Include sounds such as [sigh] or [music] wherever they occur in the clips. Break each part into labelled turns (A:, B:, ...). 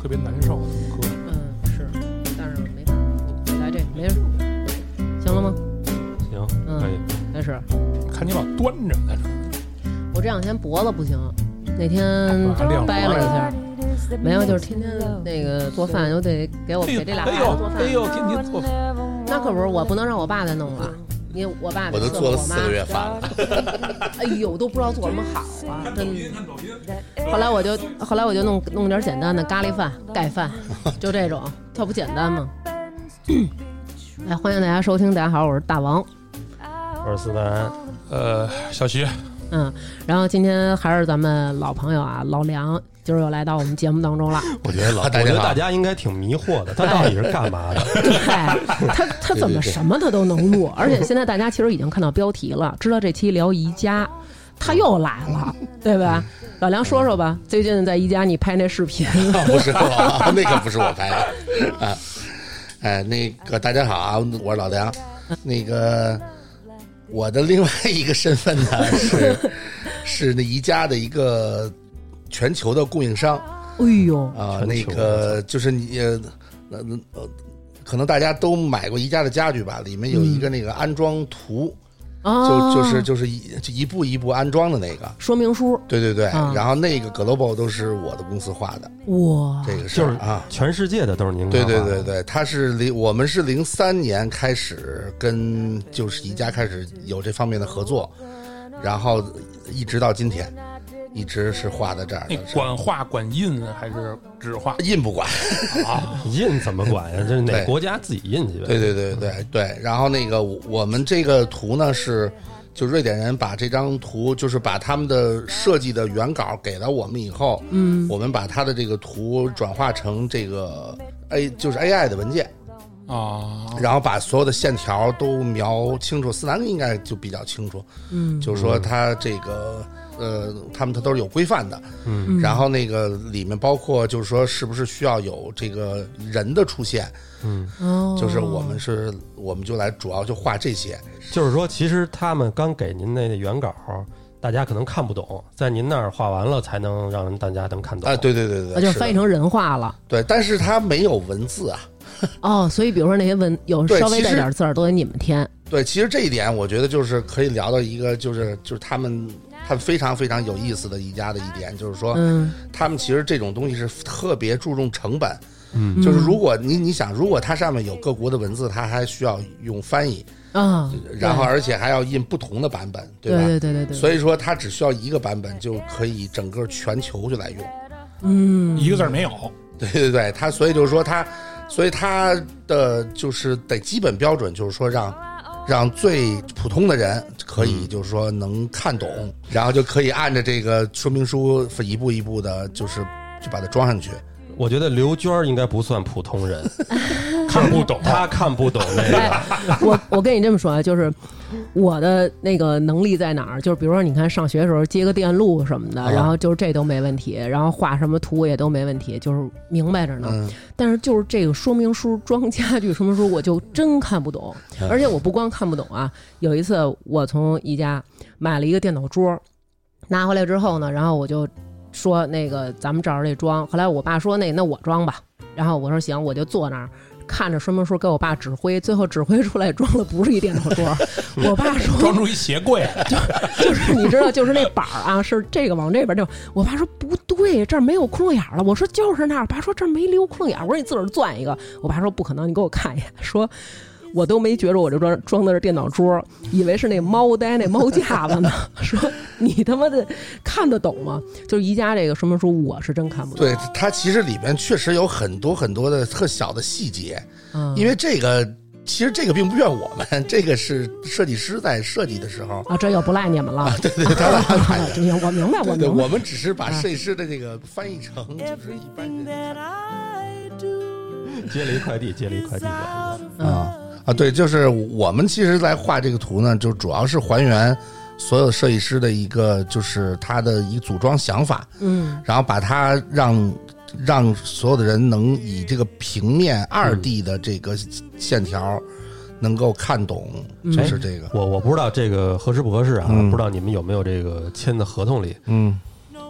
A: 特别难受，那种歌。
B: 嗯，是，但是没办法，我回答这个没事儿，行了吗？
C: 行，
B: 嗯
C: 可以。
B: 开始。
A: 看你老端着在这儿，
B: 我这两天脖子不行，那天
A: 干嘛晾
B: 掰了一下，没
D: 没
B: 有，
D: 有，
B: 就
D: 就是是
B: 天
D: 天
B: 天
D: 天
B: 那个做饭，又得给我
A: 哎呦
B: 给这俩孩
A: 哎
B: 子做
A: 呦
B: 饭
A: 哎。呦，天天做饭，
B: 那可不是，我不能让我爸再弄了，
A: 嗯
B: 因为我爸
E: 我都
B: 伺候
E: 做了
B: 我
E: 四
B: 妈
E: 个月饭了，
B: 哎呦，都不知道做什么好啊，真的。
A: 抖音，
B: 后来我就后来我就弄弄点简单的咖喱饭、盖
A: [laughs]
B: 饭，就这种，它不简单 [clears throat] 吗？来，欢迎大家收听，大家好，我是大王。
C: 二四
E: 啊
C: 男，
A: 呃，小徐，
B: 嗯，然后今天还是咱们老朋友啊，老梁，今儿又来到我们节目当中
A: [laughs]
B: 了。
E: 我觉得老
C: 我
E: 啊大
C: 觉
E: 家
C: 得
E: 好
C: 大家应该挺迷惑的，他到底是干
E: [laughs]
C: 嘛的？
B: 对，哎他他怎么什么他都能录，而且现在大家其实已经看到标题了，知道这期聊宜家，他又来了，对吧？老梁说说吧，最近在宜家你拍那视
A: [laughs]
B: 频，
E: 不是我， [laughs] 那可不是我拍的啊。哎，那个大家好啊，我是老梁。那个我的另外一个身份呢是是那宜家的一个全球的供应商
B: 哎呦，
E: 啊、
C: 全
E: 那
C: 球
E: 个就是你呃那那呃，可能大家都买过宜家的家具吧，里面有一个那个安装图，
B: 啊，
E: 就就是就是一就一步一步安装的那个。
B: 说明书，
E: 对对对，
C: 嗯
B: 啊
E: 然后那个 Global 都是我的公司画的，
B: 哇，
E: 这个事
C: 哦就
E: 儿
C: 是
E: 啊，
C: 全世界的都是您
E: 对
C: 干
E: 对
C: 嘛
E: 对
C: 的，
E: 对，他是零，我们是零三年开始跟就是宜家开始有这方面的合作，然后一直到今天，一直是画在这儿
A: 你
E: 的。
A: 管画管印还是只画？
C: 哎
E: 印不管，
C: 印怎么管呀？这是哪
E: 对
C: 国家自己印去呗？
E: 对嗯对对对对。然后那个我我们这个图呢是，就瑞典人把这张图，就是把他们的设计的原稿给到我们以后，嗯，我们把他的这个图转化成这个 A 就是 AI 的文件，
A: 啊，
E: 然后把所有的线条都描清楚，思南应该就比较清楚，嗯，就是说他这个呃，他们他都是有规范的，嗯，然后那个里面包括就是说是不是需要有这个人的出现，
B: 哦
E: 就是我们是我们就来主要就画这些，
C: 就是说，其实他们刚给您那原稿，大家可能看不懂，在您那儿画完了才能让人大家能看懂
E: 啊，，对对对对，
B: 那就是翻译
E: 的
B: 成人话了
E: 对，但是它没有文字啊，
B: 哦，所以比如说那些文有
E: 对
B: 稍微
E: 其
B: 带
E: 实
B: 点字儿都得你们填，
E: 对，其实这一点我觉得就是可以聊到一个就是就是他们他们非常非常有意思的宜家的一点，就是说，
B: 嗯，
E: 他们其实这种东西是特别注重成本，嗯，就是如果你你想，如果它上面有各国的文字，它还需要用翻译，
B: 啊，
E: 然后而且还要印不同的版本，
B: 对
E: 吧？
B: 对对对对，
E: 所
B: 以
E: 以说，它只需要一个版本就可以整个全球去来用。
B: 嗯，
A: 一个字儿没有。
E: [laughs] 对对对，它所以就是说它，所以它的就是得基本标准就是说让让最普通的人可以就是说能看懂，然后就可以按着这个说明书一步一步的，就是就把它装上去。
C: 我觉得刘娟儿应该不算普
E: [laughs]
C: 通人，
A: 看不懂
C: 她看不懂那个。
B: 哎，我我跟你这么说啊，就是我的那个能力在哪儿？就是比如说，你看上学的时候接个电路什么的，
E: 啊
B: 然后就是这都没问题，然后画什么图也都没问题，就是明白着呢。
E: 嗯
B: 但是就是这个说明书装家具说明书，我就真看不懂。而且我不光看不懂啊，有一次我从宜家买了一个电脑桌，拿回来之后呢，然后我就说那个咱们照着这装。后来我爸说那那我装吧，然后我说行，我就坐那儿。看着说明书给我爸指挥，最后指挥出来装的不是一电脑桌，我爸说
A: 装出一鞋柜，
B: 就是你知道，就是那板儿啊，是这个往这边就。我爸说不对，这儿没有窟窿眼儿了。我说就是那儿。我爸说这儿没留窟窿眼儿。我说你自个儿钻一个。我爸说不可能，你给我看一眼。说。我都没觉着我这装装的是电脑桌，以为是那猫呆那猫架子呢。 [laughs] 说你他妈的看得懂吗？就是宜家这个说明书，我是真看不懂。
E: 对，它其实里面确实有很多很多的特小的细节，
B: 嗯，
E: 因为这个其实这个并不怨我们， [laughs] 这个是设计师在设计的时候，
B: 啊，这又不赖你们了。啊、
E: 对对，
B: [laughs]
E: 他们安排的。
B: 这个我明白，我
E: 对对，
B: 明白。
E: 我们只是把设计师的这个翻译成就是一般人
C: [laughs] 接了一快递，接了一快递吧。
E: [laughs] 啊啊，对，就是我们其实来画这个图呢，就主要是还原所有设计师的一个就是他的一个组装想法，
B: 嗯
E: 然后把它让让所有的人能以这个平
B: 嗯
E: 面二 D 的这个线条能够看懂，
B: 嗯
E: 就是这个。
C: 我我不知道这个合适不合适啊，
E: 嗯
C: 不知道你们有没有这个签的合同里
E: 嗯，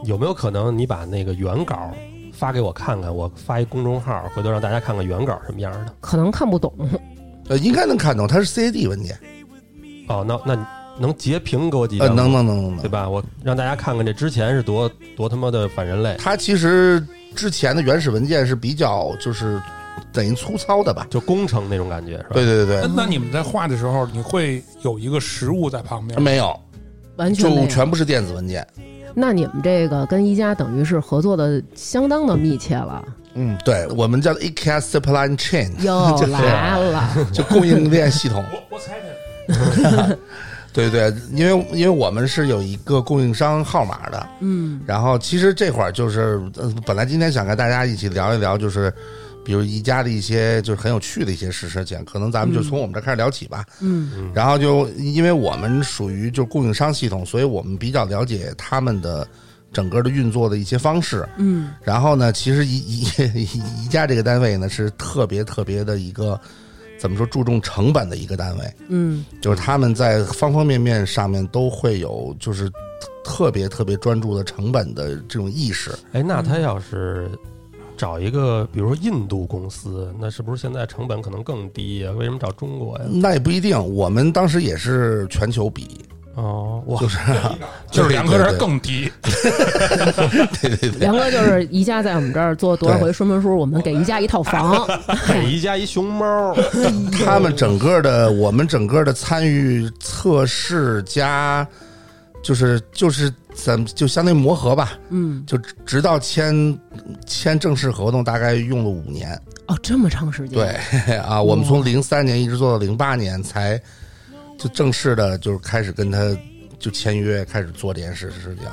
C: 有没有可能你把那个原稿发给我看看，我发一公众号，回头让大家看看原稿什么样的。
B: 可能看不懂，
E: 呃，应该能看懂，它是 CAD 文件，
C: 哦，那那你能截屏给我几
E: 呃，
C: 张吗？
E: 能能能能
C: 对
E: 能。
C: 吧？我让大家看看这之前是多多他妈的反人类，
E: 它其实之前的原始文件是比较就是等于粗糙的吧？
C: 就工程那种感觉是吧？
E: 对对对
A: 那
E: 对，
A: 那你们在画的时候，你会有一个实物在旁边吗？
E: 没有，
B: 完全没
E: 就
B: 有。
E: 全部是电子文件。
B: 那你们这个跟一加等于是合作的相当的密切
E: [laughs]
B: 了，
E: 嗯，对我们叫 IKEA Supply
B: [laughs]
E: Chain，
B: 又来了，
E: 就啊供应链系
B: [laughs]
E: 统。
A: 我我猜猜，
E: 对对，因为因为我们是有一个供应商号码的，
B: 嗯，
E: 然后其实这会儿就是，呃本来今天想跟大家一起聊一聊，就是比如宜家的一些就是很有趣的一些事事件，可能咱们就从我们这开始聊起吧。
B: 嗯
E: 然后就因为我们属于就供应商系统，所以我们比较了解他们的整个的运作的一些方式。
B: 嗯
E: 然后呢，其实宜宜宜家这个单位呢是特别特别的一个怎么说注重成本的一个单位。
B: 嗯
E: 就是他们在方方面面上面都会有，就是特别特别专注的成本的这种意识。
C: 哎，那他要是找一个，比如说印度公司，那是不是现在成本可能更低呀、为什么找中国呀？
E: 那也不一定，我们当时也是全球比，
C: 哦，哇，
E: 就是
A: [laughs] 就是两个
E: 对
A: 人
E: 对
A: 更低，
E: 对对对，
B: 梁哥就是宜家在我们这儿做多少回说明书，我们给宜家一套房，
C: 给宜家一
E: [laughs]
C: 熊猫，
E: 他们整个的我们整个的参与测试加，就是就是咱们就相当于磨合吧，
B: 嗯，
E: 就直直到签签正式合同，大概用了五年。 [laughs]
B: 哦，这么长时间，
E: 对啊，我们从零三年一直做到零八年才就正式的，就是开始跟他就签约，开始做这件事事情。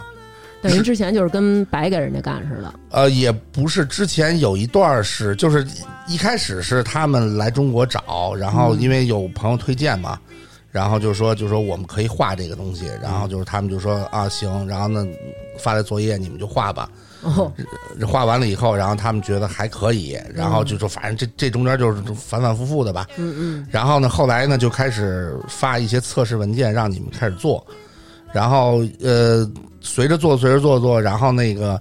B: 等于之前就是跟白给人家干似的，
E: 呃，也不是之前有一段儿是，就是一一开始是他们来中国找，然后因为有朋友推荐嘛，然后就说就说我们可以画这个东西，然后就是他们就说啊行，然后呢发来作业你们就画吧，
B: 哦，
E: 画完了以后，然后他们觉得还可以，然后就说反正这这中间就是反反复复的吧，
B: 嗯嗯
E: 然后呢，后来呢就开始发一些测试文件让你们开始做，然后呃，随着做随着做做，然后那个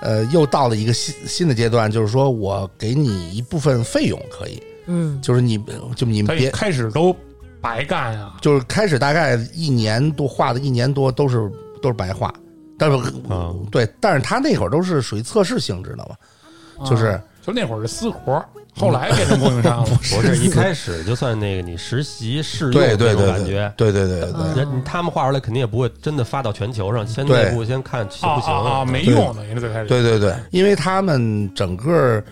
E: 呃又到了一个新新的阶段，就是说我给你一部分费用可以，
B: 嗯，
E: 就是你就你
A: 他
E: 们
A: 一
E: 别
A: 开始都白干啊，
E: 就是开始大概一年多画的一年多都是都是白画，但是、
C: 啊
E: 对，但是他那会儿都是属于测试性质的嘛，就是。
B: 啊
A: 就那会儿是私活儿，
E: 嗯
A: 后来变成供应
E: [laughs]
A: 商了。
C: 不是一开始就算那个你实习试用
E: 对
C: 那
E: 对
C: 种
E: 对
C: 感
E: 对
C: 觉。
E: 对对对对
B: 嗯
C: 人他们画出来肯定也不会真的发到全球上，先
E: 对
C: 内部先看行
A: 啊
C: 不行
A: 啊啊！没用的，因为最开始
E: 对对对，因为他们整个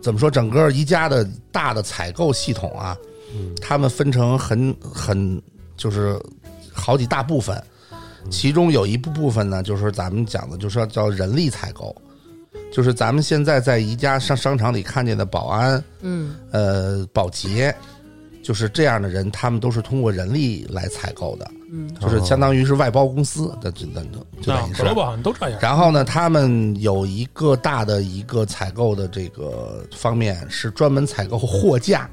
E: 怎么说，整个宜家的大的采购系统啊，
C: 嗯
E: 他们分成很很就是好几大部分，
C: 嗯
E: 其中有一部部分呢，就是咱们讲的，就是叫人力采购，就是咱们现在在宜家商商场里看见的保安、
B: 嗯
E: 呃保洁，就是这样的人，他们都是通过人力来采购的，
B: 嗯
E: 就是相
C: 哦
E: 当于是外包公司的，就等就
A: 啊
E: 等于，是
A: 格。罗好像都这样。
E: 然后呢，他们有一个大的一个采购的这个方面是专门采购货架。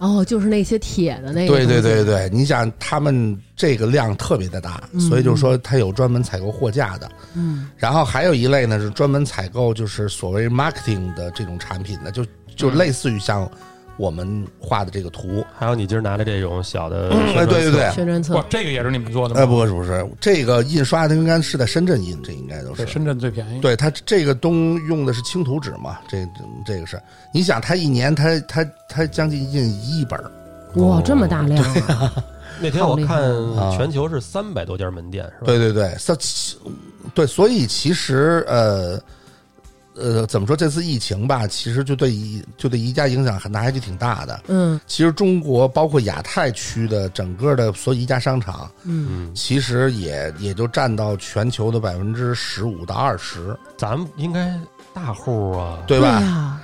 B: 哦，就是那些铁的那个，
E: 对对对，对，你想他们这个量特别的大，
B: 嗯
E: 所以就说他有专门采购货架的。
B: 嗯
E: 然后还有一类呢是专门采购就是所谓 marketing 的这种产品的，就就类似于像我们画的这个图。
C: 还有你今儿拿的这种小的宣
E: 哎，
C: 传册，
E: 对对对，
B: 宣传
A: 哇
B: 册，，
A: 这个也是你们做的吗？
E: 哎，不是不是，这个印刷的应该是在深圳印，这应该都
A: 对，
E: 是。
A: 深圳最便宜。
E: 对他这个东用的是轻图纸嘛，这这个是，你想他一年他他他将近印一亿本儿，
B: 哇，这么大量啊，
C: 那天我看
E: 害了
C: 全球是三百多家门店，是吧？
E: 啊对对对，所其对，所以其实呃呃，怎么说这次疫情吧，其实就对宜就对宜家影响很大，还是挺大的。
B: 嗯
E: 其实中国包括亚太区的整个的所有宜家商场，
B: 嗯
C: 嗯，
E: 其实也也就占到全球的百分之十五到二十，
C: 咱们应该大户啊，
E: [laughs] 对吧？
B: 呀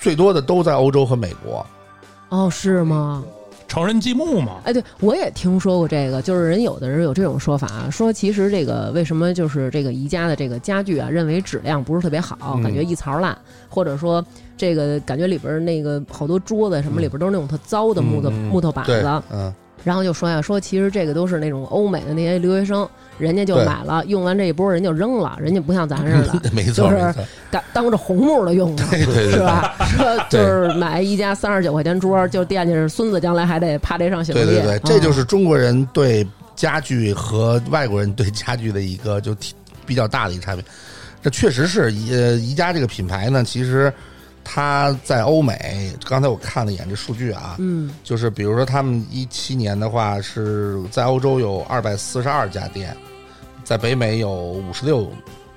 E: 最多的都在欧洲和美国。
B: 哦，是吗？
A: 成人积木嘛，
B: 哎，对，我也听说过这个，就是人有的人有这种说法，啊说其实这个为什么就是这个宜家的这个家具啊，认为质量不是特别好，
E: 嗯
B: 感觉一槽烂，或者说这个感觉里边儿那个好多桌子什么里边儿都是那种特糟的木头、
E: 嗯嗯
B: 木头板
E: 对
B: 子，，
E: 嗯，
B: 然后就说呀，说其实这个都是那种欧美的那些留学生，人家就
E: 对
B: 买了，用完这一波人就扔了，人家不像咱似的，
E: 没错，
B: 就是
E: 没错，
B: 干 [laughs] 当着红木的用的，
E: 对对
B: [laughs] 是
E: 对
B: 吧？说就是买一家三十九块钱桌，就惦记着孙子将来还得趴这上写作
E: 对
B: 业
E: 对。对，这就是是中国人对家具和外国人对家具的一个就挺比较大的一个差别。这确实是宜呃宜家这个品牌呢，其实它在欧美，刚才我看了一眼这数据啊，
B: 嗯
E: 就是比如说他们一七年的话是在欧洲有二百四十二家店，在北美有五十六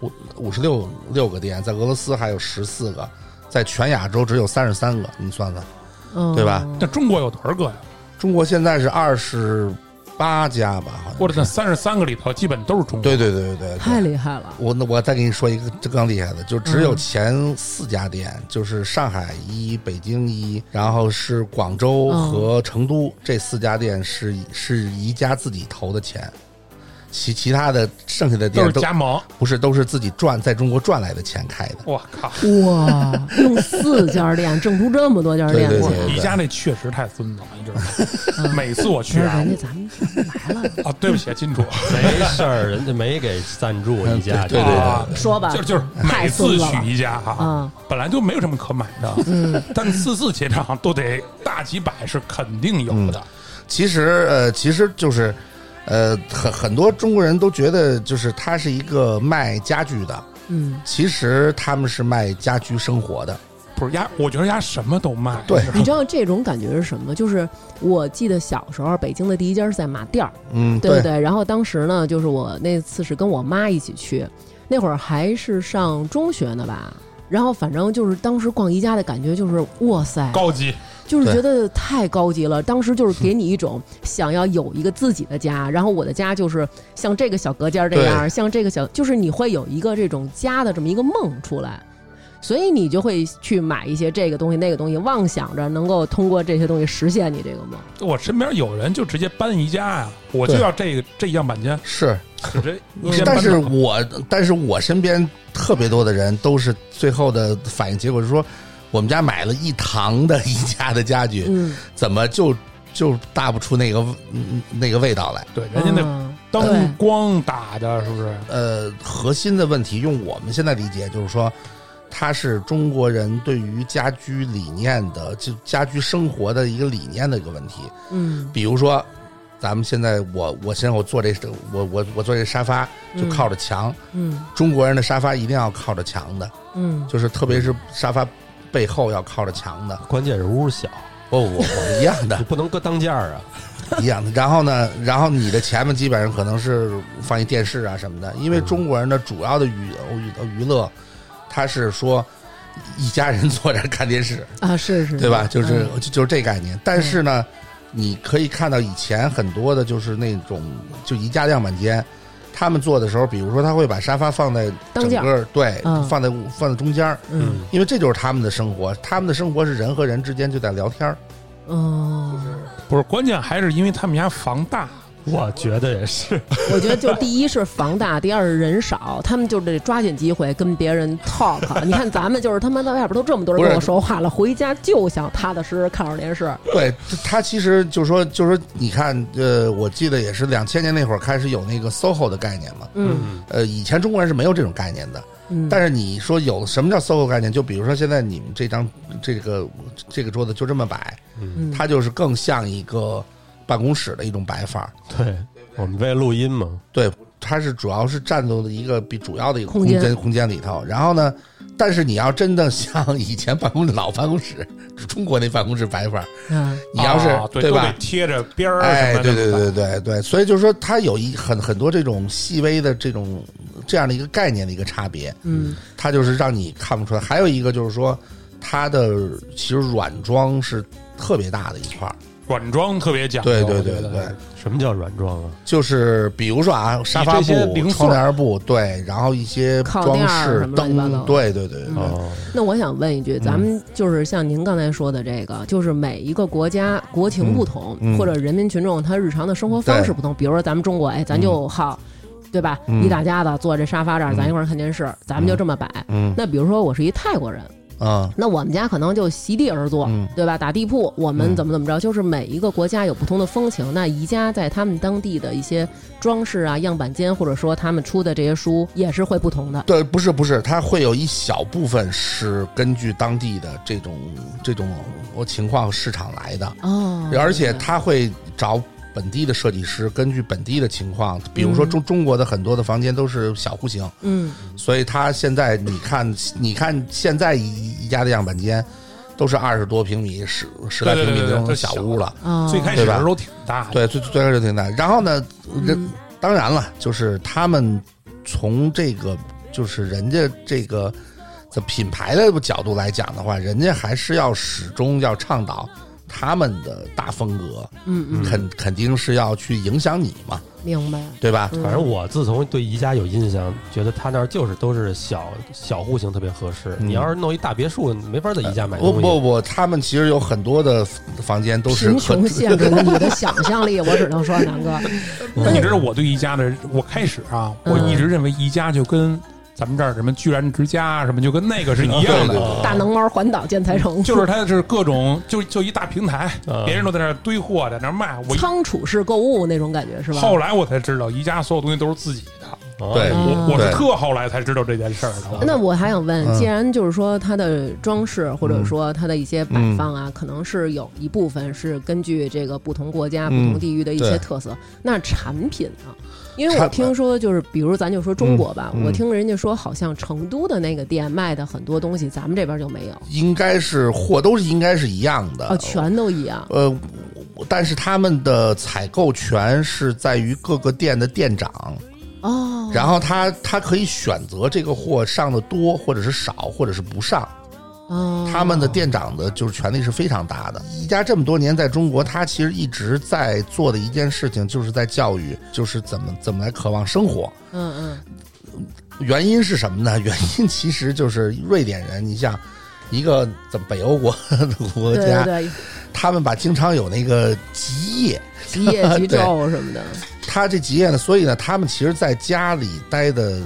E: 五五十六六个店，在俄罗斯还有十四个，在全亚洲只有三十三个，你算算。
B: 嗯，
E: 对吧
A: 那中国有多少个呀？
E: 中国现在是二十八家吧，好像
A: 或者那三十三个里头，基本都是中国。
E: 对对对对对，
B: 太
E: 对
B: 厉害了。
E: 我那我再给你说一个，这更厉害的，就只有
B: 嗯
E: 前四家店，就是上海一、北京一，然后是广州
B: 嗯
E: 和成都、这四家店是是宜家自己投的钱，其其他的剩下的
A: 都
E: 店
A: 是
E: 都
A: 加盟。
E: 不是都是自己赚在中国赚来的钱开的。
A: 我靠，
B: 哇，用四家店挣出这么多家店
E: 对
B: 去
E: 对，对
A: 宜家那确实太孙子了，你知
E: [laughs]
A: 道吗？每次我
B: 不
A: 去
B: 是
A: 啊
B: 人家咱们来了，
A: 啊，对不起，金主，
C: 没事儿，人家没给赞助一
E: [laughs]
C: 家，
E: 对对对
A: 啊
B: 说吧
A: 就就是
B: 太
A: 每
B: 孙
A: 次
B: 子了
A: 去宜家哈
B: 啊，
A: 本来就没有什么可买的，
B: 嗯，
A: 但次次结账都得大几百是肯定有的。
E: 其实呃，其实就是呃，很很多中国人都觉得就是它是一个卖家具的，
B: 嗯，
E: 其实他们是卖家居生活的。
A: 不是鸭，我觉得鸭什么都卖。
E: 对
A: 是吧
B: 你知道这种感觉是什么？就是我记得小时候北京的第一家是在马甸儿，
E: 嗯，
B: 对对对。然后当时呢，就是我那次是跟我妈一起去，那会儿还是上中学呢吧。然后反正就是当时逛宜家的感觉就是哇塞，
A: 高级，
B: 就是觉得太高级了。当时就是给你一
E: [laughs]
B: 种想要有一个自己的家，然后我的家就是像这个小隔间这样，像这个小，就是你会有一个这种家的这么一个梦出来。所以你就会去买一些这个东西、那个东西，妄想着能够通过这些东西实现你这个梦。
A: 我身边有人就直接搬宜家呀，我就
E: 对
A: 要这个这样板间，
E: 是，
A: 直接
B: 嗯
A: 一天搬
E: 但是
A: 走
E: 我但是我身边特别多的人都是最后的反应结果是说，我们家买了一堂的宜家的家具，
B: 嗯，
E: 怎么就就搭不出那个嗯那个味道来？
A: 对人家那
B: 嗯对
A: 灯光打的，是不是？
E: 呃，核心的问题用我们现在理解就是说，它是中国人对于家居理念的就家居生活的一个理念的一个问题。
B: 嗯，
E: 比如说，咱们现在我我现在我坐这我我我坐这沙发就靠着墙，
B: 嗯
E: 中国人的沙发一定要靠着墙的。
B: 嗯，
E: 就是特别是沙发背后要靠着墙的，
C: 关键是屋小，
E: 不、哦我我一样
C: 你
E: 的，
C: 不能搁当间儿啊。
E: [laughs] 一样的。然后呢，然后你的前面基本上可能是放一电视啊什么的，因为中国人的主要的娱娱娱乐，他是说一家人坐着看电视，
B: 啊，是是，
E: 对吧？就是
B: 嗯
E: 就就是这概念。但是呢，你可以看到以前很多的就是那种就宜家样板间。他们做的时候，比如说他会把沙发放在
B: 当
E: 整
B: 间儿
E: 个对、
B: 嗯
E: 放在放在中间儿，
B: 嗯
E: 因为这就是他们的生活，他们的生活是人和人之间就在聊天儿。
B: 哦嗯，
A: 不是，关键还是因为他们家房大，
C: 我觉得也是，
B: 我觉得就第一是房大，第二是人少，他们就得抓紧机会跟别人 talk。你看咱们就是他妈到外边都这么多人
E: 不是
B: 跟我说话了，回家就想踏踏实实看会儿电视。
E: 对他其实就说就说，你看，呃，我记得也是两千年那会儿开始有那个 SOHO 的概念嘛。
B: 嗯
E: 呃，以前中国人是没有这种概念的。
B: 嗯，
E: 但是你说有什么叫 SOHO 概念？就比如说现在你们这张这个这个桌子就这么摆，
B: 嗯
E: 它就是更像一个办公室的一种摆法。
C: 对，我们为录音嘛，
E: 对，它是主要是占到的一个比主要的一个
B: 空
E: 空
B: 间
E: 间空间里头。然后呢，但是你要真的像以前办公老办公室，中国那办公室摆法，
B: 嗯
E: 你要是、
A: 啊对都
E: 吧
A: 得？贴着边儿
E: 哎
A: 什，么的，
E: 对对对对对，所以就是说，它有一很很多这种细微的这种这样的一个概念的一个差别，
B: 嗯
E: 它就是让你看不出来。还有一个就是说，它的其实软装是特别大的一块儿，
A: 软装特别讲究，
E: 对对
A: 我
E: 对
A: 觉得
E: 对，
C: 什么叫软装啊？
E: 就是比如说啊，沙发
A: 你这些
E: 布
A: 零、碎
E: 窗帘布，对，然后一些
B: 靠
E: 装
B: 垫儿什
E: 饰
B: 么乱七八糟
E: 灯，对对对对对，
C: 哦，
B: 那我想问一句，咱们就是像您刚才说的这个，就是每一个国家国情不同，
E: 嗯嗯
B: 或者人民群众他日常的生活方式不同。比如说咱们中国，哎，咱就好，对吧？
E: 嗯
B: 一大家子坐这沙发这儿，
E: 嗯
B: 咱一块儿看电视，咱们就这么摆。
E: 嗯
B: 那比如说我是一泰国人，
A: 嗯
E: 啊，
B: 那我们家可能就席地而坐，
E: 嗯
B: 对吧？打地铺，我
E: 嗯
B: 们怎么怎么着，就是每一个国家有不同的风情。那宜家在他们当地的一些装饰啊、样板间，或者说他们出的这些书，也是会不同的。
E: 对，不是不是，它会有一小部分是根据当地的这种这种我情况市场来的，
B: 哦，
E: 而且他会找本地的设计师，根据本地的情况，比如说中中国的很多的房间都是小户型，
B: 嗯，
E: 所以他现在你看，你看现在宜家的样板间都是二十多平米、十十来
A: 对
E: 平
A: 对
E: 米
A: 对
E: 这
A: 对
E: 种
A: 都
E: 小
A: 小
E: 屋了。
B: 哦，
A: 最开
E: 对
A: 始
E: 吧
A: 都挺大的，
E: 对，最最开始挺难。然后呢，人、
B: 嗯
E: 当然了，就是他们从这个就是人家这个的品牌的角度来讲的话，人家还是要始终要倡导他们的大风格，
B: 嗯嗯，
E: 肯肯定是要去影响你嘛，
B: 明白。
E: 对吧？
B: 嗯
C: 反正我自从对宜家有印象，觉得他那儿就是都是小小户型特别合适。
E: 嗯
C: 你要是弄一大别墅，没法在宜家买
E: 不
C: 东西。
E: 不不，他们其实有很多的房间都是
B: 贫
E: 可
B: 穷限制了你的想象力，我只能说，南哥，
A: 你知道我对宜家的，我开始啊，
B: 嗯
A: 我一直认为宜家就跟咱们这儿什么居然之家啊什么，就跟那个是一样
E: 对对
A: 的，
E: 对
B: 大能猫环岛建材城，
A: 就
B: [laughs]
A: 是它是各种就就一大平台，
C: 嗯
A: 别人都在那儿堆货，在那儿卖。我
B: 仓储式购物那种感觉是吧？
A: 后来我才知道，宜家所有东西都是自己的。
C: 啊
E: 对
B: 嗯
A: 我我
E: 对
A: 是特后来才知道这件事儿的。
B: 那我还想问，
E: 嗯
B: 既然就是说它的装饰或者说它的一些摆
E: 嗯
B: 放啊，可能是有一部分是根据这个不同国家、
E: 嗯
B: 不同地域的一些
E: 对
B: 特色，那产品呢？因为我
E: 产
B: 听说，就是比如咱就说中国吧，
E: 嗯嗯
B: 我听人家说好像成都的那个店卖的很多东西，咱们这边就没有
E: 应该是货都是应该是一样的，
B: 哦，全都一样。
E: 呃，我但是他们的采购权是在于各个店的店长，
B: 哦，
E: 呃然后他他可以选择这个货上的多或者是少或者是不上，
B: 哦
E: 他们的店长的就是权力是非常大
B: 嗯
E: 的。宜家这么多年在中国，他其实一直在做的一件事情就是在教育，就是怎么怎么来渴望生活。
B: 嗯嗯
E: 原因是什么呢？ [laughs] 原因其实就是瑞典人，你像一个怎么北欧国 [laughs] 国
B: 对
E: 家，
B: 对对，
E: 他们把经常有那个极夜。
B: 吉野
E: [laughs]
B: 吉昼什么的，
E: 他这几夜呢，所以呢，他们其实在家里待的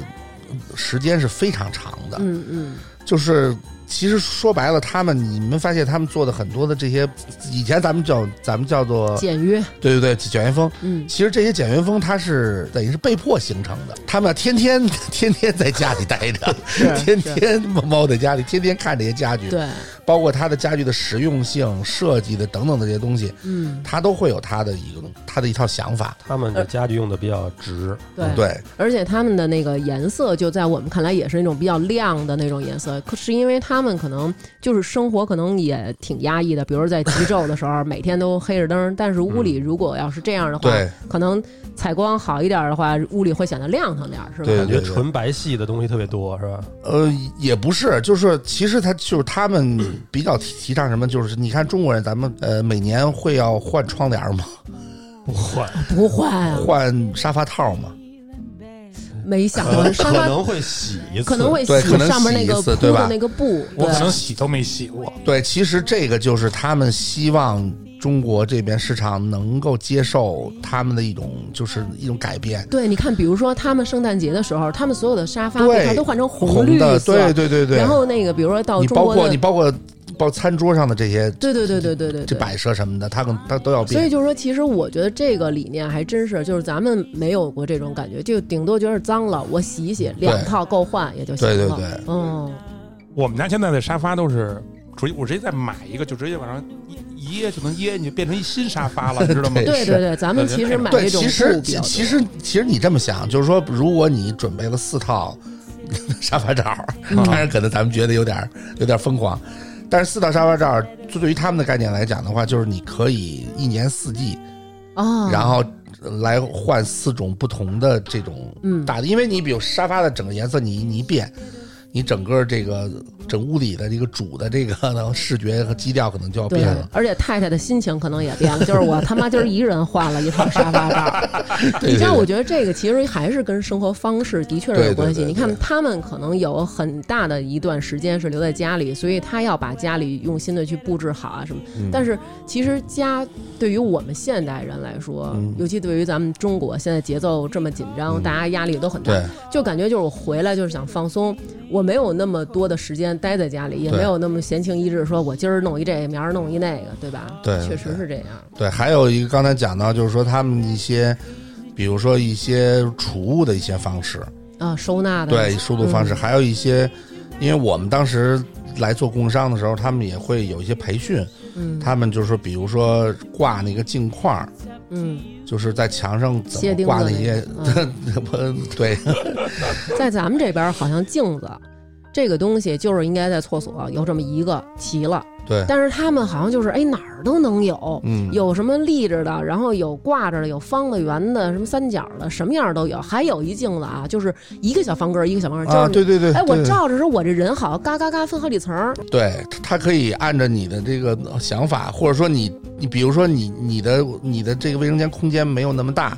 E: 时间是非常长的。
B: 嗯嗯，
E: 就是其实说白了，他们你们发现他们做的很多的这些，以前咱们叫咱们叫做
B: 简约，
E: 对对对简约风，
B: 嗯，
E: 其实这些简约风它是等于是被迫形成的。他们天天 [laughs] 天天在家里待着，
B: [laughs] 是
E: 天
B: 是
E: 天猫在家里，天天看这些家具，
B: 对，
E: 包括它的家具的实用性、设计的等等的这些东西，
B: 嗯
E: 他都会有他的一个他的一套想法。
C: 他们的家具用的比较直，
B: 对。
E: 对，
B: 而且他们的那个颜色，就在我们看来也是那种比较亮的那种颜色。可是因为他们可能就是生活可能也挺压抑的，比如在极昼的时候，每天都黑着灯，但是屋里如果要是这样的话，
E: 对
B: 可能采光好一点的话，屋里会显得亮堂点儿，是吧？
E: 对
C: 感觉纯白系的东西特别多，是吧？
E: 呃，也不是，就是其实他就是他们比较提提倡什么，就是你看中国人，咱们呃每年会要换窗帘
B: [laughs]
E: 吗？
C: 换
B: 不会啊，
E: 换沙发套吗？
B: 没想
C: 可
B: 过
C: 能
B: 沙
C: 可
B: 发
C: 能会洗一次，
B: 可能会洗
E: 对可能
B: 上面
E: 洗
B: 那
E: 一
B: 个
E: 次
B: 铺
E: 对吧
B: 的那个布，
A: 我可能
B: 对
A: 洗都没洗过，
E: 对，其实这个就是他们希望中国这边市场能够接受他们的一种就是一种改变，
B: 对，你看，比如说他们圣诞节的时候，他们所有的沙发
E: 对
B: 被都换成
E: 红
B: 绿
E: 的，
B: 色，
E: 对对对对。
B: 然后那个，比如说到
E: 你
B: 中
E: 包
B: 国
E: 括
B: 的，
E: 你包括包括餐桌上的这些
B: 对对对对对对
E: 这
B: 对。
E: 摆设什么的，他可他都要
B: 所以
E: 变。
B: 就是说，其实我觉得这个理念还真是，就是咱们没有过这种感觉，就顶多觉得脏了，我洗一洗，两套够换也就行了。
E: 对对对，
B: 嗯，
A: 我们家现在的沙发都是。直接我直接再买一个，就直接往上一一掖就能掖进去，变成一新沙发了，你知道吗？
E: 对
B: 对对对，咱们其实买
E: 对，
B: 这种
E: 其
B: 布
E: 实
B: 比
E: 其
B: 较多
E: 其实其实你这么想，就是说，如果你准备了四套 [laughs] 沙发罩儿，
B: 嗯
E: 当然可能咱们觉得有点儿有点儿疯狂，但是四套沙发罩儿，就对于他们的概念来讲的话，就是你可以一年四季，
B: 啊，
E: 然后来换四种不同的这种
B: 嗯
E: 大的，因为你比如沙发的整个颜色你，你一变。你整个这个整屋里的这个主的这个视觉和基调可能就要
B: 对
E: 变了，，
B: 而且太太的心情可能也变了， [laughs] 就是我他妈今儿一人换了一套沙发罩。
E: [laughs] 对
B: 你
E: 对
B: 像
E: 对
B: 我觉得这个其实还是跟生活方式的确是有关系。
E: 对对对对
B: 你看他们可能有很大的一段时间是留在家里，所以他要把家里用心的去布置好啊什么。
E: 嗯
B: 但是其实家对于我们现代人来说，
E: 嗯
B: 尤其对于咱们中国现在节奏这么紧张，大家压力都很大
E: 对，
B: 就感觉就是我回来就是想放松，我没有那么多的时间惯待在家里，也
E: 对
B: 没有那么闲情逸致，说我今儿弄一这个，明儿弄一那个，对吧？
E: 对
B: 确实是这样。
E: 对，还有一个刚才讲到，就是说他们一些，比如说一些储物的一些方式，
B: 啊，收纳的
E: 对，疏度
B: 嗯
E: 方式，还有一些，因为我们当时来做供应商的时候，他们也会有一些培训，
B: 嗯
E: 他们就是说，比如说挂那个镜框儿，
B: 嗯，
E: 就是在墙上怎
B: 谢
E: 么
B: 钉
E: 挂
B: 子
E: 那些，
B: 那个嗯
E: [laughs] 对，
B: 在咱们这边儿好像镜子这个东西就是应该在厕所有这么一个齐了，
E: 对，
B: 但是他们好像就是哎哪儿都能有，
E: 嗯，
B: 有什么立着的，然后有挂着的，有方的、圆的，什么三角的，什么样都有。还有一镜子啊，就是一个小方格儿，一个小方格儿，就是
E: 啊，
B: 你
E: 对对对，
B: [laughs] 哎，我
E: 对
B: 照着说，我这人好像嘎嘎嘎分好几层儿，
E: 对，它它可以按照你的这个想法，或者说你你比如说你你的你的这个卫生间空间没有那么大，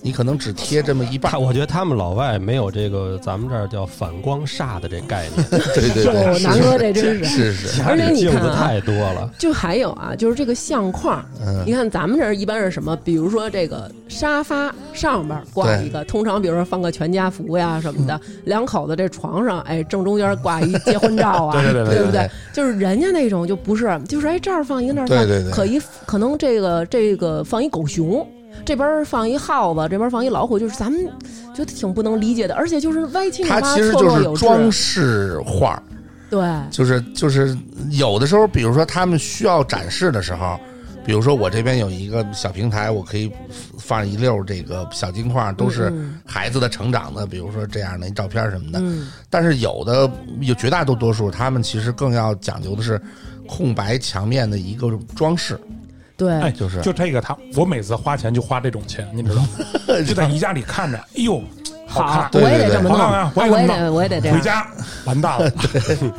E: 你可能只贴这么一半
C: 他，，我觉得他们老外没有这个咱们这儿叫反光煞的这概念，
E: [laughs] 对对对，
B: 哟，
E: 是
B: 南哥这真是。
E: 是是，
B: 而且你
C: 镜
B: 看
C: 子
B: 啊，
C: 太多了，
B: 就还有啊，就是这个相框，
E: 嗯
B: 你看咱们这儿一般是什么？比如说这个沙发上边儿挂一个，通常比如说放个全家福呀什么的，
E: 嗯
B: 两口子这床上，哎，正中间挂一结婚照啊，
E: [laughs]
A: 对对对对
B: 对不
E: 对
B: 对？就是人家那种就不是，就是哎这儿放一个那儿放，
E: 对对对
B: 可一可能这个这个放一狗熊。这边儿放一耗子，这边儿放一老虎，就是咱们觉得挺不能理解的，而且就是歪七扭
E: 它
B: 八、
E: 其实
B: 错
E: 就
B: 落
E: 是
B: 有致。啊
E: 装饰画儿，
B: 对，
E: 就是就是有的时候，比如说他们需要展示的时候，比如说我这边有一个小平台，我可以放一溜儿这个小金块儿，都是
B: 嗯
E: 孩子的成长的，比如说这样的照片什么的。
B: 嗯，
E: 但是有的有绝大多多数，他们其实更要讲究的是空白墙面的一个装饰，
B: 对，
A: 哎
E: 就是
A: 就这个他，我每次花钱就花这种钱，你知道吗？就在宜家里看着，哎呦，
B: 好
A: 好，
E: 对
B: 我也
E: 对
B: 得
E: 对
B: 这么弄，
A: 好
B: 啊
A: 看啊我
B: 我
A: 也
B: 也
A: 这么
B: 得我也得这
A: 看，
B: 样。
A: 回家完蛋了，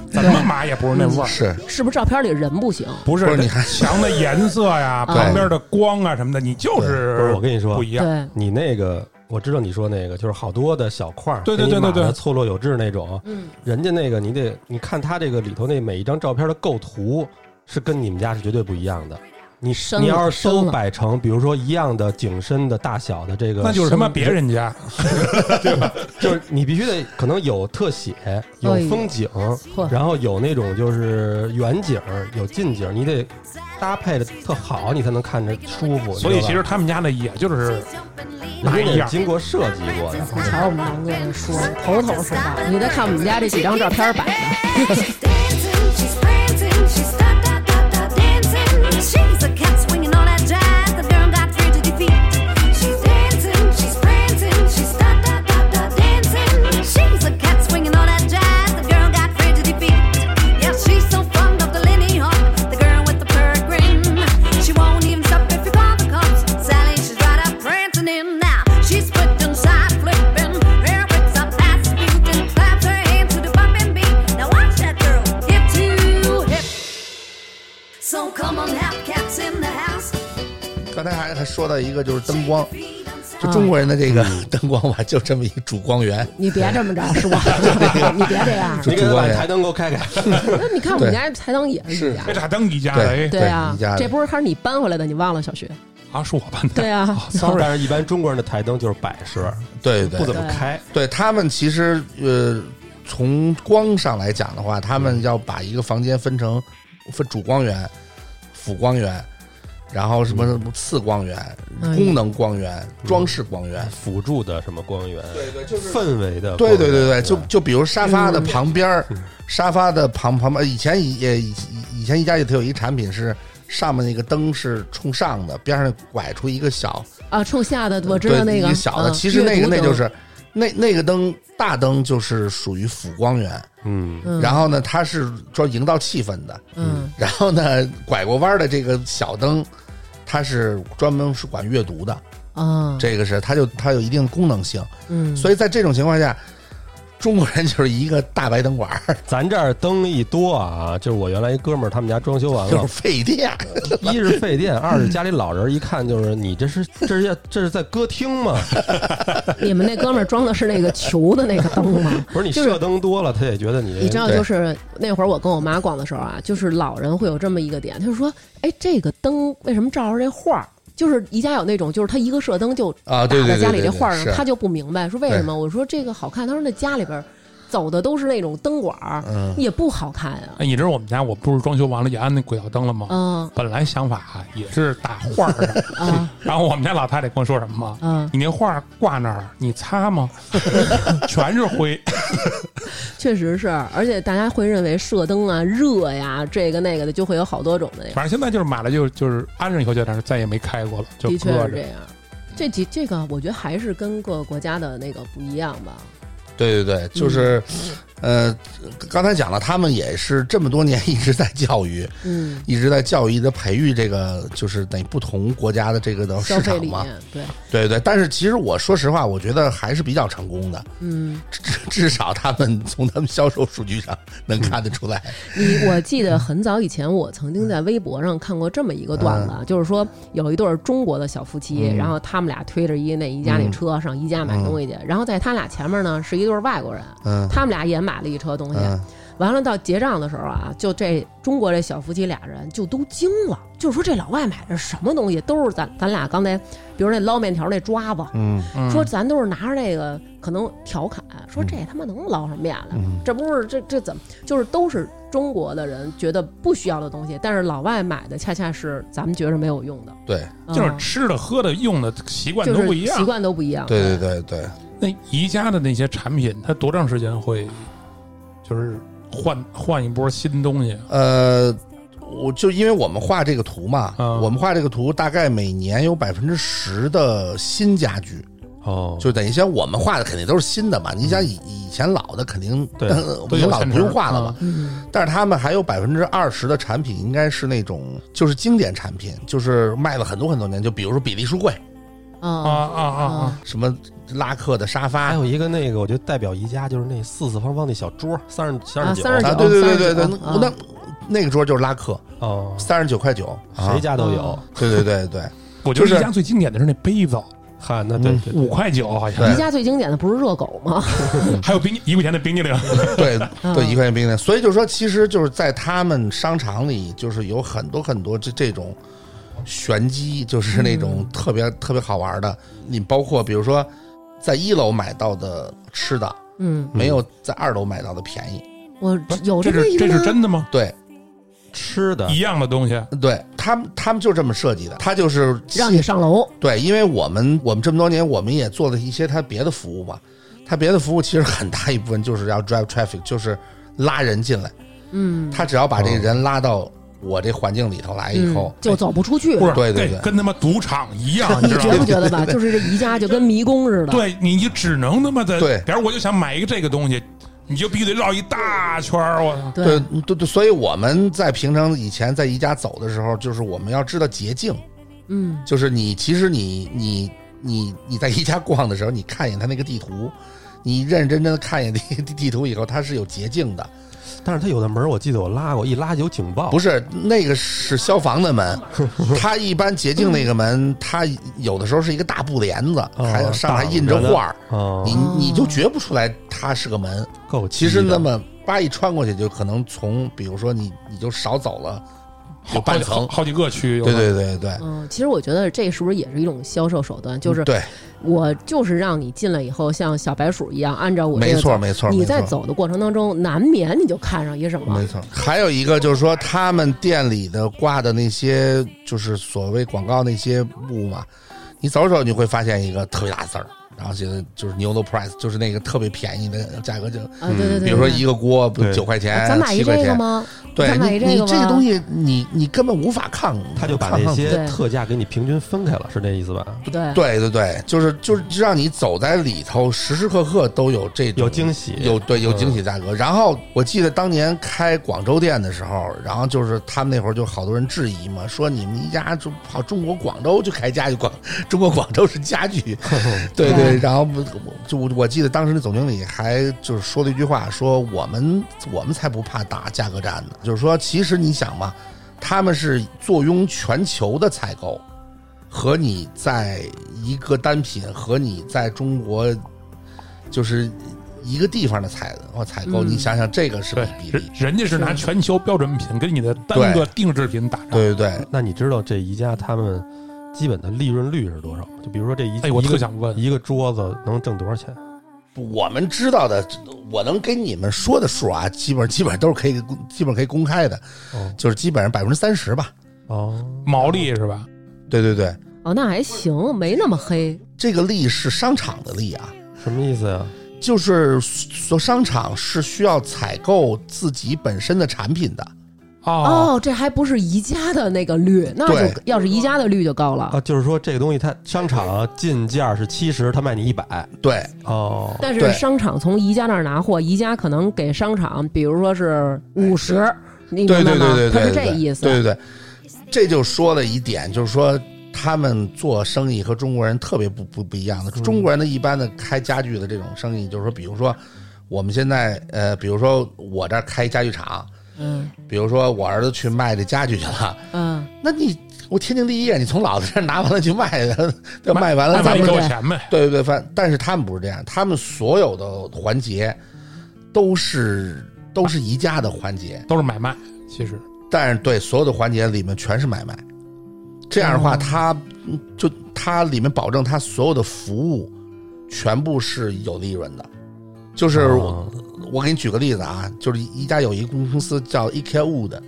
A: 怎么码也不是那味儿。
E: 是
B: 是不是照片里人不行？
A: 不是
E: 嗯不是你还
A: 墙的颜色呀，
B: 对
A: 旁边的光啊什么的，你就
C: 不是
A: 是
C: 我跟你说
A: 不一样。
B: 对，
C: 你那个我知道你说那个就是好多的小块儿，
A: 对对
C: 给你
A: 对对
C: 码得
A: 对
C: 错落有致那种。
B: 嗯，
C: 人家那个你得你看他这个里头那每一张照片的构图是跟你们家是绝对不一样的。你
B: 深了
C: 你要是
B: 深
C: 都
B: 了
C: 摆成，比如说一样的景深的大小的这个，
A: 那就是他妈别人家，
C: [laughs] 就是你必须得可能有特写，有
B: 哎呦
C: 风景
B: 嚯，
C: 然后有那种就是远景，有近景，你得搭配的特好，你才能看着舒服。
A: 所以
C: 你
A: 其
C: 知道
A: 实
C: 吧
A: 他们家那也就是
C: 人
A: 哪
C: 家
A: 一
C: 得
A: 样。
C: 经过设计过的。
B: 你瞧我们南哥这说的头头是道。你再看我们家这几张照片摆的，
D: She's dancing, she's prancing, she's da da da da dancing. She's a cat swinging on that jazz. The girl got three to defeat. She's dancing, she's prancing, she's da da da da dancing. She's a cat swinging on that jazz. The girl got three to defeat. Yeah, she's so fond of the Lindy Hop, the girl with the purr grin. She won't even stop if your father comes. Sally, she's right up prancing in now. She's putting side flipping, hair whips up past Newton, claps her hands to the bumping beat. Now watch that girl hip to hip. So come on, have cats in the house.
E: 刚才还还说到一个就是灯光，
D: Shake your feet and sound.
B: 嗯
E: 就中国人的这个灯光吧，就这么一主光源，
B: 啊你别这么着，是
E: [laughs]
B: 吧？你别这样。
C: 你给
E: 主
C: 他
E: 播
C: 把
E: 也
C: 台灯给
B: [laughs]
C: 我开开， [laughs]
B: 那你看我们家才当也是一家
A: 这。俩灯宜家的，哎，
B: 对啊
E: 对一家，的
B: 这不是还是你搬回来的？你忘了小
E: [laughs]
B: 学？
A: 啊，是我办的。
B: 对啊，
E: 哦
A: sorry
C: 但是一般中国人的台灯就是摆设，
E: 对对
C: 不怎
E: 对，
C: 么开。
E: 对他们其实呃，从光上来讲的话，他
C: 嗯
E: 们要把一个房间分成分主光源、辅光源，然后什
C: 嗯
E: 么次光源、
B: [laughs] 哎
E: 功能光源、装饰光源。
C: 辅助的什么光源，
E: 对对，
C: 氛围的光
E: 对对
C: 源，
E: 对对，
C: 吧嗯
E: 就就比如沙发的旁边儿，沙发的旁旁边，以前以也以以前宜家也特有一产品是上面那个灯是冲上的，边上拐出一个小，
B: 啊，冲下的我知
E: 对
B: 道那
E: 一
B: 个
E: 个小的，
B: 嗯
E: 其实那
B: 阅
E: 个
B: 读
E: 那就
B: 灯
E: 是那那个灯大灯就是属于辅光源，
C: 嗯，
B: 嗯
E: 然后呢，它是说营造气氛的，
B: 嗯
E: 然后呢，拐过弯儿的这个小灯，它是专门是管阅读的，
B: 啊
E: 这个是它就它有一定功能性，
B: 嗯，
E: 所以在这种情况下，中国人就是一个大白灯管儿，
C: 咱这儿灯一多啊，就是我原来一哥们儿他们家装
E: [laughs]
C: 修完
E: 就是
C: 了，
E: 费电，
B: 嗯
C: [laughs] 一是费电，二是家里老人一看就是你这是这是要这是在歌厅吗？
B: 你们那哥们儿装的是那个球的那个灯吗？
C: 不是你
B: 就是
C: 射灯多了，他也觉得你
B: 你知道，
E: 嗯对
B: 就是那会儿我跟我妈逛的时候啊，就是老人会有这么一个点，他就说：“哎，这个灯为什么照着这画儿？”就是宜家有那种，就是他一个射灯就
E: 啊
B: 打
E: 对对
B: 在
E: 对
B: 家里
E: 对
B: 这
E: 对
B: 画儿上，
E: 是
B: 他就不明白说为什
E: 对
B: 么。我说这个好看，他说那家里边儿走的都是那种灯管儿，
E: 嗯
B: 也不好看呀、
A: 哎，你知道我们家我不是装修完了也安那轨道灯了吗？
B: 嗯
A: 本来想法啊也是打画儿上，
B: 啊
A: 然后我们家老太太跟我说什么吗？
B: 啊，
A: 你那画儿挂那儿，你擦吗？全是灰。
B: 确实是，而且大家会认为射灯啊、热呀、这个那个的，就会有好多种的呀。
A: 反正现在就是买了就就是安上以后就但是再也没开过了，就
B: 的确
A: 搁
B: 是这
A: 着。
B: 样。这几这个，我觉得还是跟各个国家的那个不一样吧。
E: 对对对，就是，
B: 嗯
E: 呃，刚才讲了，他们也是这么多年 [laughs] 一直在教育，
B: 嗯，
E: 一直在教育的培育这个，就是等于不同国家的这个的
B: 消
E: 市
B: 费
E: 场
B: 理
E: 嘛。
B: 念，对，
E: 对对，但是其实我说实话，我觉得还是比较成功的，
B: 嗯，
E: 至 [laughs] 至少他们从他们销售数据上能看得
B: [laughs]
E: 出来。
B: 你我记得很早以前，我曾经在微博上看过这么一个段
E: 嗯
B: 子，啊就是说有一对儿中国的小夫妻，然后他们俩推着一那宜家
E: 嗯
B: 那车上宜家买东西去，然后在他俩前面呢是一对儿外国人，
E: 嗯
B: 他们俩也买了一车东西，
E: 嗯
B: 完了到结账的时候啊，就这中国这小夫妻俩人就都惊了，就说这老外买的是什么东西，都是咱咱俩刚才，比如那捞面条那抓子，
E: 嗯，
B: 说咱都是拿着这个可能调侃，说这他妈能捞上面来
E: 嗯
B: 吗？这不是这这怎么就是都是中国的人觉得不需要的东西，但是老外买的恰恰是咱们觉着没有用的，
E: 对
A: 就是
B: 嗯
A: 吃的、喝的、用的习惯
B: 就
A: 都不
B: 是
A: 一
B: 习
A: 样。
B: 惯都不一样，
E: 对对对对，
A: 那宜家的那些产品，它多长时间会就是换换一波新东西？
E: 呃，我就因为我们画这个图嘛，
A: 嗯
E: 我们画这个图大概每年有百分之十的新家具，
C: 哦，
E: 就等于像我们画的肯定都是新的嘛。你想以以前老的肯定呃
C: 对
E: 我
A: 都
E: 们
A: 有
E: 老的
A: 现
E: 不用
A: 成
E: 画了嘛，
B: 嗯
E: 但是他们还有百分之二十的产品应该是那种就是经典产品，就是卖了很多很多年，就比如说比利书柜，
A: 啊
B: 啊
A: 啊啊啊！
E: 什么拉克的沙发啊
C: 还。有一个那个，我觉得代表宜家就是那四四方方那小桌，三十三十九，
B: 啊
E: 啊，
B: 39
E: 对对对对对，
B: 39
C: 嗯
E: 那那那个桌就是拉克，
C: 哦，
E: 三十九块九，
C: 谁家都有
B: 啊。
E: 对对对对，
A: 我觉得
E: 就是
A: 宜家最经典的是那杯子，
C: 嗨，那对
E: 嗯
C: 对
A: 五
C: 对，
A: 块九好像
E: 对，
B: 宜家最经典的不是热狗吗？
A: 还有冰一块钱的冰激凌。
E: [laughs] 对
B: 嗯
E: 对，一块钱冰的。所以就说，其实就是在他们商场里，就是有很多很多这这种玄机，就是那种
B: 嗯
E: 特别、特别好玩的。你包括比如说，在一楼买到的吃的，
B: 嗯，
E: 没有在二楼买到的便宜。
B: 我有
A: 这
B: 么
A: 是
B: 一个
A: 这
B: 吗
A: 是真的吗？
E: 对
C: 吃
E: 啊
C: 的
A: 一样的东西，
E: 对，他们他们就这么设计的，他就是
B: 让你上楼，
E: 对，因为我们我们这么多年，我们也做了一些他别的服务嘛。他别的服务其实很大一部分就是要 drive traffic，就是拉人进来。
B: 嗯，
E: 他只要把这个人拉到我这环境里头来以后哎
B: 嗯，就走不出去
A: 不。是？
E: 对对
A: 这
E: 对
A: 跟他妈赌场一样，
E: 啊
B: [laughs]
A: 你
B: 你
A: 知道
B: 觉不
A: 吗？
B: 觉得吧？就是这宜家就跟迷宫似的。
A: 对，你就只能他妈的，
E: 对
A: 比如我就想买一个这个东西，你就必须得绕一大圈儿，我操！
B: 对，
E: 对对对，所以我们在平常以前在宜家走的时候，就是我们要知道捷径，
B: 嗯，
E: 就是你其实你你你你在宜家逛的时候，你看一眼他那个地图，你认认真真的看一眼地地图以后，它是有捷径的，
C: 但是它有的门儿我记得我拉过，一拉有警报，
E: 不
C: 是
E: 是那个是消防的门，它一般捷径那个门，它有的时候是一个大布帘子，
C: 哦
E: 还有上
C: 大
E: 还
C: 布
E: 印着
C: 帘子
E: 画儿，
C: 哦，
E: 你你就觉不出来它是个门，
C: 够
E: 其
C: 急
E: 实
C: 的
E: 那么叭一穿过去，就可能从比如说你你就少走了有
A: 好
E: 半
A: 好
E: 层
A: 好，好几个区，有
E: 对
A: 可能
E: 对对对，
B: 嗯，其实我觉得这是不是也是一种销售手段？就是
E: 嗯对，
B: 我就是让你进来以后像小白鼠一样，按照我这
E: 没
B: 个
E: 错
B: 走。
E: 没错，
B: 你
E: 没
B: 在
E: 错，
B: 走的过程当中，难免你就看上一什么
E: 没，错。还有一个就是说，他们店里的挂的那些就是所谓广告那些物嘛，你走着走你会发现一个特别大字儿，然后写的就是 new low price，就是那个特别便宜的价格就。
B: 啊，对对对，
E: 嗯比如说
B: 对
E: 一个锅不
C: 对
E: 九块钱，
B: 啊咱买一
E: 哎七块
B: 这个
E: 钱，
B: 吗？
E: 对
B: 咱买一
E: 你
B: 这个
E: 你这
B: 吧
E: 个东西你你根本无法抗，
C: 他就把
E: 抗
C: 那
E: 衡
C: 些
B: 对
C: 特价给你平均分开了，是这意思吧？
B: 对，
E: 对对对，就是就是让你走在里头，时时刻刻都有这种
C: 有惊喜，
E: 有对有惊喜价格。然后我记得当年开广州店的时候，然后就是他们那会儿就好多人质疑嘛，说你们一家就跑中国广州去开家具广，中国广州是家具，对对。
B: 对
E: 然后不我就我我记得当时那总经理还就是说了一句话，说我们我们才不怕打价格战呢，就是说其实你想嘛，他们是坐拥全球的采购。和你在一个单品和你在中国就是一个地方的采或采购，
B: 嗯
E: 你想想这个是比比
A: 对，人人
E: 例，
A: 家是拿
B: 是
A: 全球标准品跟你的单个定制品打仗。
E: 对对对，
C: [laughs] 那你知道这宜家他们基本的利润率是多少吗？就比如说这一，
A: 哎，我
C: 一
A: 特
C: 个
A: 想问，
C: 一个桌子能挣多少钱？
E: 我们知道的，我能给你们说的数啊，基本基本都是可以，基本可以公开的，
C: 哦
E: 就是基本上百分之三十吧。
C: 哦，
A: 毛利是吧？
E: 对对对，
B: 哦，那还行，没那么黑。
E: 这个利是商场的利啊，
C: 什么意思呀？
E: 就是所商场是需要采购自己本身的产品的。
A: 哦，
B: 哦，这还不是宜家的那个率，那就
E: 对哦
B: 要是宜家的率就高了。
C: 啊，就是说这个东西它商场进价是七十，他卖你一百。
E: 对
C: 哦，
B: 但是
E: 对
B: 商场从宜家那儿拿货，宜家可能给商场，比如说是五十，你
E: 对
B: 明白
E: 对
B: 吗
E: 对对对，？
B: 他是
E: 对
B: 这
E: 对
B: 意思。
E: 对对对，这就说了一点，就是说他们做生意和中国人特别不不不一样的。中国人的一般的开家具的这种生意，就是说，比如说我们现在呃，比如说我这儿开家具厂，
B: 嗯
E: 比如说我儿子去卖这家具去了，
B: 嗯，
E: 那你我天经地义啊，你从老子这儿拿完了去卖， [laughs] 对，卖完了
A: 那
E: 咱
A: 你
E: 们
A: 给我
B: 对
A: 钱呗。
E: 对对对，反但是他们不是这样，他们所有的环节都是都是宜家的环节，
A: 都是买卖，其实
E: 但是对所有的环节里面全是买卖。这样的
C: 哦
E: 话，他就他里面保证他所有的服务全部是有利润的。就是我
C: 哦
E: 我给你举个例子啊，就是宜家有一个公司叫 IKEA Wood，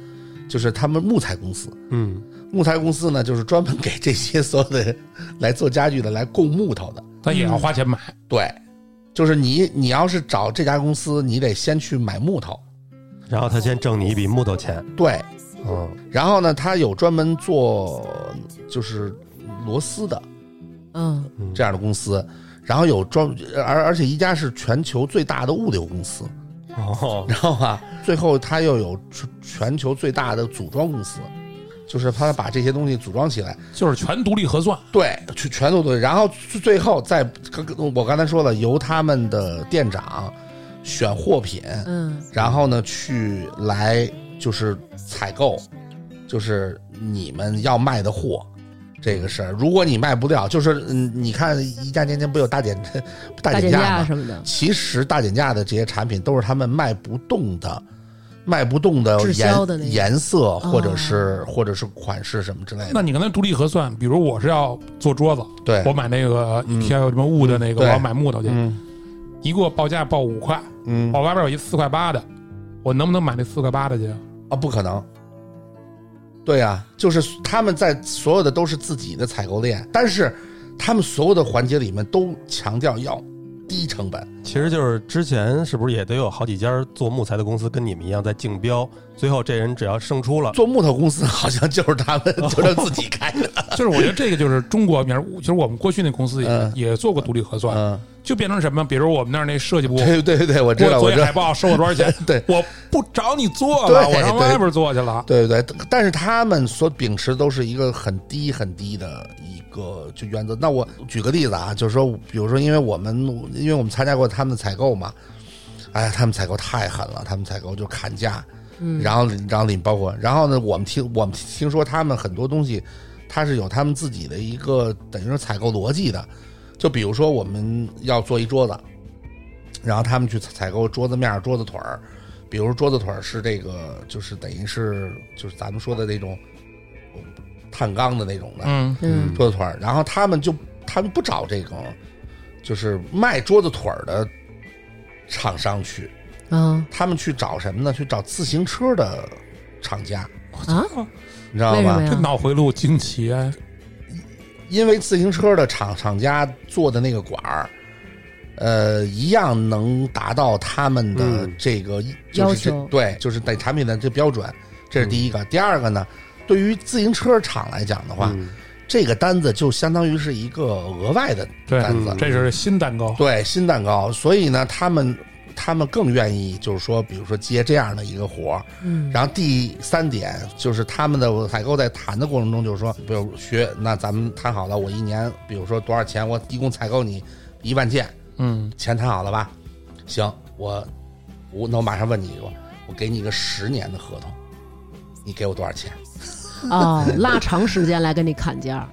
E: 就是他们木材公司。
C: 嗯，
E: 木材公司呢，就是专门给这些所有的来做家具的来供木头的。
A: 咱
B: 嗯
A: 也要花钱买。
E: 对，就是你你要是找这家公司，你得先去买木头。
C: 然后他先挣你一笔木头钱。
E: 对，
C: 嗯，
E: 然后呢，他有专门做就是螺丝的
B: 嗯，
E: 这样的公司，然后有专而而且宜家是全球最大的物流公司，
C: 哦，
E: 然后啊，最后他又有全全球最大的组装公司，就是他把这些东西组装起来，
A: 就是全独立核算，
E: 对，全全都对。然后最最后再，刚刚我刚才说了，由他们的店长选货品，
B: 嗯，
E: 然后呢去来就是采购，就是你们要卖的货这个事儿。如果你卖不掉，就是嗯，你看宜家年前不有大减 [laughs] 大
B: 大
E: 减
B: 减
E: 价
B: 价
E: 吗？
B: 什么的，
E: 其实大减价的这些产品都是他们卖不动的，卖不动的
B: 滞销
E: 颜
B: 的那哦种
E: 颜色或者是、或者是款式什么之类的。
A: 那你跟他独立核算，比如我是要做桌子，
E: 哎对嗯
A: 我买那个天有什么雾的那个，
E: 对
A: 我要买木头去，
E: 嗯
A: 你给我报价报五块，
E: 嗯
A: 我外边有一四块八的，我能不能买那四块八的去？
E: 啊，不可能。对呀、就是他们在所有的都是自己的采购链，但是他们所有的环节里面都强调要低成本。
C: 其实就是之前是不是也得有好几家做木材的公司跟你们一样在竞标，最后这人只要胜出了，
E: 做木头公司好像就是他
A: [laughs]
E: 们就让自己开的，
A: 就是我觉得这个就是中国面，其实我们过去那公司也、
E: 嗯
A: 也做过独立核算，
E: 嗯，
A: 就变成什么？比如我们那儿那设计部，
E: 对对对，我知
A: 我
E: 道，
A: 做
E: 我
A: 一
E: 知道？
A: 海，报收我多少钱
E: 对
A: 我不找你做了，
E: 对
A: 我上
E: 对
A: 外边做去了。
E: 对对对，但是他们所秉持都是一个很低很低的一个就原则。那我举个例子啊，就是说，比如说，因为我们因为我们参加过他们的采购嘛，哎呀，他们采购太狠了，他们采购就砍价，然后然后里包括，然后呢，我们听我们听说他们很多东西，它是有他们自己的一个等于说采购逻辑的，就比如说我们要做一桌子，然后他们去采购桌子面儿、桌子腿儿，比如桌子腿儿是这个，就是等于是就是咱们说的那种碳钢的那种的、
A: 嗯，
B: 嗯
E: 桌子腿儿，然后他们就他们不找这种就是卖桌子腿儿的厂商去，
B: 啊
E: 他们去找什么呢？去找自行车的厂家，
B: 啊，
E: 你知道
B: 为什么
E: 吧
B: 呀？
A: 这脑回路惊奇啊！
E: 因为自行车的厂厂家做的那个管儿。呃，一样能达到他们的
C: 嗯
E: 这个、就是这
B: 要求
E: 对，就是对产品的这标准，这是第一个。第二个呢，对于自行车厂来讲的话，
C: 嗯
E: 这个单子就相当于是一个额外的
A: 对
E: 单子，
C: 嗯
A: 这是新蛋糕，
E: 对新蛋糕，所以呢，他们他们更愿意就是说，比如说接这样的一个活儿。
B: 嗯
E: 然后第三点就是他们的采购在谈的过程中，就是说，比如学，那咱们谈好了，我一年，比如说多少钱，我一共采购你一万件，
A: 嗯，
E: 钱谈好了吧？行，我我那我马上问你一个，我给你一个十年的合同，你给我多少钱？
B: 哦，拉长时间来跟你砍
E: [laughs]
B: 价，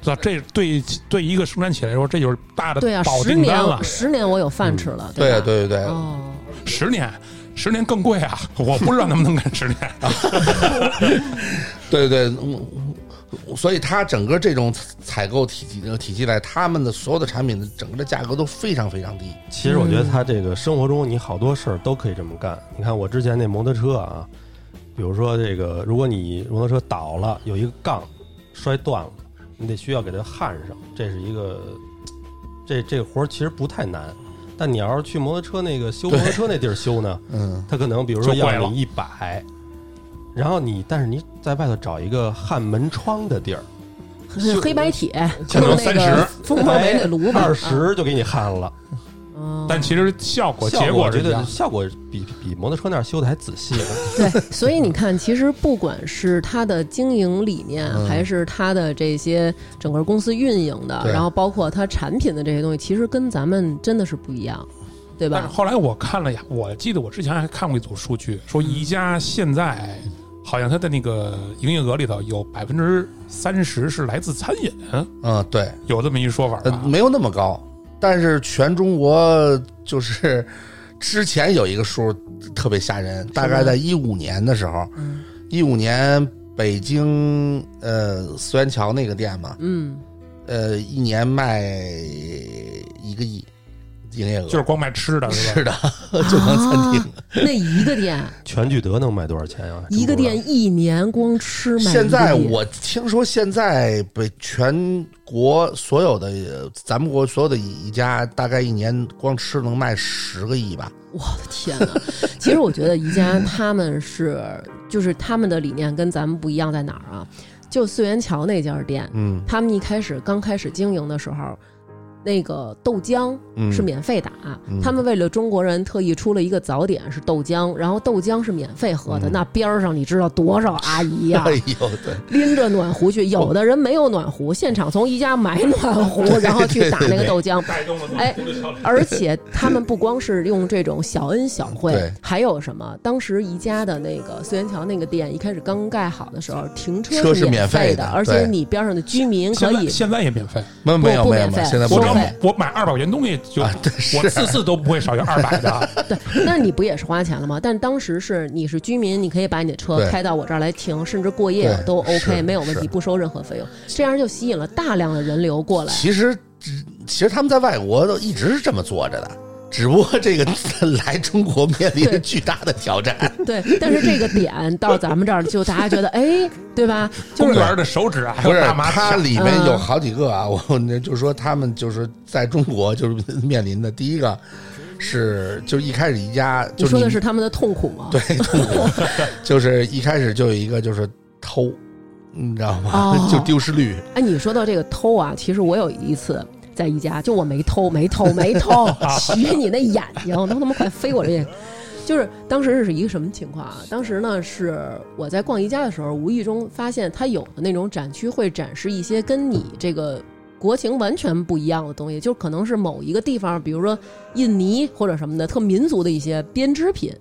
A: 这这对对一个生产企业来说，这就是大的
B: 对啊，
A: 保
B: 十
A: 订单了
B: 年，十年我有饭吃了，
E: 对
B: 吧？
E: 对对对，
B: 哦，
A: 十年，十年更
B: [laughs]
A: 贵啊！我不知道能不能干十年。
E: 对对，嗯所以它整个这种采购体系呃体系来，他们的所有的产品的整个的价格都非常非常低。
C: 其实我觉得
A: 嗯
C: 他这个生活中你好多事儿都可以这么干。你看我之前那摩托车啊，比如说这个，如果你摩托车倒了，有一个杠摔断了，你得需要给它焊上，这是一个这这活儿其实不太难。但你要是去摩托车那个修摩托车那地儿修呢，
E: 嗯，
C: 他可能比如说
A: 就坏
C: 要
A: 了
C: 你一百，然后你但是你在外头找一个焊门窗的地儿，
B: 黑黑白铁，
A: 可能
B: 就是那个
A: 30
B: 风暴梅那炉吧，
C: 哎二十就给你焊了。
B: 啊。
A: 但其实效果
C: 效
A: 嗯结
C: 果
A: 果
C: 我
A: 是
C: 觉
A: 一
C: 得
A: 样。
C: 效果比比摩托车那儿修的还仔细呢。
B: 对，所以你看，其实不管是它的经营理念，还是它的这些整个公司运营的，
E: 对
B: 然后包括它产品的这些东西，其实跟咱们真的是不一样，对
A: 但是
B: 吧？
A: 后来我看了呀，我记得我之前还看过一组数据，
B: 嗯
A: 说宜家现在好像它的那个营业额里头有百分之三十是来自餐饮，
E: 嗯，对，
A: 有这么一说法
E: 呃，
A: 吧？
E: 没有那么高，但是全中国就是之前有一个数特别吓人，大概在一五年的时候，
B: 嗯
E: 一五年北京呃思源桥那个店嘛，
B: 嗯，
E: 呃，一年卖一个亿营业额，
A: 就是光卖吃的是吧？
E: 是的，就光餐厅。
B: 啊那一个店，
C: 全聚德能卖多少钱呀、
B: 一个
C: 中
B: 店一年光吃买一个
E: 现在
B: 店
E: 我听说，现在北全国所有的呃咱们国所有的一家，大概一年光吃能卖十个亿吧。
B: 我的天呐！其实我觉得宜家他们是，就是他们的理念跟咱们不一样在哪儿啊？就四元桥那家店，
E: 嗯
B: 他们一开始刚开始经营的时候，那个豆浆
E: 嗯，
B: 是免费打，
E: 嗯
B: 他们为了中国人特意出了一个早点是豆浆，然后豆浆是免费喝的，那边儿上你知道多少阿姨呀、
E: [laughs] 嗯 [laughs] 哎呦，对，
B: 拎着暖壶去，有的人没有暖壶，现场从宜家买暖
E: [laughs]
B: 壶，然后去打那个豆浆。
A: 带动了
B: [laughs] 哎而且他们不光是用这种小恩小惠
E: 对，
B: 还有什么？当时宜家的那个四元桥那个店一开始刚盖好的时候，停
E: 车
B: 车
E: 是免
B: 免
E: 费
B: 费
E: 的
B: 而且
E: 对
B: 你边上的居民可
A: 现在
B: 以
A: 现在也免费，
E: 没没有
B: 不
E: 没有
B: 免
E: 没有，
B: 费
E: 现在
B: 不
E: 不
A: 我只要
E: 免费
B: 免。
A: 我买二百元东西就
E: 啊对是
A: 我次次都不会少于二百的。啊
B: 对，那你不也是花钱了吗？但当时是你是居民，你可以把你的车
E: 对
B: 开到我这儿来停，甚至过夜
E: 对
B: 都
E: 是
B: OK，没有问
E: 是
B: 题，不收任何费用。这样就吸引了大量的人流过
E: [laughs]
B: 来。
E: 其实其实他们在外国都一直是这么做着的。只不过这个 [laughs] 来中国面临着
B: 对
E: 巨大的挑战，
B: 对，但是这个点到咱们这儿就大家觉得，哎，对吧？就
A: 公
B: 是
A: 园的手指啊，还
E: 不
A: 有
E: 是
A: 大麻
E: 它
A: 将
E: 里面有
B: 嗯
E: 好几个啊，我那就说他们就是在中国就是面临的第一个是，就一开始宜家
B: 你
E: 就
B: 说的
E: 你
B: 是他们的痛苦吗？
E: 对，痛苦就是一开始就有一个就是偷，你知道吗？
B: 哦
E: [laughs] 就丢失率，
B: 哎，你说到这个偷啊，其实我有一次在宜家，就我没
E: [laughs]
B: 偷，没偷，没偷，许你那眼睛都他妈快飞我这眼。就是当时是一个什么情况啊？当时呢是我在逛宜家的时候，无意中发现它有的那种展区会展示一些跟你这个国情完全不一样的东西，就可能是某一个地方，比如说印尼或者什么的，特民族的一些编织品。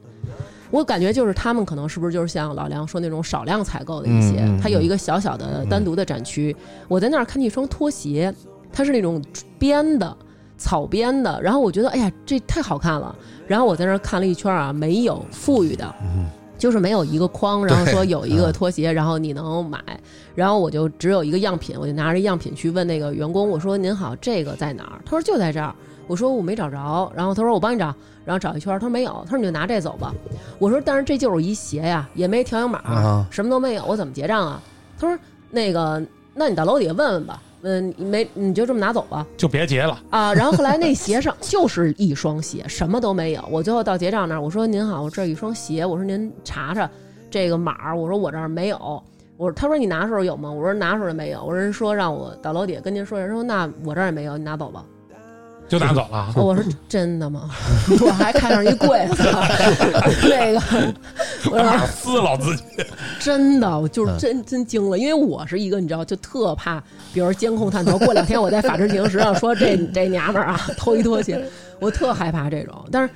B: 我感觉就是他们可能是不是就是像老梁说那种少量采购的一些，
E: 嗯嗯
B: 它有一个小小的单独的展区。我在那儿看见一双拖鞋，它是那种编的草编的，然后我觉得哎呀这太好看了，然后我在那儿看了一圈啊，没有富裕的。就是没有一个框，然后说有一个拖鞋，然后你能买，然后我就只有一个样品，我就拿着样品去问那个员工，我说您好，这个在哪儿？他说就在这儿。我说我没找着，然后他说我帮你找，然后找一圈，他说没有，他说你就拿这走吧。我说但是这就是一鞋呀，也没条形码，
E: 啊
B: 什么都没有，我怎么结账啊？他说那个，那你到楼底下问问吧，嗯，你没你就这么拿走吧。
A: 就别结了，
B: 啊，然后后来那鞋上就是一双鞋，什么都没有。我最后到结账那儿，我说您好，我这儿有一双鞋，我说您查查这个码儿，我说我这儿没有。我说他说你拿时候有吗？我说拿时候也没有。我说人说让我到楼底下跟您说一声，说那我这儿也没有，你拿走吧。
A: 就拿走
B: [laughs]
A: 了。啊
B: 我说真的吗？ [laughs] 我还看上一柜子， [laughs] 那个 [laughs] 我
A: 把
B: 说
A: 码 [laughs] 撕了自己，
B: 真的，我
E: 嗯
B: 就是真真惊了，因为我是一个你知道，就特怕，比如监控探头。过两天我在法制进行时上说
E: [laughs]
B: 这这娘们儿啊偷一拖鞋，我特害怕这种。但是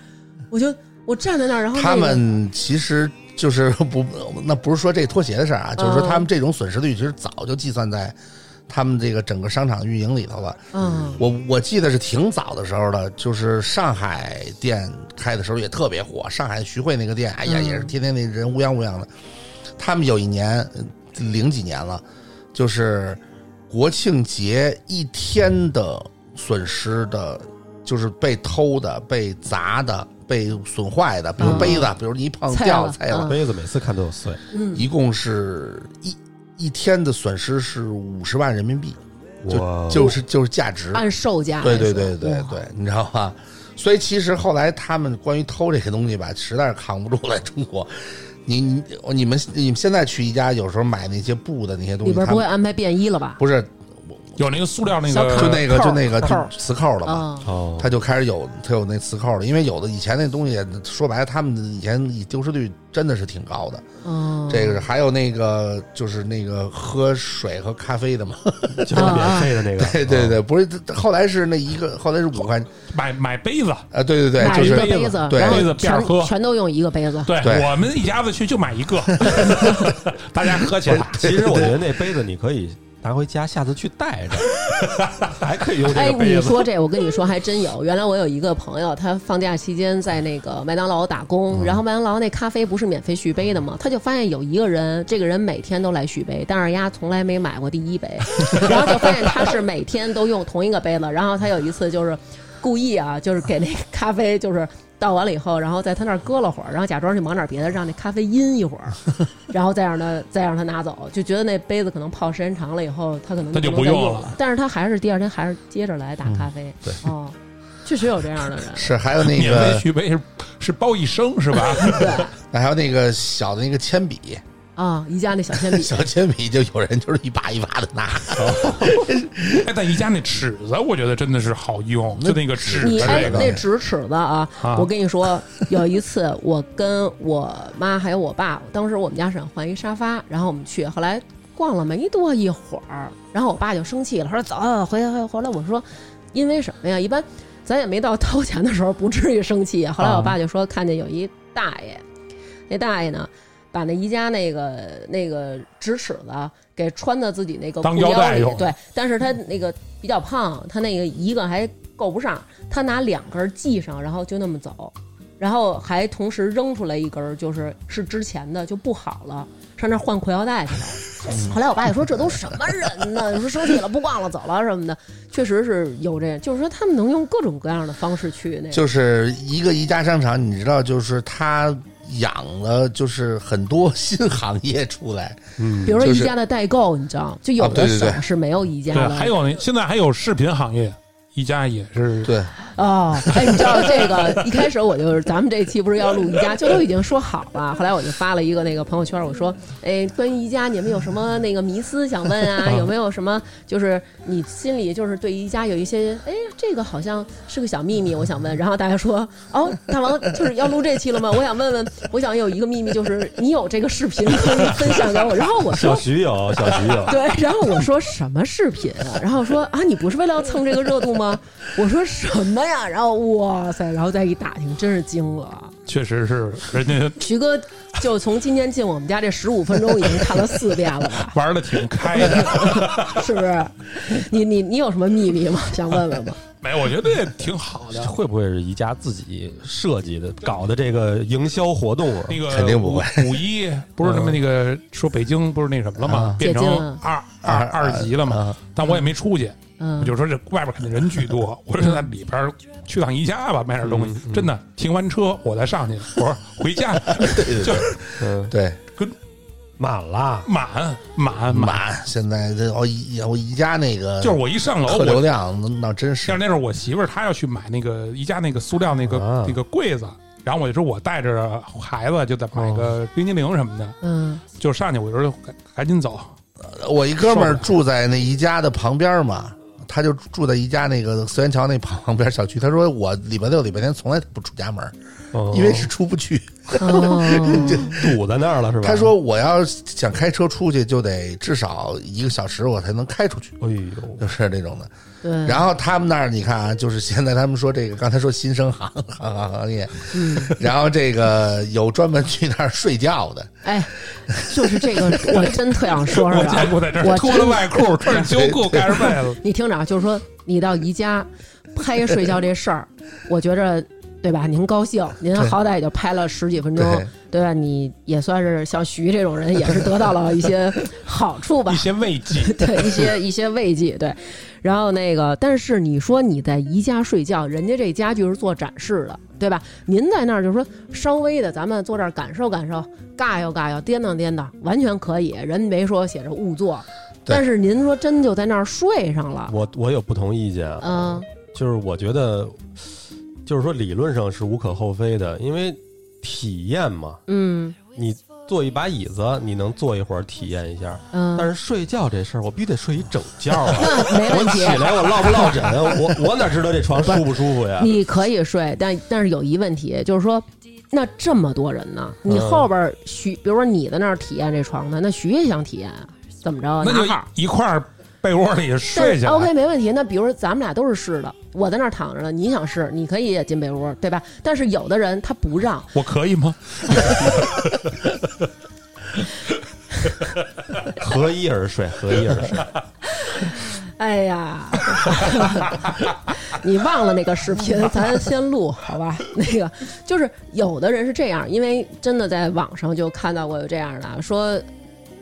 B: 我就我站在那儿，然后、那个、
E: 他们其实就是不，那不是说这拖鞋的事儿啊，就是
B: 哦
E: 说他们这种损失率其实早就计算在他们这个整个商场运营里头了。
B: 嗯
E: 我我记得是挺早的时候了，就是上海店开的时候也特别火，上海徐汇那个店，哎呀，
B: 嗯
E: 也是天天那人乌泱乌泱的。他们有一年呃零几年了，就是国庆节一天的损失的，就是被偷的、被砸的、被损坏的，比如
B: 嗯
E: 杯子，比如你一碰
B: 菜
E: 掉
B: 了
E: 菜了，
B: 嗯
C: 杯子每次看都有碎，
B: 嗯，
E: 一共是一一天的损失是五十万人民币，
C: 我
E: 就是就是价值，
B: 按售价来
E: 对
B: 说，
E: 对对对
B: 哇
E: 对，你知道吧？所以其实后来他们关于偷这个东西吧，实在是扛不住了。中国，你你你们你们现在去宜家，有时候买那些布的那些东西，
B: 里边
E: 他
B: 不会
E: 们
B: 安排便衣了吧？
E: 不是
A: 有那个塑料那
B: 小
A: 个，
E: 就那个
A: 扣
E: 就那个
A: 扣
E: 就磁扣了嘛，
B: 啊，
C: 哦，
E: 他就开始有他有那磁扣了，因为有的以前那东西说白了，他们以前以丢失率真的是挺高的。
B: 嗯，
E: 这个是还有那个就是那个喝水和咖啡的嘛， [laughs]
C: 就是免费的那个，
E: 对对
C: 哦，
E: 对，不是后来是那一个后来是五块
A: [laughs] 买买杯子，
E: 啊，对对对，
B: 买
E: 就
B: 一个
E: 是
B: 杯子，
E: 对
B: 然
A: 杯
B: 后
A: 子边儿
B: 全
A: 喝
B: 全都用一个杯子，
A: 对
E: 对。
A: 我们一家子去就买一个，大家喝起来。
C: 其实我觉得那杯子你可以拿回家，下次去带着，还可以用这
B: 哎，
C: 个
B: 你
C: 杯子。
B: 说这，我跟你说还真有。原来我有一个朋友，他放假期间在那个麦当劳打
C: 嗯
B: 工，然后麦当劳那咖啡不是免费续杯的吗？他就发现有一个人，这个人每天都来续杯，但是丫从来没买过第一杯， [laughs] 然后就发现他是每天都用同一个杯子。然后他有一次就是故意啊，就是给那咖啡就是。倒完了以后，然后在他那儿搁了会儿，然后假装去忙点别的，让那咖啡阴一会
A: [laughs]
B: 儿，然后再让他再让他拿走，就觉得那杯子可能泡时间长了以后，他可能
A: 他就
B: 不
A: 不
B: 能再
A: 用
B: 用
A: 了嗯
B: 但是他还是第二天还是接着来打咖啡。对，哦，确实有这样的人
E: 是还有那
A: 免费
E: 个
A: 续杯是是包一生是吧？ [laughs]
B: 对
E: 还有那个小的那个铅笔， [laughs]
B: 啊，宜家那小铅
A: [laughs]
B: 笔，
E: 小铅笔就有人就是一把一把的拿， [laughs]
A: 哎，但宜家那尺子，我觉得真的是好用，就那个尺
B: 你
A: 子
B: 哎
A: 这个
B: 那直尺子啊！
A: 啊
B: 我跟你说，有一次我跟我妈还有我爸，当时我们家想换一沙发，然后我们去，后来逛了没多一会儿，然后我爸就生气了，说走，回来回来回来。我说因为什么呀？一般咱也没到掏钱的时候，不至于生气啊。后来我爸就说，看见有一大爷，那大爷呢，把那宜家那个那个直尺子给穿到自己那个
A: 当
B: 裤
A: 腰带
B: 里
A: 用
B: 对，但是他那个比较胖，他那个一个还够不上，他拿两根系上，然后就那么走。然后还同时扔出来一根儿，就是是之前的就不好了，上那儿换裤腰带去
E: 嗯
B: 了。后来我爸也说这都什么人呢？你说生气了不逛了走了什么的，确实是有这，就是说他们能用各种各样的方式去那个。
E: 就是一个宜家商场，你知道，就是他养了就是很多新行业出来，
B: 比如说
E: 就
B: 宜
E: 是
B: 家的代购，你知道，就有
E: 啊对
B: 的
E: 对对
B: 省是没有宜家
A: 对，
B: 的。
A: 还有那现在还有视频行业，宜家也是
E: 对，
B: 哦，哎，你知道这个一开始我就是咱们这期不是要录宜家，就都已经说好了。后来我就发了一个那个朋友圈，我说，哎，关于宜家你们有什么那个迷思想问啊？有没有什么就是你心里就是对宜家有一些，哎，这个好像是个小秘密，我想问。然后大家说，哦，大王就是要录这期了吗？我想问问，我想有一个秘密就是你有这个视频可以分享给我。然后我说
C: 小，
E: [laughs]
C: 徐有，小徐有，
B: 对，然后我说什么视频啊？然后说啊，你不是为了要蹭这个热度吗？我说什么呀？然后哇塞，然后再一打听，真是惊了。
A: 确实是人家 [laughs]
B: 徐哥就从今天进我们家这十五分钟已经看了四遍了吧？
A: 玩的挺开的。 [laughs]
B: 是不是？你你你有什么秘密吗？想问问吗？
A: [laughs] 没哎有，我觉得也挺好的。
C: 会不会是宜家自己设计的搞的这个营销活动啊？
A: 那个
E: 肯定不会嗯
A: 五。五
E: [laughs]
A: 一不是他们那个说北京不是那什么了
E: 啊
A: 吗？变
B: 解禁
A: 成
B: 了
A: 二二二级了嘛？但我也没出去，我
B: 嗯
A: 就说这外边肯定人巨
E: [laughs]
A: 多，我说在里边去趟宜家吧，买点东
E: 嗯
A: 西。真的，停完车我再上去，我说回
E: [laughs]
A: 家 [laughs] 就是
C: 嗯，
E: 对，
C: 满了，
A: 满满满，
E: 满现在这哦宜我宜家那个
A: 就是我一上楼
E: 客流
A: 我。
E: 量那真是
A: 像那时候我媳妇儿她要去买那个宜家那个塑料那个、
C: 啊
A: 那个柜子，然后我就说我带着孩子就得
E: 哦
A: 买个冰激凌什么的，
B: 嗯，
A: 就上去我就说赶赶紧走，
E: 我一哥们儿
A: 受不了
E: 住在那宜家的旁边嘛，他就住在宜家那个四元桥那旁边小区。他说我礼拜六、礼拜天从来不出家门儿，
C: 哦
E: 因为是出不去。
B: 哦，
C: 堵在那儿了，是吧？
E: 他说我要想开车出去，就得至少一个小时我才能开出
B: 嗯
E: 去，：“
C: 哎呦，
E: 就是这种的。
B: 对，
E: 然后他们那儿你看啊，就是现在他们说这个，刚才说新生行行行业，
B: 嗯
E: 然后这个有专门去那儿睡觉
B: [laughs]
E: 的，
B: 哎，就是这个，我真特想说说
A: 我
B: 啊
A: 见，过在这
B: 我
A: 儿脱了外裤，穿着秋裤，盖着被子，
B: 你听着啊，就是说你到宜家拍睡觉这事儿，我觉着对吧？您高兴，您
E: 对
B: 好歹也就拍了十几分钟，
E: 对
B: 对吧？你也算是像徐这种人，也是得到了一些好处吧
C: [laughs]
A: 一？些
B: [laughs]
A: 慰藉。
B: 对，一些一些慰藉，对。然后那个，但是你说你在宜家睡觉，人家这家具是做展示的，对吧？您在那儿就是说稍微的，咱们坐这儿感受感受，尬悠尬悠，颠荡颠荡，完全可以。人没说写着勿坐，
E: 对
B: 但是您说真就在那儿睡上了，
C: 我我有不同意见啊，
B: 嗯
C: 就是我觉得，就是说理论上是无可厚非的，因为体验嘛，
B: 嗯
C: 你坐一把椅子，你能坐一会儿体验一下，
B: 嗯，
C: 但是睡觉这事儿，我必须得睡一整觉啊。
B: [laughs] 那没
C: 我
B: 问题
C: 起。来我落不落枕，
B: [laughs]
C: 我我哪知道这床舒不舒服呀？
B: 你可以睡，但但是有一问题，就是说，那这么多人呢，你
C: 嗯
B: 后边儿徐，比如说你在那儿体验这床呢，那徐也想体验啊，怎么着啊？
A: 那
B: 拿号
A: 就
B: 儿。
A: 一块儿被窝里睡去
B: 但
A: 吧。
B: OK 没问题。那比如说咱们俩都是试的，我在那儿躺着呢，你想试，你可以也进被窝，对吧？但是有的人他不让，
A: 我可以吗？
C: 合衣而睡，合衣而
B: [laughs]
C: 睡。
B: 哎呀， [laughs] 你忘了那个视频，咱先录好吧？那个就是有的人是这样，因为真的在网上就看到过有这样的，啊说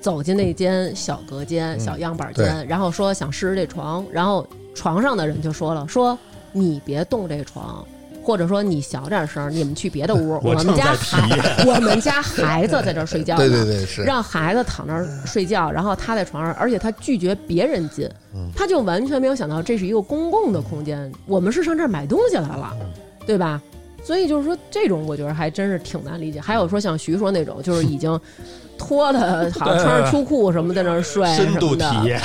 B: 走进那间小隔间、小样板间，然后说想试试这床，然后床上的人就说了，说你别动这床。或者说你小点声，你们去别的屋，我
C: 我
B: 们
C: 正
B: 家
C: 在体
B: 孩
C: 验，
B: 我们家孩子在这儿睡觉呢。
E: [laughs] 对对对，是
B: 让孩子躺那儿睡觉，然后他在床上，而且他拒绝别人进，
C: 嗯
B: 他就完全没有想到这是一个公共的空间，我们是上这儿买东西来了，
C: 嗯
B: 对吧？所以就是说，这种我觉得还真是挺难理解。还有说像徐说那种，就是已经脱
C: [laughs]
B: 的，好像穿着秋裤什么在那儿睡，
C: 深度体，验。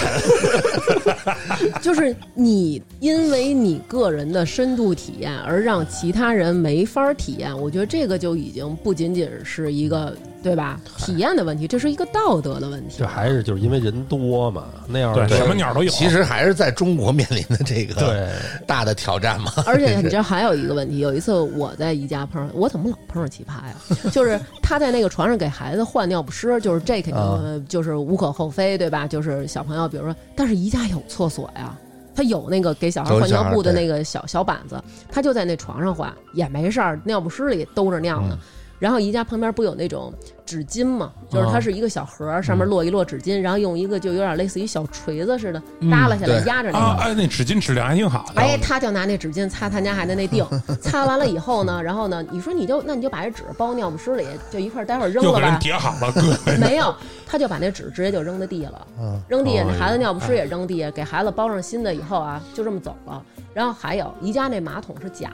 B: 就是你因为你个人的深度体验而让其他人没法儿体验，我觉得这个就已经不仅仅是一个对吧体验的问题，这是一个道德的问题
C: 这。还是就是因为人多嘛，那样
A: 对，
C: 对
A: 什么鸟都有。
E: 其实还是在中国面临的这个
C: 对
E: 大的挑战 [laughs] 嘛。
B: 而且你知道还有一个问题，有一次我在宜家碰上，我怎么老碰上奇葩呀？就是他在那个床上给孩子换尿不湿，就是这肯定
C: 啊
B: 呃就是无可厚非，对吧？就是小朋友，比如说，但是宜家有厕所呀，他有那个给小孩换尿布的那个小小板子，他就在那床上换，也没事儿，尿不湿里兜着尿呢。然后宜家旁边不有那种纸巾嘛，就是它是一个小盒儿，上面落一摞纸巾，然后用一个就有点类似于小锤子似的耷拉下来
E: 对
B: 压着那个
A: 啊，。哎，那纸巾质量还挺好的。
B: 哎，他就拿那纸巾擦他家孩子那
A: [laughs]
B: 腚，擦完了以后呢，然后呢，你说你就那你就把这纸包尿不湿里，就一块儿待会儿扔
A: 又
B: 了
A: 给人
B: 吧。
A: 叠好了，各 [laughs] 位。
B: 没有，他就把那纸直接就扔在地下了，
A: 嗯
B: 扔地下，那孩子尿不湿也扔地下，给孩子包上新的以后啊，就这么走了。然后还有宜家那马桶是假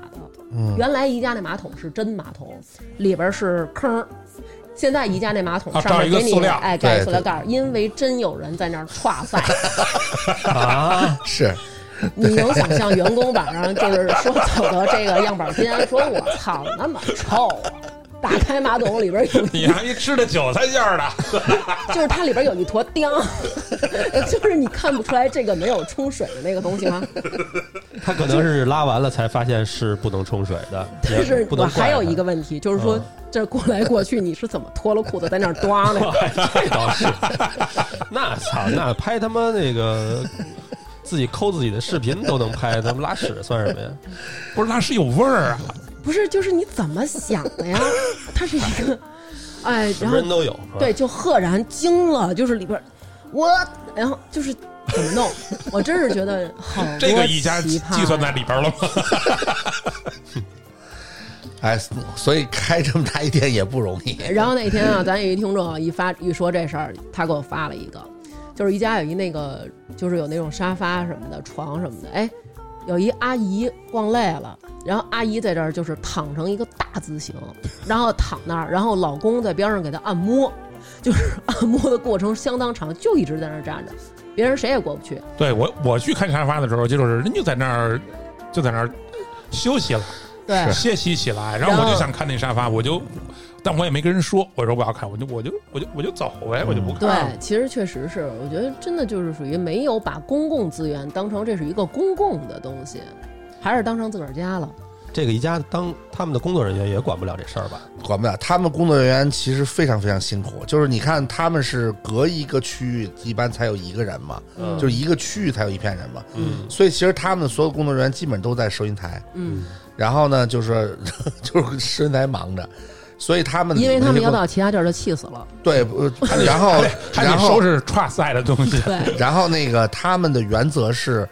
A: 嗯
B: 的，原来宜家那马桶是真马桶，里边是坑儿。现在宜家那马桶
A: 啊
B: 上
A: 罩
B: 面
A: 一个
B: 给你
A: 塑料
B: 哎盖
E: 对
B: 塑料
E: 对
B: 盖儿，因为真有人在那儿 [laughs] 歘塞，
C: 啊，
E: 是，
B: 你能想象员工晚上就是说走到这个样板间，说我操那么臭啊！打开马桶里边有，
A: 你还一吃的韭菜馅儿的，
C: 啊
B: 就是它里边有一坨钉， [laughs] 就是你看不出来这个没有冲水的那个东西吗？
C: 他可能是拉完了才发现是不能冲水的，
B: 但
C: 也
B: 是
C: 不
B: 我
C: 能
B: 还有
C: 怪他嗯
B: 一个，问题，就是说这过来过去，你是怎么脱了裤子在
C: [laughs]
B: 那儿抓的？
C: 这哎倒是，那操，那拍他妈那
B: [laughs]
C: 个自己抠自己的视频都能拍，他们拉屎算什么呀？
A: 不是那是有味儿啊。
B: 不是，就是你怎么想的呀？它是一个， [laughs] 哎，[laughs]
C: 什
B: 然
C: 么
B: 后
C: 人都有，是吧
B: 对，，就赫然惊了，就是里边儿我，然后就是怎么弄，我真是觉得好多
A: 这个一家
B: 奇
A: 计
B: 葩
A: 算在里边了吗？ [laughs]
E: 哎，所以开这么大一店也不容易。
B: 然后那天啊，咱有一听众啊一发一说这事儿，他给我发了一个，就是宜家有一那个，就是有那种沙发什么的、床什么的，哎，有一阿姨逛累了，然后阿姨在这儿就是躺成一个大字形，然后躺那儿，然后老公在边上给她按摩，就是按摩的过程相当长，就一直在那儿站着，别人谁也过不去。
A: 对我，我去看沙发的时候，就是人就在那儿，就在那儿休息了，
B: 对，
A: 歇息起来。然
B: 哎然
A: 后
B: 后
A: 我就想看那沙发，我就，但我也没跟人说，我说不要看，我就我就我就我就走呗，我就不看
B: 嗯对
A: 了。，
B: 其实确实是，我觉得真的就是属于没有把公共资源当成这是一个公共的东西，还是当成自个儿家了。
C: 这个宜家当他们的工作人员也管不了这事儿吧？
E: 管不了。他们工作人员其实非常非常辛苦，就是你看他们是隔一个区域一般才有一个人嘛，
B: 嗯
E: 就是一个区域才有一片人嘛，
C: 嗯
E: 所以其实他们所有工作人员基本都在收银台，
B: 嗯，
E: 然后呢就是 [laughs] 就是收银台忙着，所以他
A: 嗯
E: 们
B: 因为他们要
E: 那些
B: 到其他地儿就气死了。
E: 工对，
B: [laughs]
E: 呃然后
A: 还得
E: 然后
A: 收拾 t r 赛的东西。
B: 对，
E: 然后那个他们的原则是，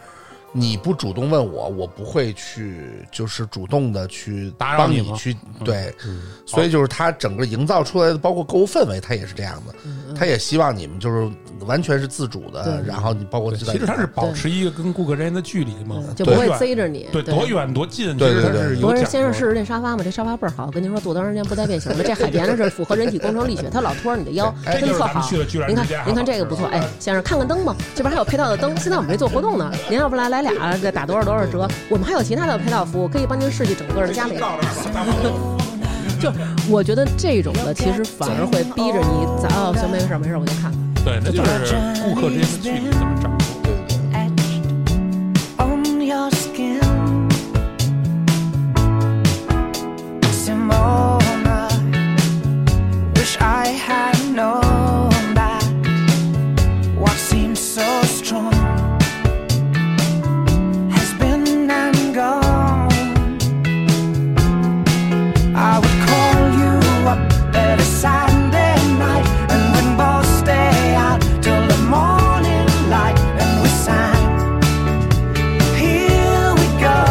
E: 你不主动问我，我不会去，就是主动的去
A: 打扰
E: 帮
A: 你
E: 你
A: 吗
E: 去对，
C: 嗯
E: 所以就是他整个营造出来的，包括购物氛围，他也是这样的，他也希望你们就是完全是自主的，
B: 对
E: 然后你包括
A: 嗯对
E: 知道
A: 其实它是保持一个跟顾客之间的距离嘛，
B: 嗯就不
A: 多
B: 会
A: 远
B: 贼着你。
A: 嗯对多远多近，
E: 对
A: 其实它
E: 对对
A: 是有
B: 不是，
A: 讲
B: 先生
A: 究
B: 试试这沙发吧，这沙发倍儿好。跟您说，坐多长时间不带变形的。这海绵的是符合人体工程力学，它老托着你的腰，
E: 哎
B: 真
A: 这就是
B: 特
A: 咱们
B: 好
A: 去。的居然
B: 您
A: 之家
B: 看，您看这个
A: 是吧
B: 不错，哎，先生看看灯吧，这边还有配套的灯。现在我们没做活动呢，您要不来来俩，再打多少多少折？我们还有其他的配套服务，可以帮您设计整个的家里。
A: 到这儿吧大伙儿
B: 就是我觉得这种的，其实反而会逼着你，咱哦行，没事儿没事儿，我就看看。
A: 对，那就是顾客之间的距离怎么掌控。
F: etched on your skin. Simona, wish I had known that what seems so strong has been and gone. I would call you up every Saturday night and we'd both stay out till the morning light and we sang. Here we go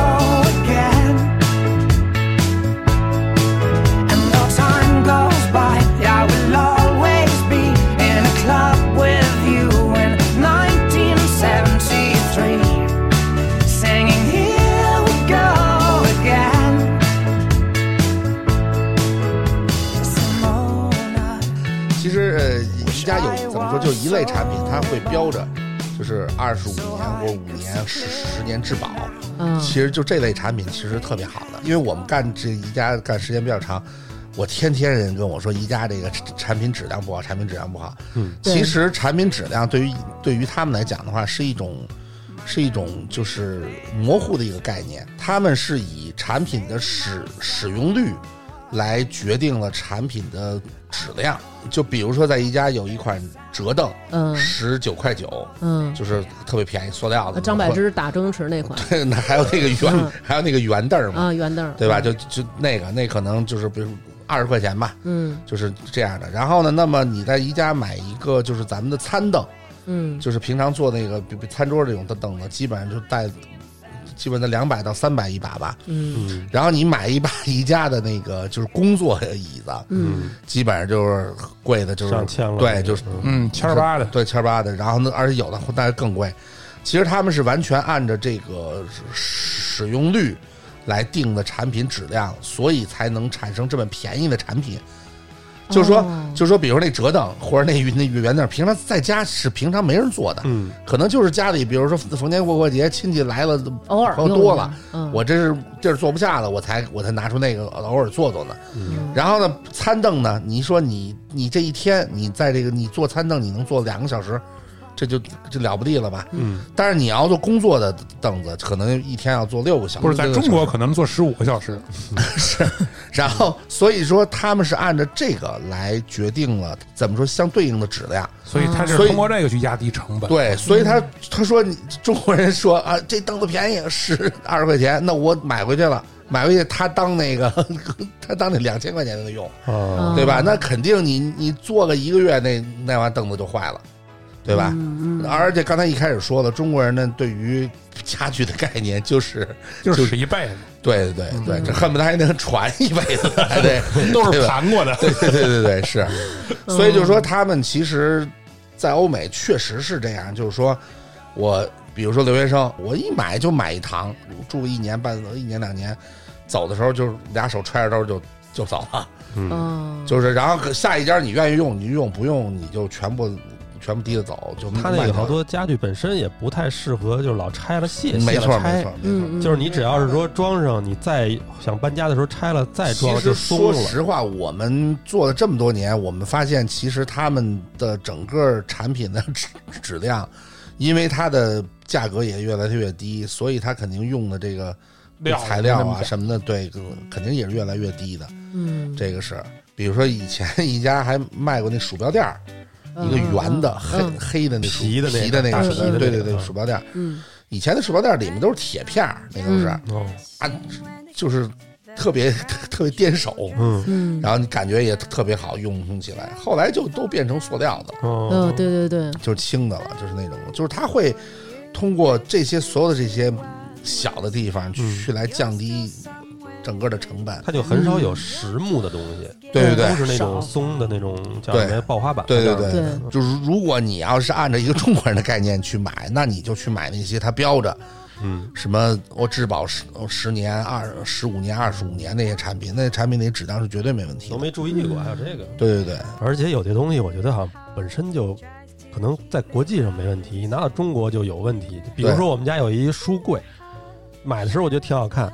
F: again. And though time goes by, I will always be in a club with you in 1973, singing Here we go again. Simona.
E: 其实呃，宜家有怎么说，就一类产品，它会标着，就是二十五年或五年、十十年质保。
B: 嗯
E: 其实就这类产品其实特别好的，因为我们干这宜家干时间比较长，我天天人跟我说宜家这个产品质量不好，产品质量不好。
C: 嗯，
E: 其实产品质量对于对于他们来讲的话，是一种是一种就是模糊的一个概念。他们是以产品的使使用率来决定了产品的质量。就比如说，在宜家有一款折凳，
B: 嗯
E: 十九块九，
B: 嗯，
E: 就是特别便宜，塑料的。
B: 呃张柏芝打周星驰那款
E: [laughs] 那还有那个圆，
B: 嗯
E: 还有那个圆凳儿嘛，
B: 啊，圆凳儿
E: 对吧？就就那个，那可能就是比如二十块钱吧，
B: 嗯
E: 就是这样的。然后呢，那么你在宜家买一个就是咱们的餐凳，
B: 嗯
E: 就是平常做那个比比餐桌这种的凳子，基本上就带，基本在两百到三百一把吧。
B: 嗯
E: 然后你买一把宜家的那个就是工作椅子，
B: 嗯，
E: 基本上就是贵的，就是
C: 上千了
E: 对，就是
A: 嗯，千儿八的，
E: 对千儿八的。然后呢，而且有的会大概更贵。其实他们是完全按照这个使使用率来定的产品质量，所以才能产生这么便宜的产品。就是说，
B: 哦
E: 就是说，比如那折凳或者那云那圆凳，平常在家是平常没人做的，
C: 嗯，
E: 可能就是家里，比如说逢年过过节，亲戚来了，
B: 偶尔
E: 朋友
B: 用
E: 多
B: 一下
E: 了，，
B: 嗯
E: 我这是地儿坐不下了，我才我才拿出那个偶尔坐坐呢。
B: 嗯
E: 然后呢，餐凳呢，你说你你这一天你在这个你坐餐凳，你能坐两个小时，这就这了不地了吧？
C: 嗯，
E: 但是你要做工作的凳子，可能一天要坐六个小时。
A: 不是在
E: 六个
A: 中
E: 小时
A: 国可能做十五个小时，
E: [laughs] 然后，所以说他们是按照这个来决定了怎么说相对应的质量。
A: 所以它是
E: 所以
A: 通过这个去压低成本。
E: 对，所以他他说你中国人说啊，这凳子便宜十二十块钱，那我买回去了，买回去他当那个 [laughs] 他当那两千块钱的用，
B: 嗯
C: 啊，
E: 对吧？那肯定你你坐个一个月，那那玩意儿凳子就坏了，对吧？
B: 嗯嗯
E: 而且刚才一开始说了，中国人呢对于家具的概念就是
A: 就是使一辈子，
E: 对对对对，这恨不得还能传一辈子，还得
A: 都是
E: 对吧
A: 盘过的。
E: 对对对对对，是。所以就是说，他们其实，在欧美确实是这样，就是说我比如说留学生，我一买就买一堂，住一年半一年两年，走的时候就是俩手揣着兜就就走了，
B: 嗯，
E: 就是然后下一家你愿意用你就用，不用你就全部全部提着走，就
C: 他
E: 卖
C: 那个
E: 掉
C: 好多家具本身也不太适合，就是老拆了卸，
E: 没
C: 卸
E: 错
C: 了
E: 没错。没
C: 拆
E: 错。
B: 嗯嗯
C: 就是你只要是说装上，你再想搬家的时候拆了再
E: 其
C: 装
E: 实
C: 就松
E: 说
C: 了。
E: 实话，我们做了这么多年，我们发现其实他们的整个产品的 [laughs] 质质量，因为它的价格也越来越低，所以它肯定用的这个
A: 料
E: 材料
A: 这么
E: 啊
A: 讲
E: 什么的，对，肯定也是越来越低的。
B: 嗯，
E: 这个是，比如说以前一家还卖过那鼠标垫儿，一个圆的黑
B: 嗯
E: 黑的那鼠
C: 皮的那个
E: 皮的那
C: 大
E: 个鼠
B: 皮的那个
E: 对对对，
C: 嗯
E: 鼠标垫儿。
B: 嗯
E: 以前的鼠标垫儿里面都是铁片儿，那都是
B: 嗯
C: 哦，
E: 啊，就是特别特别颠手，
C: 嗯，
B: 嗯，
E: 然后你感觉也特别好用用起来。后来就都变成塑料的了，
C: 哦，
B: 哦，对对对，
E: 就是轻的了，就是那种，就是它会通过这些所有的这些小的地方去、去来降低整个的成本。
C: 嗯它就很少有实木的东西，
E: 嗯对对对
C: 都是那
B: 少
C: 种松的那种叫什么
E: 对
C: 呀刨花板，
E: 对对
B: 对
C: 嗯
E: 就是如果你要是按照一个中国人的概念去买，那你就去买那些它标着
C: 嗯，
E: 什么我质保十十年、二十五年、二十五年那些产品，那些产品那质量是绝对没问题
C: 都
E: 的。
C: 没注意过还有这个，
E: 对对对，
C: 而且有些东西我觉得好像本身就可能在国际上没问题，一拿到中国就有问题。比如
E: 对
C: 说我们家有一书柜，买的时候我觉得挺好看，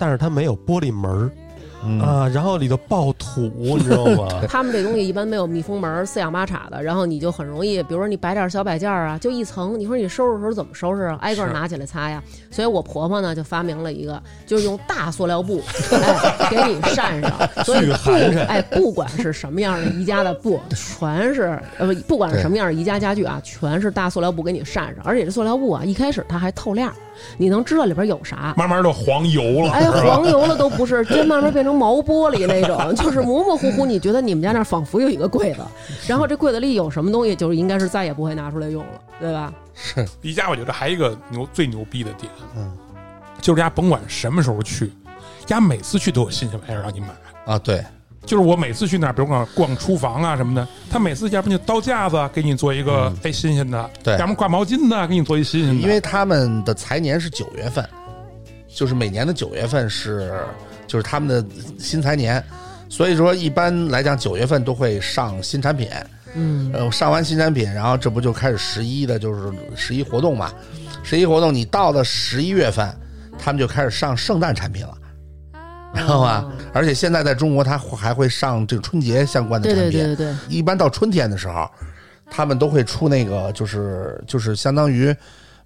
C: 但是它没有玻璃门儿、
E: 嗯，
C: 啊，然后里头爆土，你知道吗？ [laughs]
B: 他们这东西一般没有密封门儿，四仰八叉的，然后你就很容易，比如说你摆点小摆件儿啊，就一层，你说你收拾的时候怎么收拾
C: [laughs]
B: 啊？挨个儿
A: 是
B: 拿起来擦呀。所以我婆婆呢就发明了一个，就是用大塑料
C: [laughs]
B: 布，哎，给你扇上，所以
C: 巨
B: 不
C: 寒碜
B: 哎，不管是什么样的宜家的布，全是呃，不不管是什么样的宜家家具啊，全是大塑料布给你扇上，而且这塑料布啊，一开始它还透亮儿，你能知道里边有啥。
A: 慢慢就黄油了，
B: 哎，
A: 是吧？
B: 黄油了都不是，这慢慢变成毛玻璃那种，就是模模糊糊，你觉得你们家那儿仿佛有一个柜子，然后这柜子里有什么东西，就是应该是再也不会拿出来用了，对吧？
E: 是
A: 宜家我觉得还有一个牛最牛逼的点，
E: 嗯，
A: 就是家甭管什么时候去，家每次去都有新鲜玩意儿让你买。
E: 啊，对，
A: 就是我每次去那儿，比如逛逛厨房啊什么的，他每次要不就刀架子给你做一个哎新鲜的，
E: 嗯对
A: 要么挂毛巾的给你做一新鲜的，哦
E: 因为他们的财年是九月份，就是每年的九月份是就是他们的新财年，所以说一般来讲九月份都会上新产品。
B: 嗯，
E: 呃，上完新产品，然后这不就开始十一的，就是十一活动嘛。十一活动，你到了十一月份，他们就开始上圣诞产品了，
B: 哦
E: 知道吧？而且现在在中国，它还会上这个春节相关的
B: 对
E: 产
B: 对
E: 品。
B: 对对对，
E: 一般到春天的时候，他们都会出那个，就是就是相当于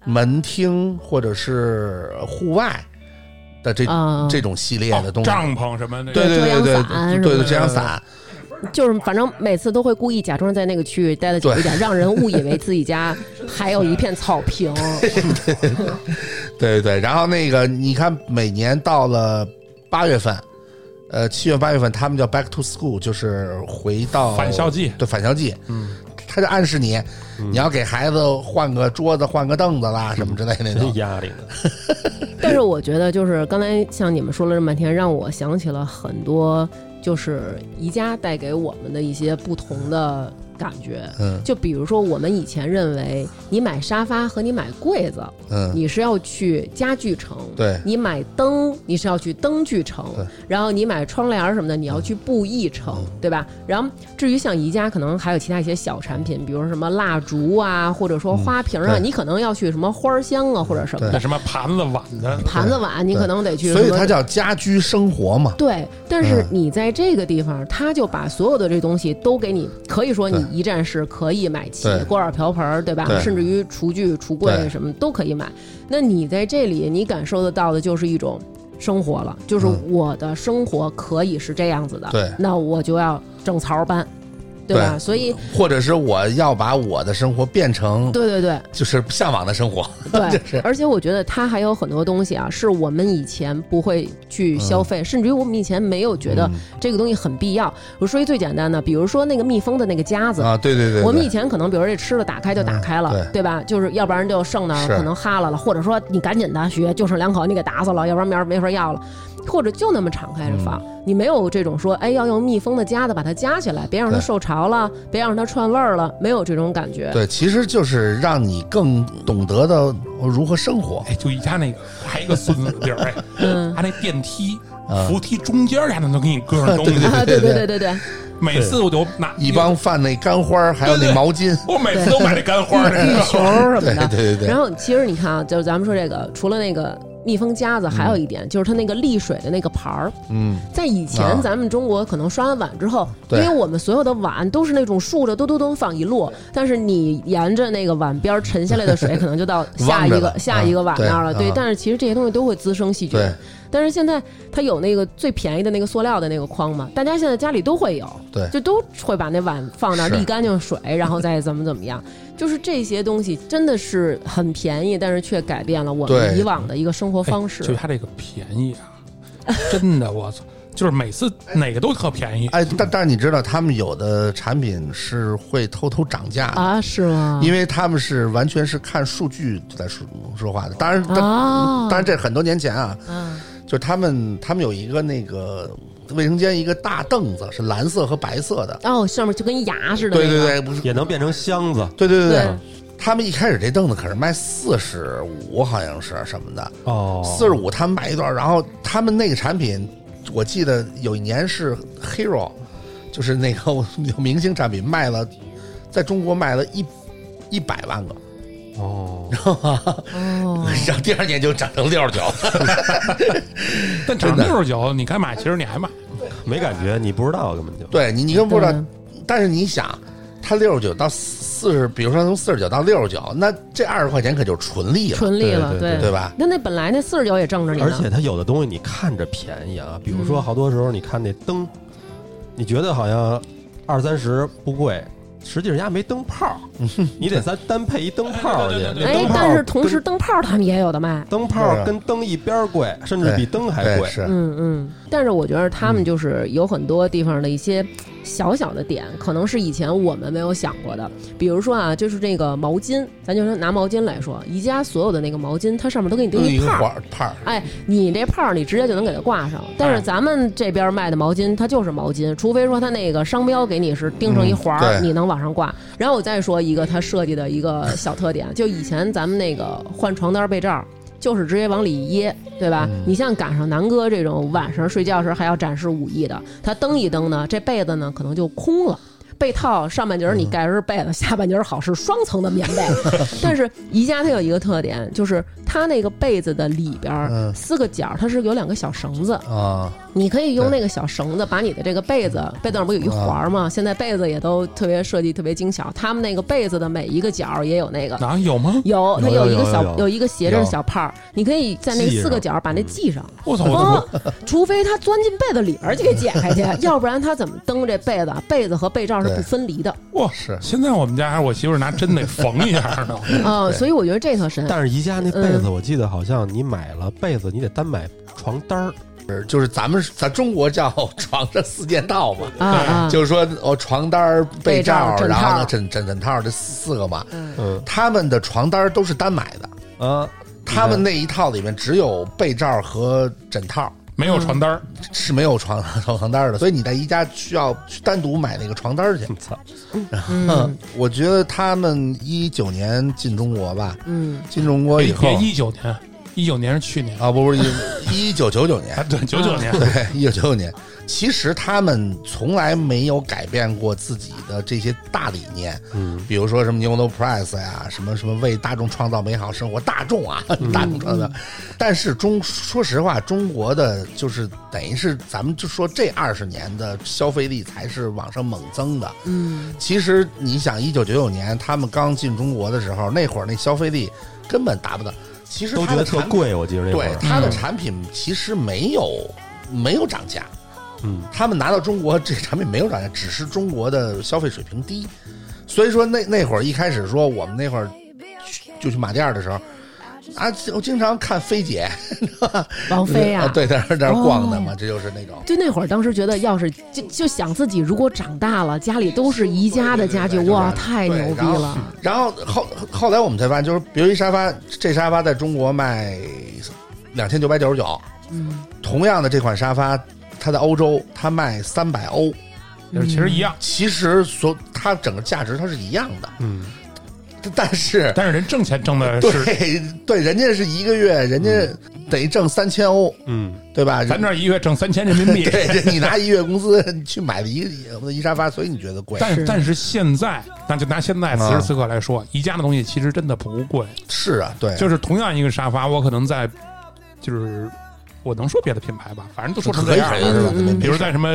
E: 门厅或者是户外的这、
B: 啊、
E: 这种系列的东西。
A: 帐篷什么的，
E: 对对
B: 遮
E: 对对
B: 阳伞什么的
E: 对对，遮阳伞，
B: 就是反正每次都会故意假装在那个区域待的久一点，让人误以为自己家还有一片草坪。
E: 对对对，然后那个你看，每年到了八月份，呃，七月八月份，他们叫 Back to School，就是回到
A: 返校季
E: 对返校季，嗯
A: 嗯，
E: 他就暗示你，你要给孩子换个桌子、换个凳子啦，什么之类的那
C: 真
E: 种。
C: 压力呢。
B: 但是我觉得，就是刚才像你们说了这么半天，让我想起了很多，就是宜家带给我们的一些不同的感觉。
E: 嗯
B: 就比如说，我们以前认为你买沙发和你买柜子，
E: 嗯，
B: 你是要去家具城；
E: 对
B: 你买灯，你是要去灯具城；
E: 对嗯
B: 然后你买窗帘儿什么的，你要去布艺城，对吧？然后至于像宜家，可能还有其他一些小产品，比如说什么蜡烛啊，或者说花瓶啊，
E: 嗯对
B: 你可能要去什么花儿箱啊，或者什么
A: 那
B: 的。
A: 什么盘子碗的，
B: 盘子碗，你
E: 对
B: 可能得去什
E: 所
B: 么，
E: 以它叫家居生活嘛。
B: 对，但是
E: 嗯
B: 你在这个地方，他就把所有的这东西都给你，可以说你一站式可以买齐
E: 对
B: 锅碗瓢盆儿，对吧？
E: 对
B: 甚至于厨具、橱柜
E: 对
B: 什么都可以买。那你在这里，你感受得到的就是一种生活了，就是
E: 嗯
B: 我的生活可以是这样子的，
E: 对
B: 那我就要整槽搬，对吧？
E: 对
B: 所以，
E: 或者是我要把我的生活变成
B: 对对对，
E: 就是向往的生活， [laughs]
B: 对，
E: 就是
B: 而且我觉得它还有很多东西啊，是我们以前不会去消费，
E: 嗯
B: 甚至于我们以前没有觉得这个东西很必要。我说一最简单的，比如说那个密封的那个夹子。
E: 啊，对对对对，
B: 我们以前可能，比如说这吃的打开就打开了，
E: 嗯
B: 对吧？就是要不然就剩那儿
E: 是
B: 可能哈喇了，或者说你赶紧的学，就剩两口你给打死了，要不然明儿没法要了，或者就那么敞开着放，
E: 嗯
B: 你没有这种说，哎，要用密封的夹子把它夹起来，别让它
E: 对
B: 受潮了，别让它串味儿了，没有这种感觉。
E: 对，其实就是让你更懂得的如何生活。
A: 哎，就宜家那个还有一个孙子地儿，哎，
B: 嗯
A: 他那电梯
E: 啊
A: 扶梯中间儿还能能给你搁上东西，
B: 啊，
E: 对
B: 对
E: 对
B: 对对对。
A: 每次我都拿
E: 一帮饭那干花儿，还有
A: 对
E: 那
A: 对
E: 毛巾，
A: 我每
E: [laughs]
A: 次都买那干花儿，
B: 玉球什么
E: 对
B: 的。
E: 对对对，
B: 然后其实你看啊，就是咱们说这个，除了那个密封夹子，还有一点、就是它那个沥水的那个盘儿，
G: 嗯，
B: 在以前
E: 啊
B: 咱们中国可能刷完碗之后，因
E: 对
B: 为我们所有的碗都是那种竖着嘟嘟嘟放一摞，但是你沿着那个碗边儿沉下来的
E: [laughs]
B: 水，可能就到下一
E: 忘着
B: 个
E: 了
B: 下一个碗那儿了。
E: 啊
B: 对
E: 对，啊
B: 但是其实这些东西都会滋生细菌
E: 对。
B: 但是现在它有那个最便宜的那个塑料的那个筐嘛，大家现在家里都会有，
E: 对
B: 就都会把那碗放那儿
E: 是
B: 沥干净水，然后再怎么怎么样。就是这些东西真的是很便宜，但是却改变了我们
E: 对
B: 以往的一个生活方式。
A: 哎就他这个便宜啊， [laughs] 真的，我操，就是每次哪个都特便宜。
E: 哎，但但是你知道，他们有的产品是会偷偷涨价的，
B: 啊，是吗？
E: 因为他们是完全是看数据在说说话的。当然，当
B: 啊，
E: 当然这很多年前啊，
B: 嗯
E: 就是他们他们有一个那个卫生间一个大凳子是蓝色和白色的，
B: 哦，上面就跟牙似的、那
E: 对
B: 个。
E: 对对，不是，
C: 也能变成箱 [laughs] 子
E: 对对对
B: 对
E: 对。他们一开始这凳子可是卖四十五，好像是什么的，
C: 哦
E: 四十五他们买一段，然后他们那个产品，我记得有一年是 Hero，就是那个有明星产品卖了，在中国卖了一一百万个，
C: 哦，
B: 哦，
E: [laughs] 然后第二年就涨成六十九了。
B: [laughs]
A: 但涨六十九，你该买，其实你还买。
C: 没感觉，你不知道根本就
E: 对你，你根本不知道
B: 对。
E: 但是你想，他六十九到四十，比如说从四十九到六十九，那这二十块钱可就是纯利了，
B: 纯利了，
C: 对对
E: 对吧？
B: 那那本来那四十九也挣着你
E: 嗯
B: 呢，
C: 而且它有的东西你看着便宜啊，比如说好多时候你看那灯，你觉得好像二三十不贵，实际上人家没灯泡，
E: 嗯
C: 你得单单配一灯泡去。那
B: 哎
C: 灯，泡
B: 但是同
C: 跟
B: 时灯泡他们也有的卖，
C: 灯泡跟灯一边儿贵，甚至
E: 啊对
C: 比灯还
E: 对
C: 贵。
E: 是，
B: 嗯嗯。但是我觉得他
E: 嗯
B: 们就是有很多地方的一些小小的点，可能是以前我们没有想过的。比如说啊，就是这个毛巾，咱就说拿毛巾来说，宜家所有的那个毛巾，它上面都给你钉
E: 一
B: 一
E: 个
B: 泡
E: 环
B: 儿。
E: 泡儿，
B: 哎，你这泡儿你直接就能给它挂上，但是
A: 哎
B: 咱们这边卖的毛巾它就是毛巾，除非说它那个商标给你是钉上一环儿，
E: 嗯对
B: 你能往上挂。然后我再说一个它设计的一个小特点，就以前咱们那个换床单被罩儿。就是直接往里一掖，对吧？
E: 嗯
B: 你像赶上南哥这种晚上睡觉时候还要展示武艺的，他蹬一蹬呢，这被子呢可能就空了。被套上半截
E: 嗯
B: 儿你盖着被子，下半截儿好是双层的棉
E: [laughs]
B: 被。但是宜家它有一个特点，就是它那个被子的里边儿
E: 嗯
B: 四个角儿它是有两个小绳子，
E: 啊，
B: 你可以用
E: 对
B: 那个小绳子把你的这个被子，被子上不有一环儿吗？现在被子也都特别设计特别精巧，他们那个被子的每一个角儿也有那个。
A: 哪有
E: 嗯
A: 吗？
B: 有，它
C: 有
B: 一个
C: 有
B: 小
C: 有
B: 一个斜着的
E: 有
B: 小泡儿，你可以在那
C: 系
B: 四个
C: 上
B: 角儿把那系上。
A: 我操！我操！
B: 哦
A: 我，
B: 除非它钻进被子里边儿去给解开去，要不然它怎么蹬这被子啊？被子和被罩是不
E: 对
B: 分离的。
A: 哇！
E: 是
A: 现在我们家还是我媳妇儿拿针得缝一下
E: [laughs]
A: 呢。
B: 嗯，所以我觉得这特神。
C: 但是宜家那
E: 嗯
C: 被子，我记得好像你买了被子，你得单买床单儿，
E: 是就是咱们咱中国叫床上四件套嘛，
B: 啊啊，
E: 就是说哦，床单儿、
B: 被
E: 被
B: 罩
E: 罩，
B: 枕
E: 然后
B: 套
E: 呢枕枕枕套这四四个嘛，
C: 嗯
E: 他们的床单儿都是单买的，
C: 啊，
E: 他们那一套里面只有被罩和枕套。
A: 没有床单儿，
E: 是没有床床单儿的，所以你在宜家需要去单独买那个床单儿去。
C: 操，
B: 嗯
E: 我觉得他们一九年进中国吧，
B: 嗯，
E: 进中国以后
A: 哎别一九年，一九年是去年啊，
E: 啊，不不是一九九九年，
A: 对，九九年。
E: [laughs] 对，一九九九年，其实他们从来没有改变过自己的这些大理念，嗯，比如说什么 New No Price 呀，什么什么为大众创造美好生活，大众啊，
C: 嗯
E: 大众创造。但是中，说实话，中国的就是等于是咱们就说这二十年的消费力才是往上猛增的，嗯，其实你想，一九九九年他们刚进中国的时候，那会儿那消费力根本达不到。其实
C: 都
E: 他
C: 觉得
E: 的
C: 特
E: 产品
C: 贵。我记得那会
E: 对
C: 儿，
E: 它的产品其实没有没有涨价，
C: 嗯，
E: 他们拿到中国这个产品没有涨价，只是中国的消费水平低。所以说那那会儿一开始说我们那会儿去就去马甸儿的时候。啊，我经常看飞姐，
B: 王菲呀、
E: 啊， [laughs] 对，在那儿在那儿逛的嘛，这就是那种
B: 就那会儿，当时觉得要是就就想自己如果长大了，家里都是宜家的家具，
E: 对对对
B: 哇，
E: 对
B: 太
E: 对
B: 牛逼
E: 然后
B: 了！
E: 然后后后来我们才发现，就是比如一沙发，这沙发在中国卖两千九百九十九，
B: 嗯，
E: 同样的这款沙发，它在欧洲它卖三百欧，
A: 就
E: 嗯
A: 是其实一样，
E: 其实所它整个价值它是一样的，
C: 嗯，
E: [laughs] 但是
A: 但是人挣钱挣的是，嗯
E: 对对，人家是一个月，人家得挣三千欧，
C: 嗯，
E: 对吧？
A: 咱这儿一月挣三千人民币。
E: [laughs] 对，这你拿一月工资你去买了一个一沙发，所以你觉得贵？
A: 但
B: 是
A: 但是现在，那就拿现
E: 嗯
A: 在此时此刻来说，宜家的东西其实真的不贵。
E: 是啊，对，
A: 就是同样一个沙发，我可能在就是我能说别的品牌吧，反正都说成
E: 可
A: 这
E: 以
A: 样了，是吧？
E: 肯定
A: 比如在什么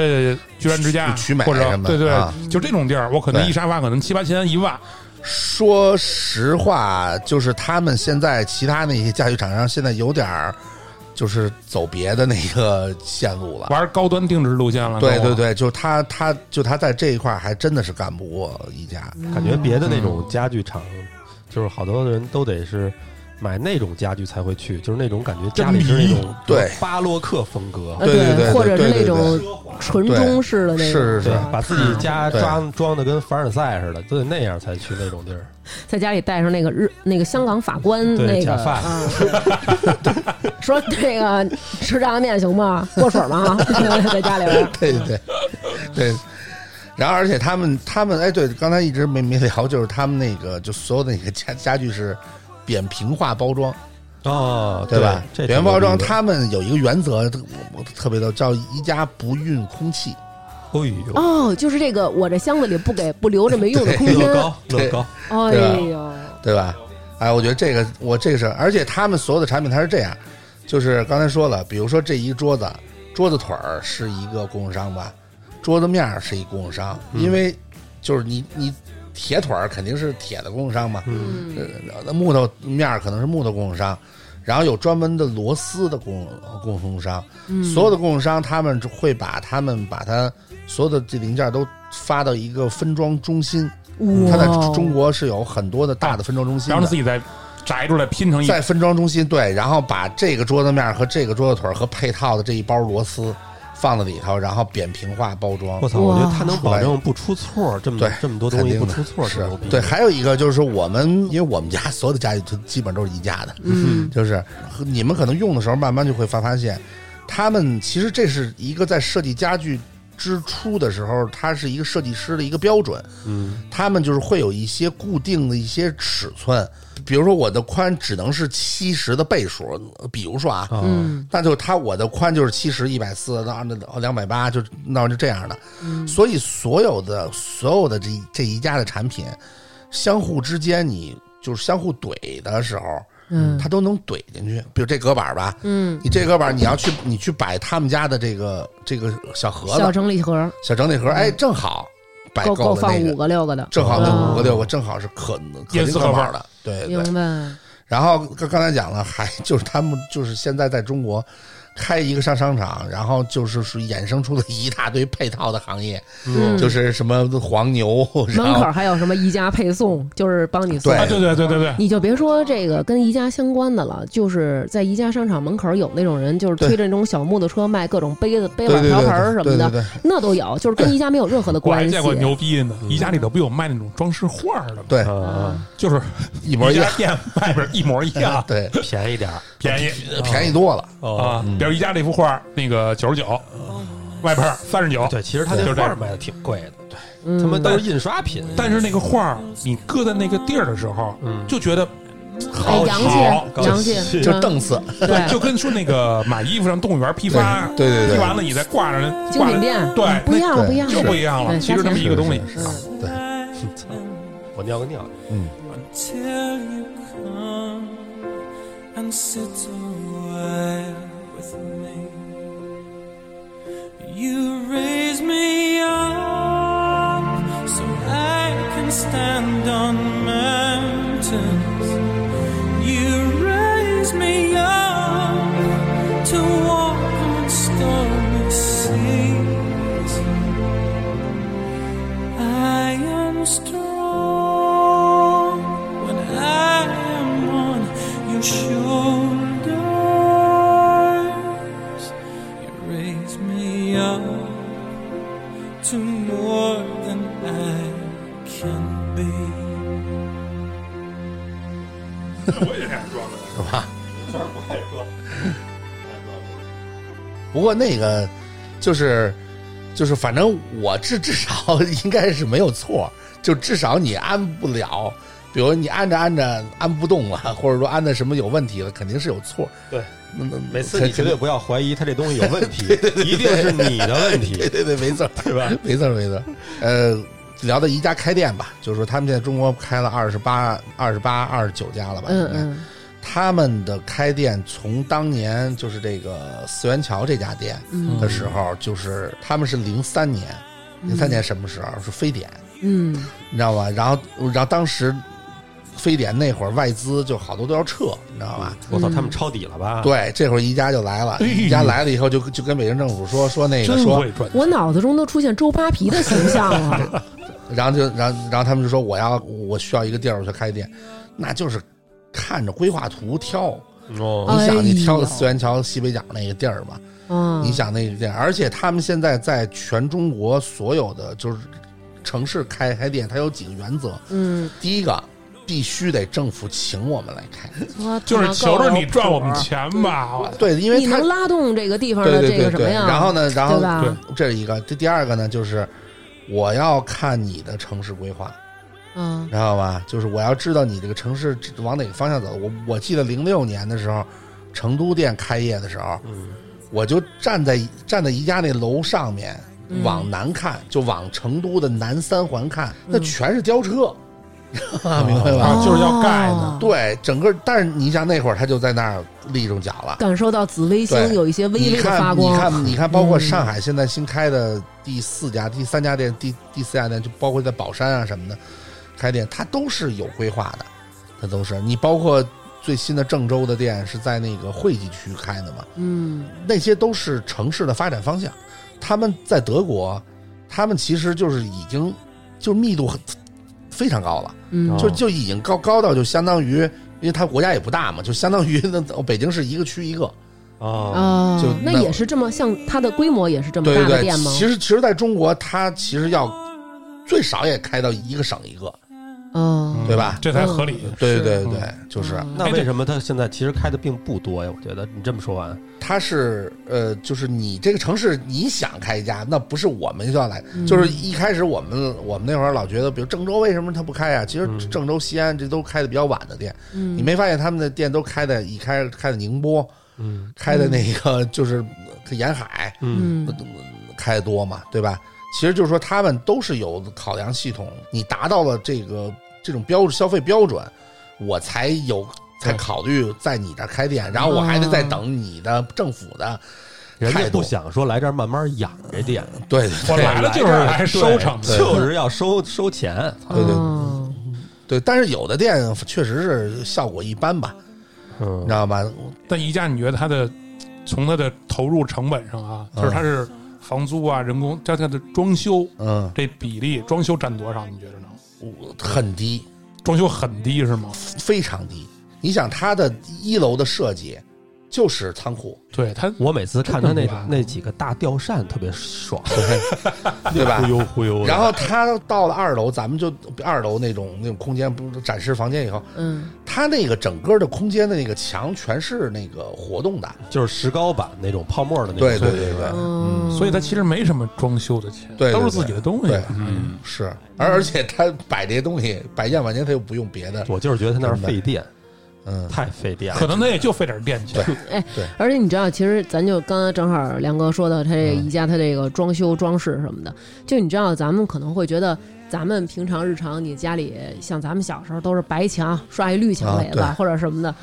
A: 居然之家
E: 去去买
A: 或者
E: 什么
A: 对对
E: 啊，
A: 就这种地儿，我可能
E: 对啊
A: 一沙发可能七八千一万，
E: 说实话，就是他们现在其他那些家具厂商现在有点儿，就是走别的那个线路了。
A: 玩高端定制路线了。
E: 对
A: 都
E: 对对，就他他就他在这一块儿还真的是干不过 [laughs] 宜家。
C: 感觉别的那种家具厂，就是好多人都得是买那种家具才会去，就是那种感觉家里是那种
E: 嗯对嗯
C: 巴洛克风格，
B: 呃
E: 对对对对
B: 或者是那
E: 对
B: 种纯中式的那种，
E: 是是
C: 对
E: 是，，
C: 把自己家
E: 对
C: 装装的跟凡尔赛似的，都得那样才去那种地儿。
B: 在家里戴上那个日那个香港法官
C: 对
B: 那个
C: 假发
B: 啊，说那个 [laughs] 吃炸酱面行吗？过水
E: [laughs]
B: 吗？ [laughs] 在家里边儿，
E: 对对对 [laughs] 对。然后，而且他们他们哎，对，刚才一直没没聊，就是他们那个就所有的那个家家具是扁平化包装，
C: 哦，
E: 对吧？
C: 这
E: 原包装，
C: 它，
E: 他们有一个原则，我我特别逗，叫宜家不运空气。
C: 哎呦，
B: 哦，就是这个，我这箱子里不给不留着没用的空间
C: 哎乐，高乐高，
B: 哎
E: 对
B: 呦，
E: 对吧？哎，我觉得这个我这个是，而且他们所有的产品它是这样，就是刚才说了，比如说这一桌子，桌子腿儿是一个供应商吧，桌子面儿是一供应商，因为就是你你铁腿儿肯定是铁的供应商嘛，呃
C: 嗯，
E: 那木头面儿可能是木头供应商，然后有专门的螺丝的供供应商，所有的供应商他们会把他们把它所有的这零件儿都发到一个分装中心，
B: 哇
E: 它在中国是有很多的大的分装中心的，
A: 然后自己再摘出来拼成一
E: 在分装中心对，然后把这个桌子面儿和这个桌子腿儿和配套的这一包螺丝放在里头，然后扁平化包装
C: 我。操，我觉得
B: 哇
C: 它能保证不出错，这么
E: 对
C: 这么多东西啊
E: 肯定
C: 不
E: 的
C: 出错，
E: 是
C: 牛逼。
E: 对，还有一个就是说我们，因为我们家 [laughs] 所有的家具都基本都是宜家的，
B: 嗯，
E: 就是和你们可能用的时候，慢慢就会发发现，他们其实这是一个在设计家具之初的时候，它是一个设计师的一个标准。
C: 嗯，
E: 他们就是会有一些固定的一些尺寸，比如说我的宽只能是七十的倍数，比如说啊，
C: 嗯，
E: 那就它我的宽就是七十、一百四，那那两百八，就那就这样的。
B: 嗯
E: 所以所有的所有的这这一家的产品，相互之间你就是相互怼的时候，
B: 嗯
E: 它都能怼进去。比如这隔板吧，
B: 嗯，
E: 你这隔板你要去你去摆他们家的这个这个小盒
B: 小
E: 子、
B: 整理盒
E: 小整理盒，哎，正好摆
B: 够够
E: 够了
B: 放
E: 那个
B: 五。个六个的，
E: 正好
B: 啊
E: 那五个六个正好是可可
A: 椰
E: 定
A: 子
E: 可
A: 盒
E: 卯
A: 儿
E: 的，对对。嗯
B: 明白。
E: 然后刚刚才讲了，还就是他们就是现在在中国开一个上商场，然后就是是衍生出了一大堆配套的行业，
B: 嗯
E: 就是什么黄牛，
B: 门
E: 然
B: 口
E: 后
B: 还有什么宜家配送，就是帮你送。
A: 啊，对对对对对，
E: [laughs]
B: 你就别说这个跟宜家相关的了，就是在宜家商场门口有那种人，就是推着那种小木头车卖各种杯子、杯
E: 对
B: 碗
E: 对
B: 瓢
E: 对
B: 盆儿什么
E: 对对
B: 的，
E: 对，
B: 那都有，就是跟宜家没有任何的
A: 我还 [laughs]
B: 关系
A: 见。过牛逼的呢，
C: 嗯
A: 宜家里头不有卖那种装饰画的吗？
E: 对
C: 啊啊，
A: 就是
E: 一模一样，
A: 宜家店外边一模一样
E: [laughs] 对
B: 哦
C: 便宜点儿
A: 便宜
C: 嗯
E: 便宜多了，
A: 啊！比如宜家这幅画，那个九十九，外边三十九，
C: 嗯对，其实它那
A: 就这
C: 画儿
A: 样。
C: 卖的挺贵的，
B: 嗯
C: 对，他们都是印刷品，
A: 但是那个画儿你搁在那个地儿的时候，
E: 嗯
A: 就觉得
B: 哎
A: 好
B: 洋
A: 好
B: 气，洋气，
E: 就
B: 嗯
E: 镫呲，
B: 对，
A: 就跟说那个买衣服上动物园批发，
E: 对对对对
A: 批完了你再挂着，
B: 精
A: 挂
B: 品
A: 着
B: 店，
A: 对
B: 嗯，不一样了，不
E: 那
B: 一样
A: 就
B: 了，
A: 不一样了。
B: 对
A: 其实
B: 加
A: 这么
B: 钱
A: 一个东西，
E: 是是对，
C: 操我尿个尿，
G: till you come and sit awhile with me. You raise me up so I can stand on mountains. You raise me up to walk on stormy seas. I am strong when I am on your shoulders. You raise me up to more than I can be.
A: 我也这样装的。
E: 不过那个就是就是，反正我至至少应该是没有错，就至少你安不了。比如你按着按着安不动了，或者说按的什么有问题了，肯定是有错。
C: 对，
E: 那那
C: 每次你绝对不要怀疑它这东西
E: [laughs]
C: 有问题，一定是你的问
A: [laughs]
C: 题，
E: 对对对，没错儿，
C: 对吧？
E: 没错儿没错儿。呃，聊到宜家开店吧，就是说他们现在中国开了二十八、二十八、二十九家了吧？
B: 嗯
E: 应该
B: 嗯，
E: 他们的开店从当年就是这个四元桥这家店
B: 嗯
E: 的时候，就是他们是零三年，零三年什么时候是非典，
B: 嗯
E: 你知道吧？然后然后当时非典那会儿外资就好多都要撤，你知道吧？
C: 我操，他们抄底了吧？，
E: 对，这会儿宜家就来了，
A: 嗯哎呦
E: 宜家来了以后就就跟北京政府说说那个
A: 真
E: 说
A: 会，赚钱。
B: 我脑子中都出现周扒皮的形象
E: [laughs]
B: 了。
E: 然后就然后然后他们就说我要我需要一个地儿我去开店，那就是看着规划图挑，
C: 哦，
E: 你想你挑
B: 哎呦
E: 的四元桥西北角那个地儿嘛，
B: 啊，
E: 你想那个店，而且他们现在在全中国所有的就是城市开开店，它有几个原则，
B: 嗯，
E: 第一个必须得政府请我们来开，
B: 我
A: 就是
B: 他妈
A: 求着你
B: 够
A: 赚我们
B: 了
A: 钱吧，
B: 嗯
A: 我
E: 对，因为
B: 你
E: 它
B: 能拉动这个地方
E: 对
B: 的
E: 对
B: 这
E: 对
B: 个什么
E: 对，
B: 呀？
E: 然后呢，然后
B: 对吧？
E: 这是一个，这第二个呢就是我要看你的城市规划，
B: 嗯
E: 知道吧？就是我要知道你这个城市往哪个方向走。我我记得零六年的时候，成都店开业的时候，
C: 嗯
E: 我就站在站在宜家那楼上面
B: 嗯
E: 往南看，就往成都的南三环看，
B: 嗯哦
E: 那全是吊车， [laughs] 明白吧？
A: 啊就是要盖呢，
E: 对，整个，但是你像那会儿他就在那儿立住脚了。
B: 感受到紫微星
E: 对
B: 有一些微
E: 你
B: 微的发
E: 看，你
B: 光。
E: 看，你看，包括
B: 嗯
E: 上海现在新开的第四家、第三家店、第第四家店，就包括在宝山啊什么的开店，它都是有规划的，它都是。你包括最新的郑州的店是在那个惠济区开的嘛，
B: 嗯
E: 那些都是城市的发展方向。他们在德国，他们其实就是已经就密度很非常高了，
C: 啊
B: 嗯，
C: 哦
E: 就就已经高高到就相当于，因为它国家也不大嘛，就相当于那北京市一个区一个。
A: 嗯
E: 嗯
C: 哦，
B: 啊
E: 就，
B: 那
E: 那
B: 也是这么像它的规模也是这么
E: 对
B: 大
E: 对
B: 的
E: 对
B: 店，吗？
E: 其实其实在中国，它其实要最少也开到一个省一个，
B: 哦，嗯
E: 对吧
A: 这才合理。
E: 对
B: 是
E: 对对，就是
C: 那
A: 哎
C: 为什么他现在其实开的并不多呀？我觉得你这么说完，
E: 它是呃，就是你这个城市你想开一家，那不是我们就要来，
B: 嗯
E: 就是一开始我们我们那会儿老觉得，比如郑州为什么它不开啊？其实郑州、西安这都开的比较晚的店，
B: 嗯
E: 你没发现他们的店都开的已开开的宁波，
C: 嗯
E: 开的那个就是沿海，
C: 嗯，
B: 嗯
E: 开的多嘛，对吧？其实就是说，他们都是有考量系统，你达到了这个这种标消费标准，我才有才考虑在你这儿开店，然后我还得再等你的政府的
C: 人家
E: 态度
C: 不。想说来这儿慢慢养这店，
E: 对对
A: 嗯我来了就是来收场的，
E: 对
C: 就是要收收钱。
E: 对对
B: 哦
E: 对，但是有的店确实是效果一般吧，你
C: 嗯
E: 知，道吧？
A: 但宜家，你觉得它的从它的投入成本上啊，
E: 嗯
A: 就是它是房租啊、人工加它的装修
E: 嗯，
A: 这比例，装修占多少？你觉得呢？
E: 我很低，
A: 装修很低是吗？
E: 非常低。你想，它的一楼的设计就是仓库，
A: 对它，
C: 我每次看他
A: 这
C: 那
A: 么晚
C: 那几个大吊扇特别爽，
E: 对吧？
A: 哎
C: 忽悠忽悠的。
E: 然后他到了二楼，咱们就二楼那种那种空间，不是展示房间以后，
B: 嗯
E: 他那个整个的空间的那个墙全是那个活动的，嗯
C: 就是石膏版那种泡沫的那种，
E: 对对对对
B: 哦，
A: 嗯所以它其实没什么装修的钱，
E: 对对
A: 都是自己的东西
E: 对。
A: 嗯，
E: 是，而而且他摆这些东西，百样万年他又不用别的，
C: 我就是觉得他那儿费电，
E: 嗯，
C: 太费电了。
A: 可能它也就费点电钱。
B: 而且你知道，其实咱就刚才正好梁哥说到他这宜家，他这个装修装饰什么的，就你知道，咱们可能会觉得，咱们平常日常你家里像咱们小时候都是白墙刷一绿墙
E: 啊
B: 围子、
E: 对
B: 或者什么的，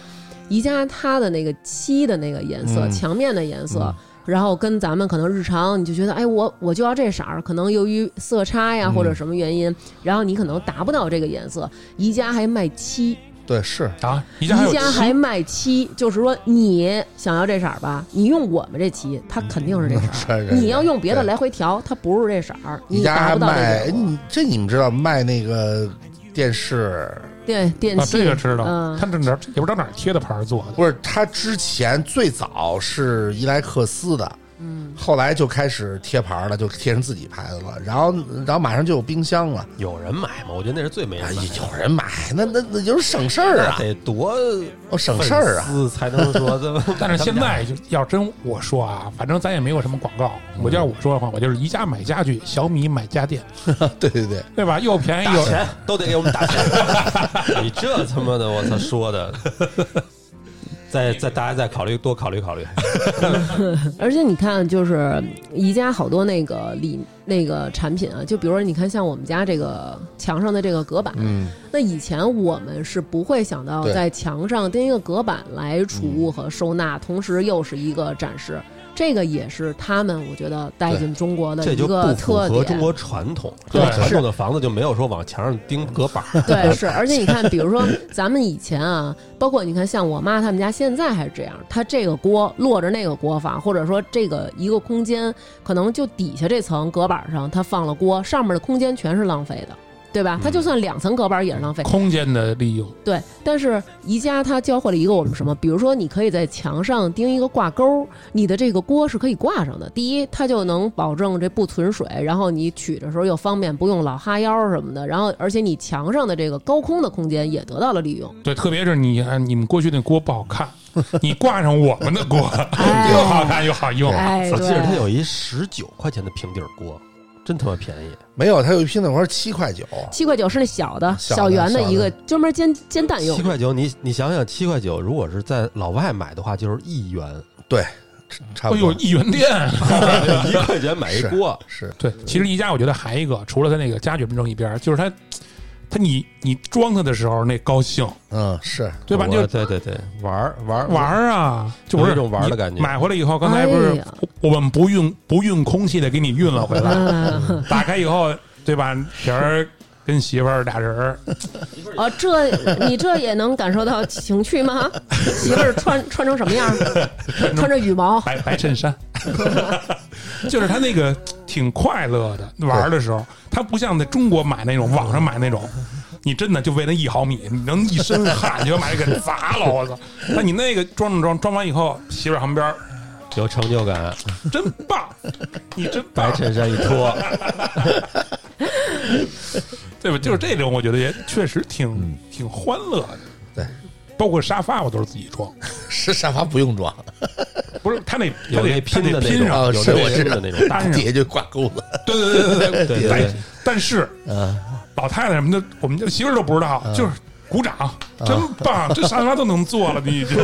B: 宜家它的那个漆的那个颜色，
E: 嗯
B: 墙面的颜色。然后跟咱们可能日常你就觉得，哎，我我就要这色儿，可能由于色差
E: 嗯
B: 呀或者什么原因，然后你可能达不到这个颜色。宜家还卖漆，
E: 对，是
A: 啊，宜
B: 宜
A: 家还有
B: 家
A: 漆
B: 还卖漆，就是说你想要这色儿吧，你用我们这漆，它肯定是这色儿。
E: 是是
B: 你要用别的
E: 对
B: 来回调，它不是这色儿，
E: 你
B: 你
E: 家
B: 达
E: 还
B: 不到
E: 卖，哎
B: 这个。
E: 你这你们知道卖那个电视，
B: 对电
A: 啊，
B: 器，
A: 这个知道，
B: 嗯
A: 它这哪儿也不知道哪儿贴的牌儿做的。。
E: 不是他之前最早是伊莱克斯的，嗯，后来就开始贴牌儿了，就贴成自己牌子了，然后然后马上就有冰箱了。
C: 有人买吗？我觉得那是最没
E: 哎
C: 人买的。
E: 有人买，那那那就是省事儿啊
C: 那，得多
E: 哦，省事儿啊，
C: 粉丝才能说这么
A: [laughs] 但是现在就要真我说啊，反正咱也没有什么广告。我就要我说的话，我就是宜家买家具，小米买家电，
E: 对对对，
A: 对吧？又便宜
C: 打
A: 又
C: 钱
A: [laughs]
C: 都得给我们打钱，你这他妈的，我操，说的， [laughs] 再再大家再考虑多考虑考虑。
B: 而且你看，就是宜家好多那个里那个产品啊，就比如说，你看像我们家这个墙上的这个隔板，
H: 嗯，
B: 那以前我们是不会想到
E: 对
B: 在墙上钉一个隔板来储
C: 嗯
B: 物和收纳，同时又是一个展示。这个也是他们，我觉得带进中国的
C: 这
B: 一
C: 就
B: 个
C: 不符
B: 特
C: 合
B: 点。
C: 中国传统。
B: 对
C: 传
B: 是
C: 统的房子就没有说往墙上钉隔板儿。
B: [laughs] 对，是，而且你看，比如说咱们以前啊，包括你看，像我妈他们家现在还是这样，她这个锅落着那个锅法，或者说这个一个空间，可能就底下这层隔板上她放了锅，上面的空间全是浪费的，对吧？她就算两层隔板也是浪费。
A: 空间的利用，
B: 对，但是宜家它教会了一个我们什么？比如说，你可以在墙上钉一个挂钩，你的这个锅是可以挂上的。第一，它就能保证这不存水，然后你取的时候又方便，不用老哈腰什么的。然后，而且你墙上的这个高空的空间也得到了利用。
A: 对，特别是你啊，你们过去那锅不好看，你挂上我们的锅， [laughs] 又好看又哦好用。
B: 哎，
C: 我记得它
B: 对，
C: 有一十九块钱的平底儿锅，真他妈便宜。
E: 没有，它有一批那会儿七块九，
B: 七块九是那小的
E: 小的
B: 小圆的一个
E: 小，
B: 专门煎煎蛋用
C: 七。块九，你你想想，七块九，如果是在老外买的话，就是一元，
B: [laughs]
E: 差
A: 哎
E: 不
A: 呦，
E: 多。
A: 一元店！
C: 一块钱买一锅。
E: 是
A: 对，其实宜家我觉得还一个，除了它那个家具纷争一边儿，就是它，它你你装它的时候那高兴，
E: 嗯，是
A: 对吧？
C: 我
A: 你就
C: 对对对，玩儿玩儿
A: 玩儿啊，就不
C: 有
A: 是
C: 一种玩儿的感觉
A: 你买回来以后，刚才不是
B: 哎呀
A: 我我们不运不运空气的给你运了回来，
B: 嗯
A: 打开以后，对吧？小人跟媳妇儿俩人儿，
B: 哦，这你这也能感受到情趣吗？媳妇儿穿穿成什么样？穿着羽毛，
A: 白白衬衫，就是他那个挺快乐的玩儿的时候，他不像在中国买那种网上买那种，你真的就为那一毫米，你能一身汗就把这给砸了，我操！那你那个装着装装完以后，媳妇儿旁边儿
C: 有成就感，
A: 真棒，你真
C: 白
A: 棒，
C: 衬衫一脱，
A: 对吧？就是这种，我觉得也确实
C: 嗯
A: 挺挺欢乐的。
E: 对，
A: 包括沙发我都是自己装，
E: [laughs] 是沙发不用装，
A: 不是他那他
C: 有
A: 得
C: 那
A: 他
C: 拼
A: 得
C: 的那
A: 拼
C: 种，哦
A: 上，
E: 啊
C: 有
E: 是
C: 那
E: 我知
C: 拼
E: 道
C: 的那种。
A: 搭上
E: 底下就挂钩子。
A: 对对对对对
C: [laughs]
A: 嗯
C: 对对
A: 但
C: 对
A: 但是，老太太什么的，我们就媳妇儿都不知道，就是鼓掌，真棒，这沙发都能坐了，你就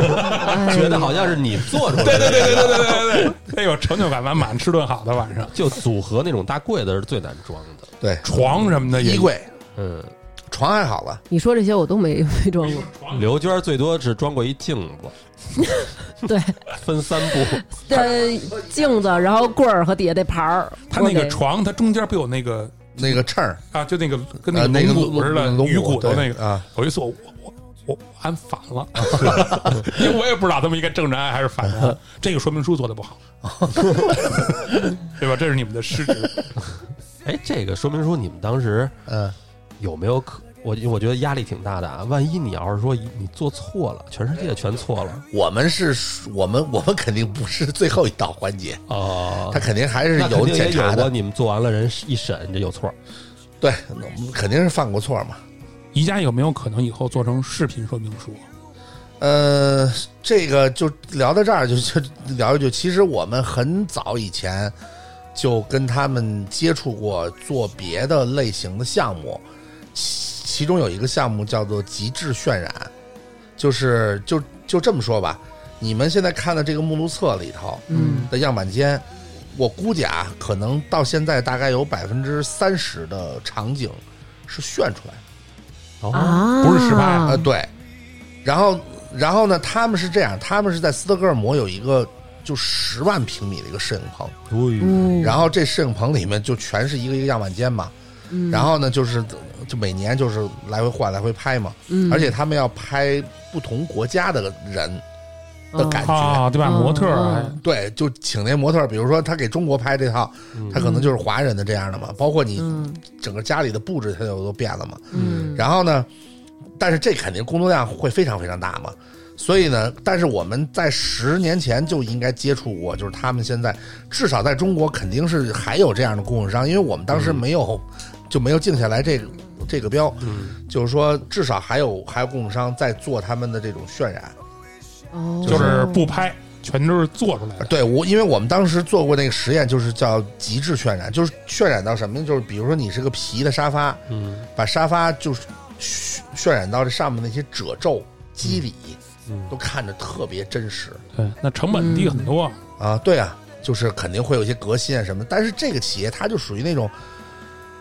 C: 觉得好像是你做出
A: [laughs]
C: 来
A: 对
C: 的，
A: 对对对对对对对 [laughs] 对，哎呦，成就感满满，吃顿好的晚上，
C: 就组合那种大柜子是最难装的。
E: 对，
A: 床什么的也
E: 衣，柜、
C: 嗯，
E: 床还好了，
B: 你说这些我都没没装过。
C: 刘娟最多只装过一镜子，
B: 对，
C: 分三步，
B: 呃，镜子，然后棍儿和底下那盘儿。
A: 它那
B: 我
A: 个
B: 得
A: 床，它中间不有那个
E: 那个秤儿，
A: 啊，就那个跟
E: 呃
A: 那
E: 那
A: 个
E: 个
A: 龙骨
E: 龙
A: 似
E: 那
A: 的
E: 个龙骨
A: 鱼骨头那
E: 对
A: 个
E: 啊，
A: 有一次我我我我按反了， [laughs] 因为我也不知道他们应该正着按还是反着按，这个说明书做的不好， [laughs] 对吧？这是你们的失职。
C: 哎，这个说明书你们当时
E: 嗯，
C: 有没有可？我我觉得压力挺大的啊！万一你要是说你做错了，全世界全错了
E: 我们是，我们我们肯定不是最后一道环节，
C: 哦，
E: 他肯定还是
C: 那肯
E: 有
C: 定也
E: 检查
C: 有过
E: 的，
C: 你们做完了人一审这有错，
E: 对，我们肯定是犯过错嘛。
A: 宜家有没有可能以后做成视频说明书？
E: 呃，这个就聊到这儿，就就聊一句，其实我们很早以前就跟他们接触过做别的类型的项目，其其中有一个项目叫做极致渲染，就是就就这么说吧，你们现在看的这个目录册里头
B: 嗯
E: 的样板间。我估计啊，可能到现在大概有百分之三十的场景是炫出来的。
C: 哦
B: 啊，
A: 不是失败
C: 哎
E: 啊，对。然后，然后呢？他们是这样，他们是在斯德哥尔摩有一个就十万平米的一个摄影棚，
B: 嗯，
E: 然后这摄影棚里面就全是一个一个样板间嘛。
B: 嗯
E: 然后呢，就是就每年就是来回换来回拍嘛，
B: 嗯
E: 而且他们要拍不同国家的人的感觉。
A: 啊，对吧？
B: 嗯
A: 模特儿哎
B: 嗯
E: 对，就请那模特儿，比如说他给中国拍这套，他可能就是华人的这样的嘛，包括你
B: 嗯
E: 整个家里的布置，它就都变了嘛。
B: 嗯，
E: 然后呢，但是这肯定工作量会非常非常大嘛。所以呢，但是我们在十年前就应该接触过，就是他们现在至少在中国肯定是还有这样的供应商，因为我们当时没有、就没有定下来这个这个标，就是说至少还有还有供应商在做他们的这种渲染。
B: 哦
A: 就是不拍，全都是做出来的。
E: 对我，因为我们当时做过那个实验，就是叫极致渲染，就是渲染到什么呢？就是比如说你是个皮的沙发，
C: 嗯
E: 把沙发就是渲渲染到这上面那些褶皱、肌理，
C: 嗯
E: 都看着特别真实
A: 对，那成本低很多。
E: 啊。对啊，就是肯定会有一些革新啊什么，但是这个企业它就属于那种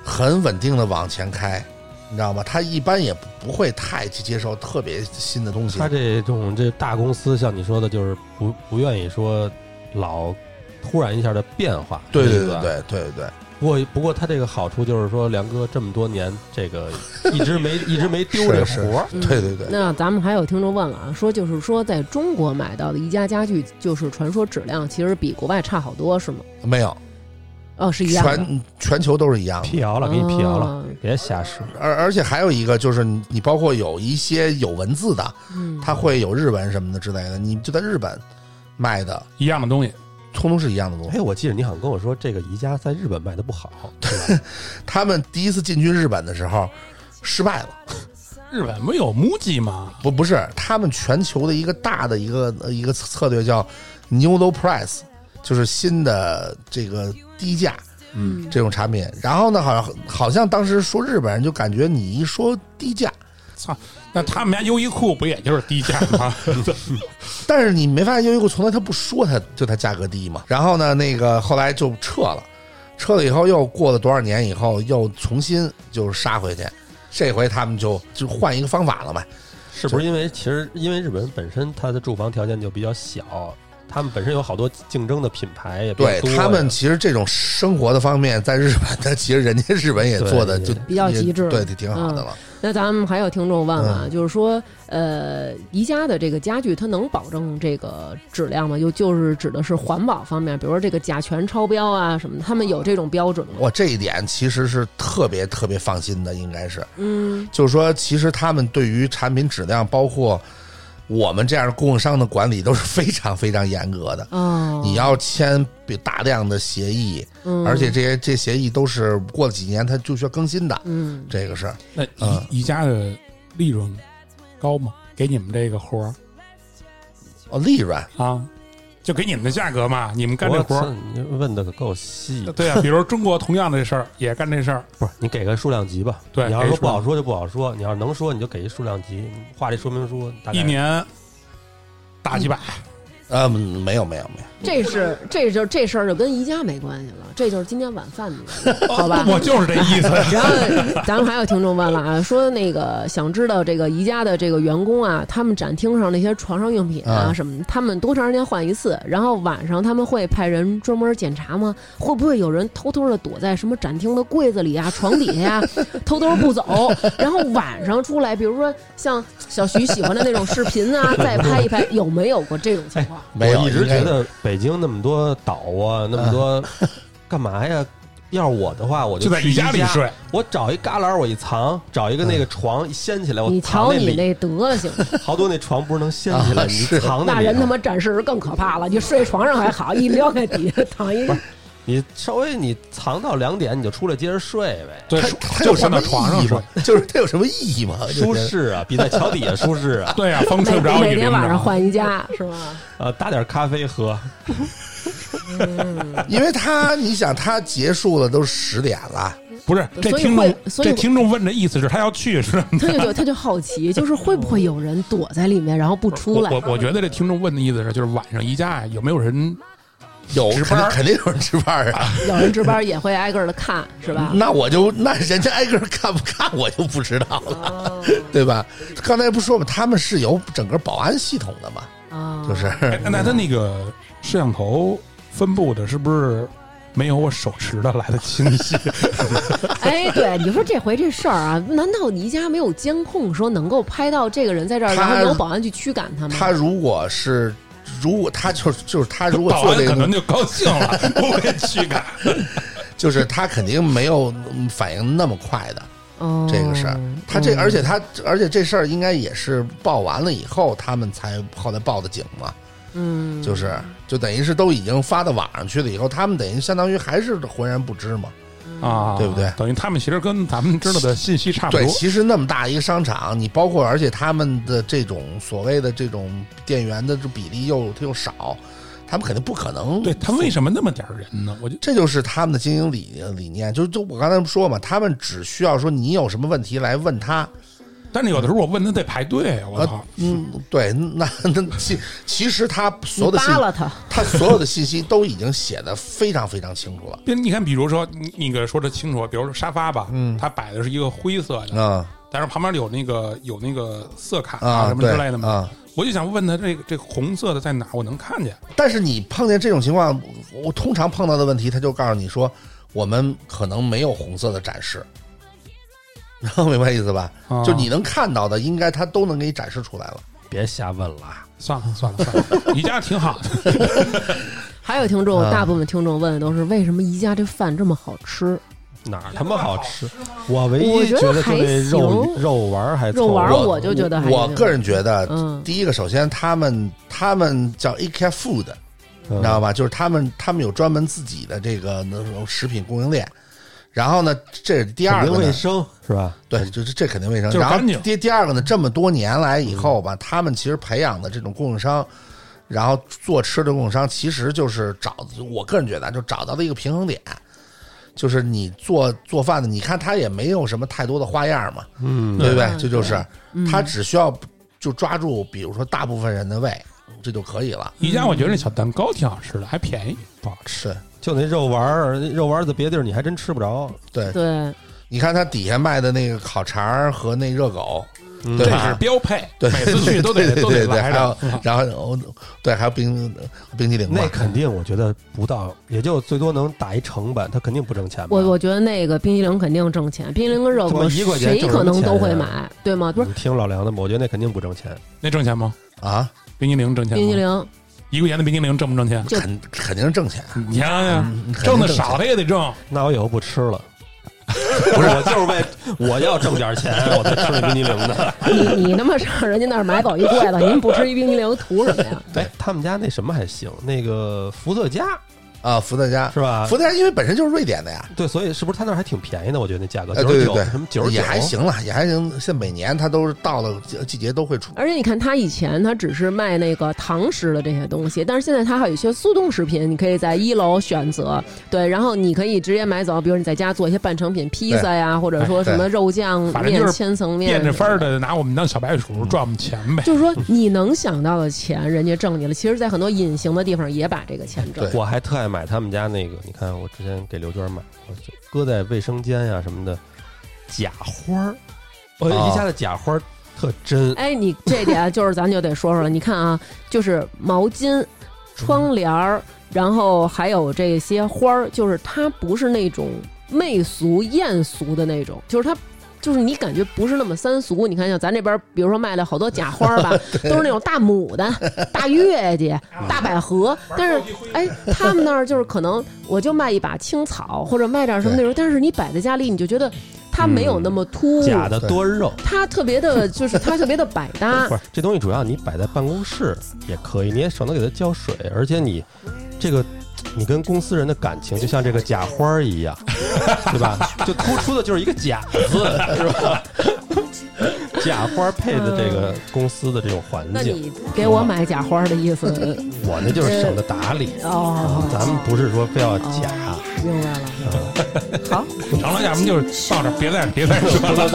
E: 很稳定的往前开，你知道吗？它一般也不会太去接受特别新的东西
C: 他。这种这大公司，像你说的，就是不不愿意说老突然一下的变化，
E: 对对
C: 是
E: 对
C: 吧。
E: 对对对对，
C: 不过不过他这个好处就是说，梁哥这么多年这个一直没一直没丢这个
E: 是
C: 活儿，
B: 嗯
E: 对对对，
B: 那咱们还有听众问了啊，说就是说在中国买到的宜家家具，就是传说质量其实比国外差好多，是吗？
E: 没有，
B: 哦，是一样的。
E: 全全球都是一样的。
C: 辟谣了，给你辟谣了
B: 哦，
C: 别瞎说。
E: 而而且还有一个就是你，你包括有一些有文字的，
B: 嗯，
E: 它会有日文什么的之类的，你就在日本卖的，
A: 一样的东西，
E: 通通是一样的东西。
C: 哎，我记得你好像跟我说，这个宜家在日本卖的不好，
E: 他们第一次进军日本的时候失败了，
A: 日本不有 MUJI 吗？
E: 不不是他们全球的一个大的一个呃一个策略叫 New Low Price，就是新的这个低价。嗯，这种产品，然后呢，好像好像当时说日本人就感觉你一说低价，
A: 操，那他们家优衣库不也就是低价吗？ [laughs]
E: 但是你没发现优衣库从来他不说它就它价格低嘛？然后呢，那个后来就撤了，撤了以后又过了多少年以后又重新就杀回去，这回他们就就换一个方法了嘛。
C: 是不是因为其实因为日本本身它的住房条件就比较小，他们本身有好多竞争的品牌也比较
E: 对
C: 多呀
E: 他们其实这种生活的方面，在日本的其实人家日本也
B: [laughs]
E: 做的
C: 对
E: 就
B: 比较极致嗯
E: 也对，就挺好的了。
B: 那咱们还有听众问啊，
A: 嗯
B: 就是说，呃，宜家的这个家具它能保证这个质量吗？又就是指的是环保方面，比如说这个甲醛超标啊什么的，他们有这种标准吗？
E: 我这一点其实是特别特别放心的，应该是
B: 嗯
E: 就是说，其实他们对于产品质量，包括我们这样的供应商的管理，都是非常非常严格的。
B: 哦，
E: 你要签比大量的协议，
B: 嗯，
E: 而且这些这协议都是过了几年它就需要更新的，
B: 嗯，
E: 这个是
A: 那
E: 嗯
A: 宜宜家的利润高吗？给你们这个活儿
E: 哦利润。
A: 啊，就给你们的价格嘛，你们干这
C: 我
A: 活
C: 操
A: 儿。
C: 你问的可够细，
A: 对啊，比如中国同样的事儿也干这事儿，
C: 不是你给个数量级吧？
A: 对
C: 你要
A: 给
C: 说
A: 数
C: 不好说就不好说，你要是能说你就给一数量级，画这说明书大概
A: 一年大几百，
E: 呃，没有没有没有，
B: 这是这就这事儿就跟宜家没关系了，这就是今天晚饭的原
E: [laughs]
B: 因，好吧？
A: 我就是这意思。
B: 然后咱们还有听众问了啊，说那个想知道这个宜家的这个员工啊，他们展厅上那些床上用品啊
E: 啊
B: 什么的，他们多长时间换一次？然后晚上他们会派人专门检查吗？会不会有人偷偷的躲在什么展厅的柜子里啊、床底下呀、偷偷不走？然后晚上出来，比如说像小徐喜欢的那种视频啊，再拍一拍，有没有过这种情况？
E: 没有
C: 我一直
E: 应该嗯
C: 觉得北京那么多岛啊，那么
E: [laughs]
C: 多干嘛呀？要是我的话，我
A: 就在
C: 去
A: 宜
C: 宜
A: 家里睡，
C: 我找一旮旯我一藏，找一个
E: 嗯
C: 那个床一掀起来，我
B: 你
C: 藏
B: 瞧你
C: 里。
B: 那德行，
C: 好多那床不是能掀起
E: [laughs]
C: 来，
E: 啊
C: 你
E: 是
C: 藏那
B: 那
C: 里
B: 人
C: 头
B: 他妈展示是更可怕了。你睡床上还好，一撩开底下躺一
C: 你稍微你藏到两点，你就出来接着睡呗，
A: [laughs] 对
E: 它，它
A: 就
E: 有
A: 换
E: 什
A: 到
E: 么
A: 床上
E: 意义
A: 睡
E: 吗。？就是它有什么意
A: [laughs]
E: 义吗？
C: 舒适啊，比在桥底下舒适啊。 [laughs]
A: 对啊，风吹
B: [laughs] 每
A: 不着，
B: 每
A: 雨淋
B: 天
A: 不
B: 晚上
A: 着。
B: 换一家是吧？
C: 呃，搭点咖啡喝，
E: 因为它你想它结束了都十点
A: [laughs]
E: 了，
A: 不是这
B: 所以
A: 听
B: 会
A: 众，
B: 所以
A: 这听众问的意思是他要去是吗？
B: [laughs] 他就就他就好奇，就是会不会有人躲在里面然后不 [laughs] 出
A: 我
B: 来？
A: 我我觉得这听众问的意思是，就是晚上宜家有没有人
E: 有
A: 值
E: 肯
A: 班
E: 定
A: 儿
E: 肯定有人值班儿
A: [laughs]
E: 啊。
B: 有人值班也会挨个的看是吧？
E: 那我就那人家挨个儿看不看我就不知道了，对吧？刚才不说嘛，他们是有整个保安系统的嘛，
B: 啊，
E: 就是
A: 哎那他那个摄像头分布的是不是没有我手持的来的清晰？
B: 哎，对，你说这回这事儿啊，难道宜家没有监控说能够拍到这个人在这儿，然
E: 他
B: 后有保安去驱赶他吗？
E: 他如果是如果他就就是他 [laughs] 如果
A: 保
E: 做
A: 安
E: 这
A: 可
E: 个东
A: 能就高兴了， [laughs] 不会驱
E: [laughs]
A: 赶。
E: 就是他肯定没有嗯反应那么快的
B: 哦
E: 这个事儿，他这而且他而且这事儿应该也是报完了以后，他们才后来报的警嘛，
B: 嗯，
E: 就是就等于是都已经发到网上去了以后，他们等于相当于还是浑然不知嘛。
A: 啊，
E: 对不对
A: 等于他们其实跟咱们知道的信息差不
E: 对，
A: 多。
E: 其实那么大一个商场，你包括而且他们的这种所谓的这种店员的这比例又又少，他们肯定不可能
A: 对他为什么那么点儿人呢？我就
E: 这就是他们的经营理理念，就就我刚才说嘛，他们只需要说你有什么问题来问他，
A: 但是有的时候我问他得排队，我操
E: 啊，，嗯，对，那 [laughs] 那其其实他所有的信嗯
B: 扒，拉他，
E: 他所有的信息都已经写的非常非常清楚了。
A: 别你看，比如说你你给说的清楚，比如说沙发吧，嗯，它摆的是一个灰色的，
E: 嗯，
A: 但是旁边有那个有那个色卡
E: 啊
A: 什么之
E: 对
A: 类的嘛，
E: 啊
A: 我就想问他这个这个红色的在哪儿，我能看见。
E: 但是你碰见这种情况，我我通常碰到的问题，他就告诉你说，我们可能没有红色的展示， [laughs] 然后明白意思吧？
A: 啊
E: 就你能看到的，应该他都能给你展示出来了。
C: 别瞎问了啊。
A: 算了算了算
E: [laughs]
A: 了，宜家挺好的，
B: 还有听众，
E: 啊
B: 大部分听众问的都是为什么宜家这饭这么好吃？
C: 哪儿他妈好吃？我唯
B: 我
C: 一
B: 觉得
C: 得就这
B: 还
C: 肉
B: 行
C: 肉丸儿还
B: 肉丸儿
C: 凑合
B: 我就觉得还
E: 我
B: 行
E: 个人觉得，
B: 嗯
E: 第一个，首先他们他们叫 IKEA Food，你
C: 嗯
E: 知道吧？就是他们他们有专门自己的这个那种食品供应链。然后呢，这是第二
C: 肯
E: 个
C: 定卫
E: 呢，
C: 生是吧？
E: 对，就是这肯定卫生。
A: 就是
E: 然后
A: 干净嗯
E: 第第二个呢，这么多年来以后吧，他们其实培养的这种供应商，然后做吃的供应商，其实就是找，我个人觉得啊就找到了一个平衡点，就是你做做饭的，你看他也没有什么太多的花样嘛，嗯，对不对？嗯
B: 嗯
E: 这就是他只需要就抓住，比如说大部分人的胃，这就可以了。
A: 宜家我觉得那小蛋糕挺好吃的，还便宜。
C: 不好吃。
E: 是
C: 就那肉丸儿，那肉丸儿在别地儿你还真吃不着。
E: 对，
B: 对，
E: 你看他底下卖的那个烤肠儿和那热狗，对
A: 嗯这
E: 吧
A: 是标配，
E: 对，
A: 每次去都得
E: 对对
A: 都
E: 对
A: 得
E: 对，
A: 来
E: 还有
A: 着。
E: 然后哦对，还有冰冰激凌嘛
C: 啊那肯定，我觉得不到，也就最多能打一成本，它肯定不挣钱吧。
B: 我我觉得那个冰激凌肯定挣钱，冰激凌跟热
C: 这
B: 狗
C: 么一块钱
B: 谁
C: 挣什
B: 可
C: 么
B: 能都会
C: 钱呀
B: 买，对吗？不是
C: 你听老梁的吧，我觉得那肯定不挣钱。
A: 那挣钱吗？
E: 啊，
A: 冰激凌挣钱吗？
B: 冰激凌，
A: 一块钱的冰激凌挣不挣钱？
B: 就
E: 肯肯定是挣钱，
A: 你想
E: 嗯
A: 想，挣的少他也得挣。
C: 那我以后不吃 [laughs] 了。不是，我就是为我要挣点钱，我才吃那冰激凌 [laughs] 的。
B: 你你他妈上人家那儿买保一贵了，您不吃一冰激凌图什么呀？
C: 哎，他们家那什么还行，那个伏特加
E: 啊，伏特加
C: 是吧
E: 伏特加因为本身就是瑞典的呀，
C: 对，所以是不是他那儿还挺便宜的？我觉得那价格
E: 哎，
C: 哦九十
E: 对
C: 九，
E: 对
C: 什么九
E: 对，
C: 十
E: 也
C: 九
E: 还。行了，也还行。现在每年它都是到了季季节都会出，
B: 而且你看，他以前他只是卖那个堂食的这些东西，但是现在他还有一些速冻食品，你可以在一楼选择。对，然后你可以直接买走，比如你在家做一些半成品，披萨呀，或者说什么肉酱
A: 哎反正
B: 面
A: 就、是
B: 千层面，
A: 变着法儿。的拿我们当小白
E: 嗯
A: 鼠赚我们钱呗。
B: 就是说，你能想到的钱，人家挣你了。其实，在很多隐形的地方也把这个钱挣
E: 对。
C: 我还特爱买他们家那个，你看我之前给刘娟买，我就搁在卫生间呀、什么的，假花儿，我觉得宜家的假花儿特真。
B: 哎，你这点就是咱就得说说了。你看啊，就是毛巾、窗帘儿，然后还有这些花儿，就是它不是那种媚俗艳俗的那种，就是它。就是你感觉不是那么三俗，你看像咱这边，比如说卖的好多假花儿
C: [laughs]
B: 吧，都是那种大牡丹、大月季、大百合，但是哎，他们那儿就是可能我就卖一把青草或者卖点什么那种，但是你摆在家里，你就觉得它没有那么突兀，
C: 嗯假的多肉，
B: 它特别的，就是它特别的百
A: [laughs]
B: 搭
C: 不。是这东西主要你摆在办公室也可以，你也省得给它浇水，而且你这个你跟公司人的感情就像这个假花儿一样，对吧？就突出的就是一个假字，是吧？假花儿配的这个公司的这种环
B: 那
C: 境
B: 你，给我买假花的
A: [laughs]
B: 意思
C: 我那就是省得打理。
B: 哦，
C: 咱们不是说非要假，
B: 明白了。 [laughs] 好，
A: 成了，要么就是到这儿，别再别再说
C: [laughs] 不
A: 了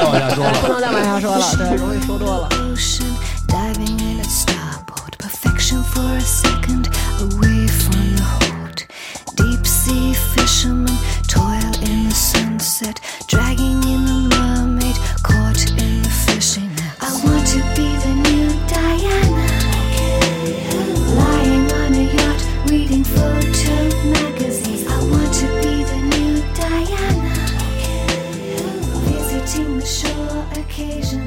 E: [laughs]
C: 能。再往下说
B: 不能再往下说
C: 了。
B: 了，对，容易说多了。
D: ocean, diving in at starboard. Perfection for a second, away from the hold. Deep sea fishermen toil in the sunset, dragging in the mermaid caught in the fishing. net. I want to be the new Diana, lying on a yacht, reading photo magazines. I want to be the new Diana, visiting the shore occasionally.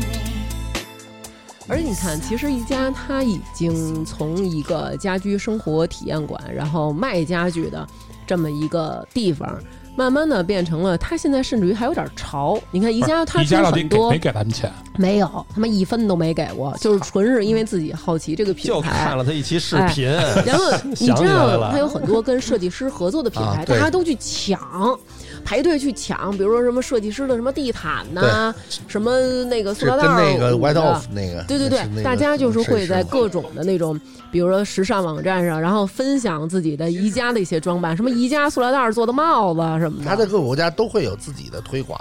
B: 而且你看，其实宜家它已经从一个家居生活体验馆，然后卖家具的这么一个地方，慢慢的变成了它现在甚至于还有点潮。你看宜家它
A: 宜
B: 出
A: 啊家到底
B: 很
A: 给
B: 多
A: 没给咱们钱？
B: 没有，他们一分都没给过，就是纯是因为自己好奇这个 [laughs] 品
C: 就
B: 牌，哎
C: 看了他一期视频， [laughs]
B: 然
E: [laughs]
B: 后你
C: 想
B: 知
C: 起来
B: 道
C: 了
B: 它有很多跟设计师合作的品牌，
E: 啊
B: 大
E: 对
B: 家都去抢，排队去抢，比如说什么设计师的什么地毯呐、什么那个塑
E: 这
B: 料
E: 跟
B: 袋儿
E: 那个
B: 捂
E: White
B: 的
E: Off 那个，
B: 对对
E: 是
B: 对，
E: 那个
B: 大家就是会在
E: 设计师嘛
B: 各种的那种，比如说时尚网站上，然后分享自己的宜家的一些装扮，什么宜家塑料袋儿做的帽子什么
E: 他在
B: 的。
E: 各个国家都会有自己的推广。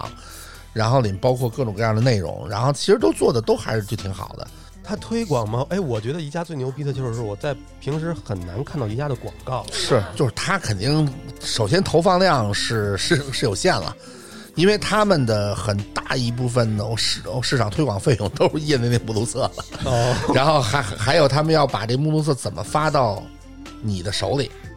E: 然后里面包括各种各样的内容，然后其实都做的都还是就挺好的。
C: 它推广吗？哎，我觉得宜家最牛逼的就是我在平时很难看到宜家的广告，
E: 是，就是他肯定首先投放量是 [laughs] 是是有限了，因为他们的很大一部分的市市场推广费用都是印在那目录册 [laughs] 了，
C: 哦，
E: 然后还还有他们要把这目录册怎么发到你的手里。
B: 嗯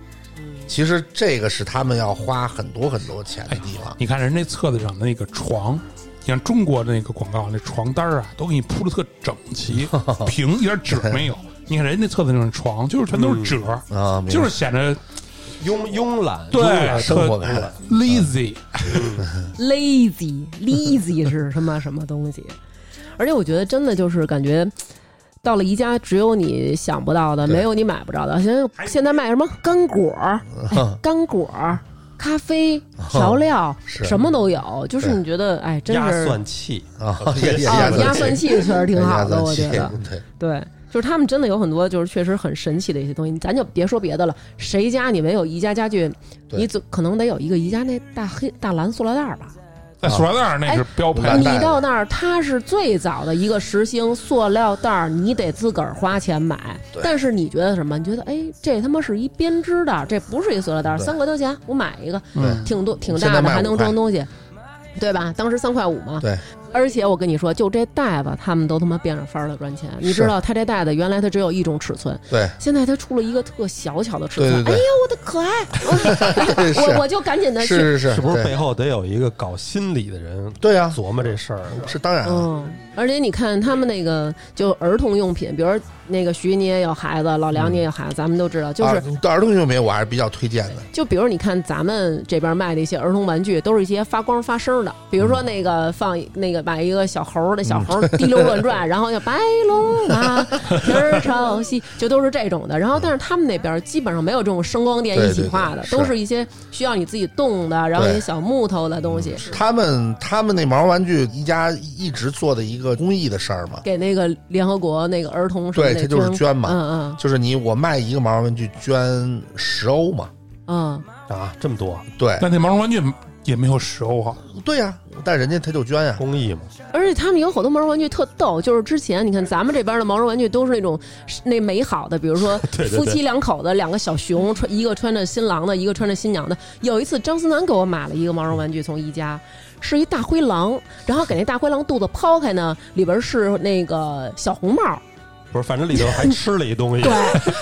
E: 其实这个是他们要花很多很多钱的地方，
A: 你看人那册子上的那个床，你看中国的那个广告那床单儿啊，都给你铺的特整
E: [laughs]
A: 齐，平一点褶儿没有。你看人那册子上的床，就是全都是褶儿，
E: 啊明白
A: 就是显得
C: 慵慵懒，
A: 对
E: 生活感
A: 特 lazy，
B: lazy lazy [laughs] 是什么什么东西？而且我觉得真的就是感觉。到了宜家，只有你想不到的，
E: 对
B: 没有你买不着的。现在现在卖什么干果儿、哎干果儿、咖啡、调料，
E: 哦是
B: 什么都有。就是
E: 对
B: 你觉得，哎，真
C: 压
B: 是
C: 蒜器
E: 啊，也也
B: 啊，
E: 压
B: 压蒜器确实挺好的，我觉
E: [laughs]
B: 得。啊
E: 对，
B: 对，就是他们真的有很多，就是确实很神奇的一些东西。咱就别说别的了，谁家你没有宜家家具，
E: 对
B: 你总可能得有一个宜家那大黑大蓝塑料袋儿吧？
A: 在
E: 嗯
A: 塑料袋儿那是标配。
E: 哎
B: 你
E: 袋子
B: 到那儿，它是最早的一个实行塑料袋儿，你得自个儿花钱买。
E: 对
B: 但是你觉得什么？你觉得哎，这他妈是一编织的，这不是一塑料袋儿，
E: 对
B: 三块多钱我买一个，
A: 嗯，
B: 挺多挺
E: 现
B: 大
E: 在
B: 的，
E: 卖
B: 还
E: 五
B: 能
E: 块
B: 装东西，对吧？当时三块五嘛。
E: 对。
B: 而且我跟你说，就这袋子，他们都他妈变着法儿的赚钱。你
E: 是
B: 知道，它这袋子原来它只有一种尺寸，
E: 对，
B: 现在它出了一个特小巧的尺
E: 对
B: 寸。
E: 对
B: 哎
E: 对
B: 呀，我的可
E: [laughs]
B: 爱！
E: 是
B: [laughs] 我我就赶紧的
E: 是
B: 去。
E: 是是，
C: 是不是
E: 对
C: 背后得有一个搞心理的人
E: 对啊，
C: 琢磨这事儿？
E: 是当然了，
B: 嗯，而且你看他们那个就儿童用品，比如那个徐你也有孩子，老梁你也有孩子，咱们都知道，就是、
E: 儿儿童用品我还是比较推荐的，
B: 就比如你看咱们这边卖的一些儿童玩具，都是一些发光发声的，比如说那个放那个买一个小猴儿，那小猴
E: 嗯
B: 儿滴溜乱转，然后就白龙马，蹄儿朝西，就都是这种的。然后但是他们那边基本上没有这种声光电
E: 对
B: 一体
E: 对对
B: 化的，
E: 是
B: 都是一些需要你自己动的，然后一些
E: 对嗯
B: 小木头的东西，
E: 他们他们那毛玩具宜家一直做的一个公益的事儿嘛，
B: 给那个联合国那个儿童什么
E: 对
B: 那
E: 它就是捐嘛
B: 嗯
E: 就是你我卖一个毛玩具捐十欧嘛，
B: 嗯嗯。
C: 啊，这么多
E: 对
A: 但那毛绒玩具也没有十欧啊，
E: 对呀、但人家他就捐呀、
C: 公益嘛，
B: 而且他们有好多毛绒玩具特逗，就是之前你看咱们这边的毛绒玩具都是那种是那美好的，比如
E: [laughs]
B: 说
C: 对对对
B: 夫妻两口子，两个小熊，穿一个穿着新郎的，一个穿着新娘的。有一次张思楠给我买了一个毛绒玩具，从宜家。是一大灰狼，然后给那大灰狼肚子剖开呢，里边是那个小红帽，
C: 不是，反正里头还吃了一东西
B: 对，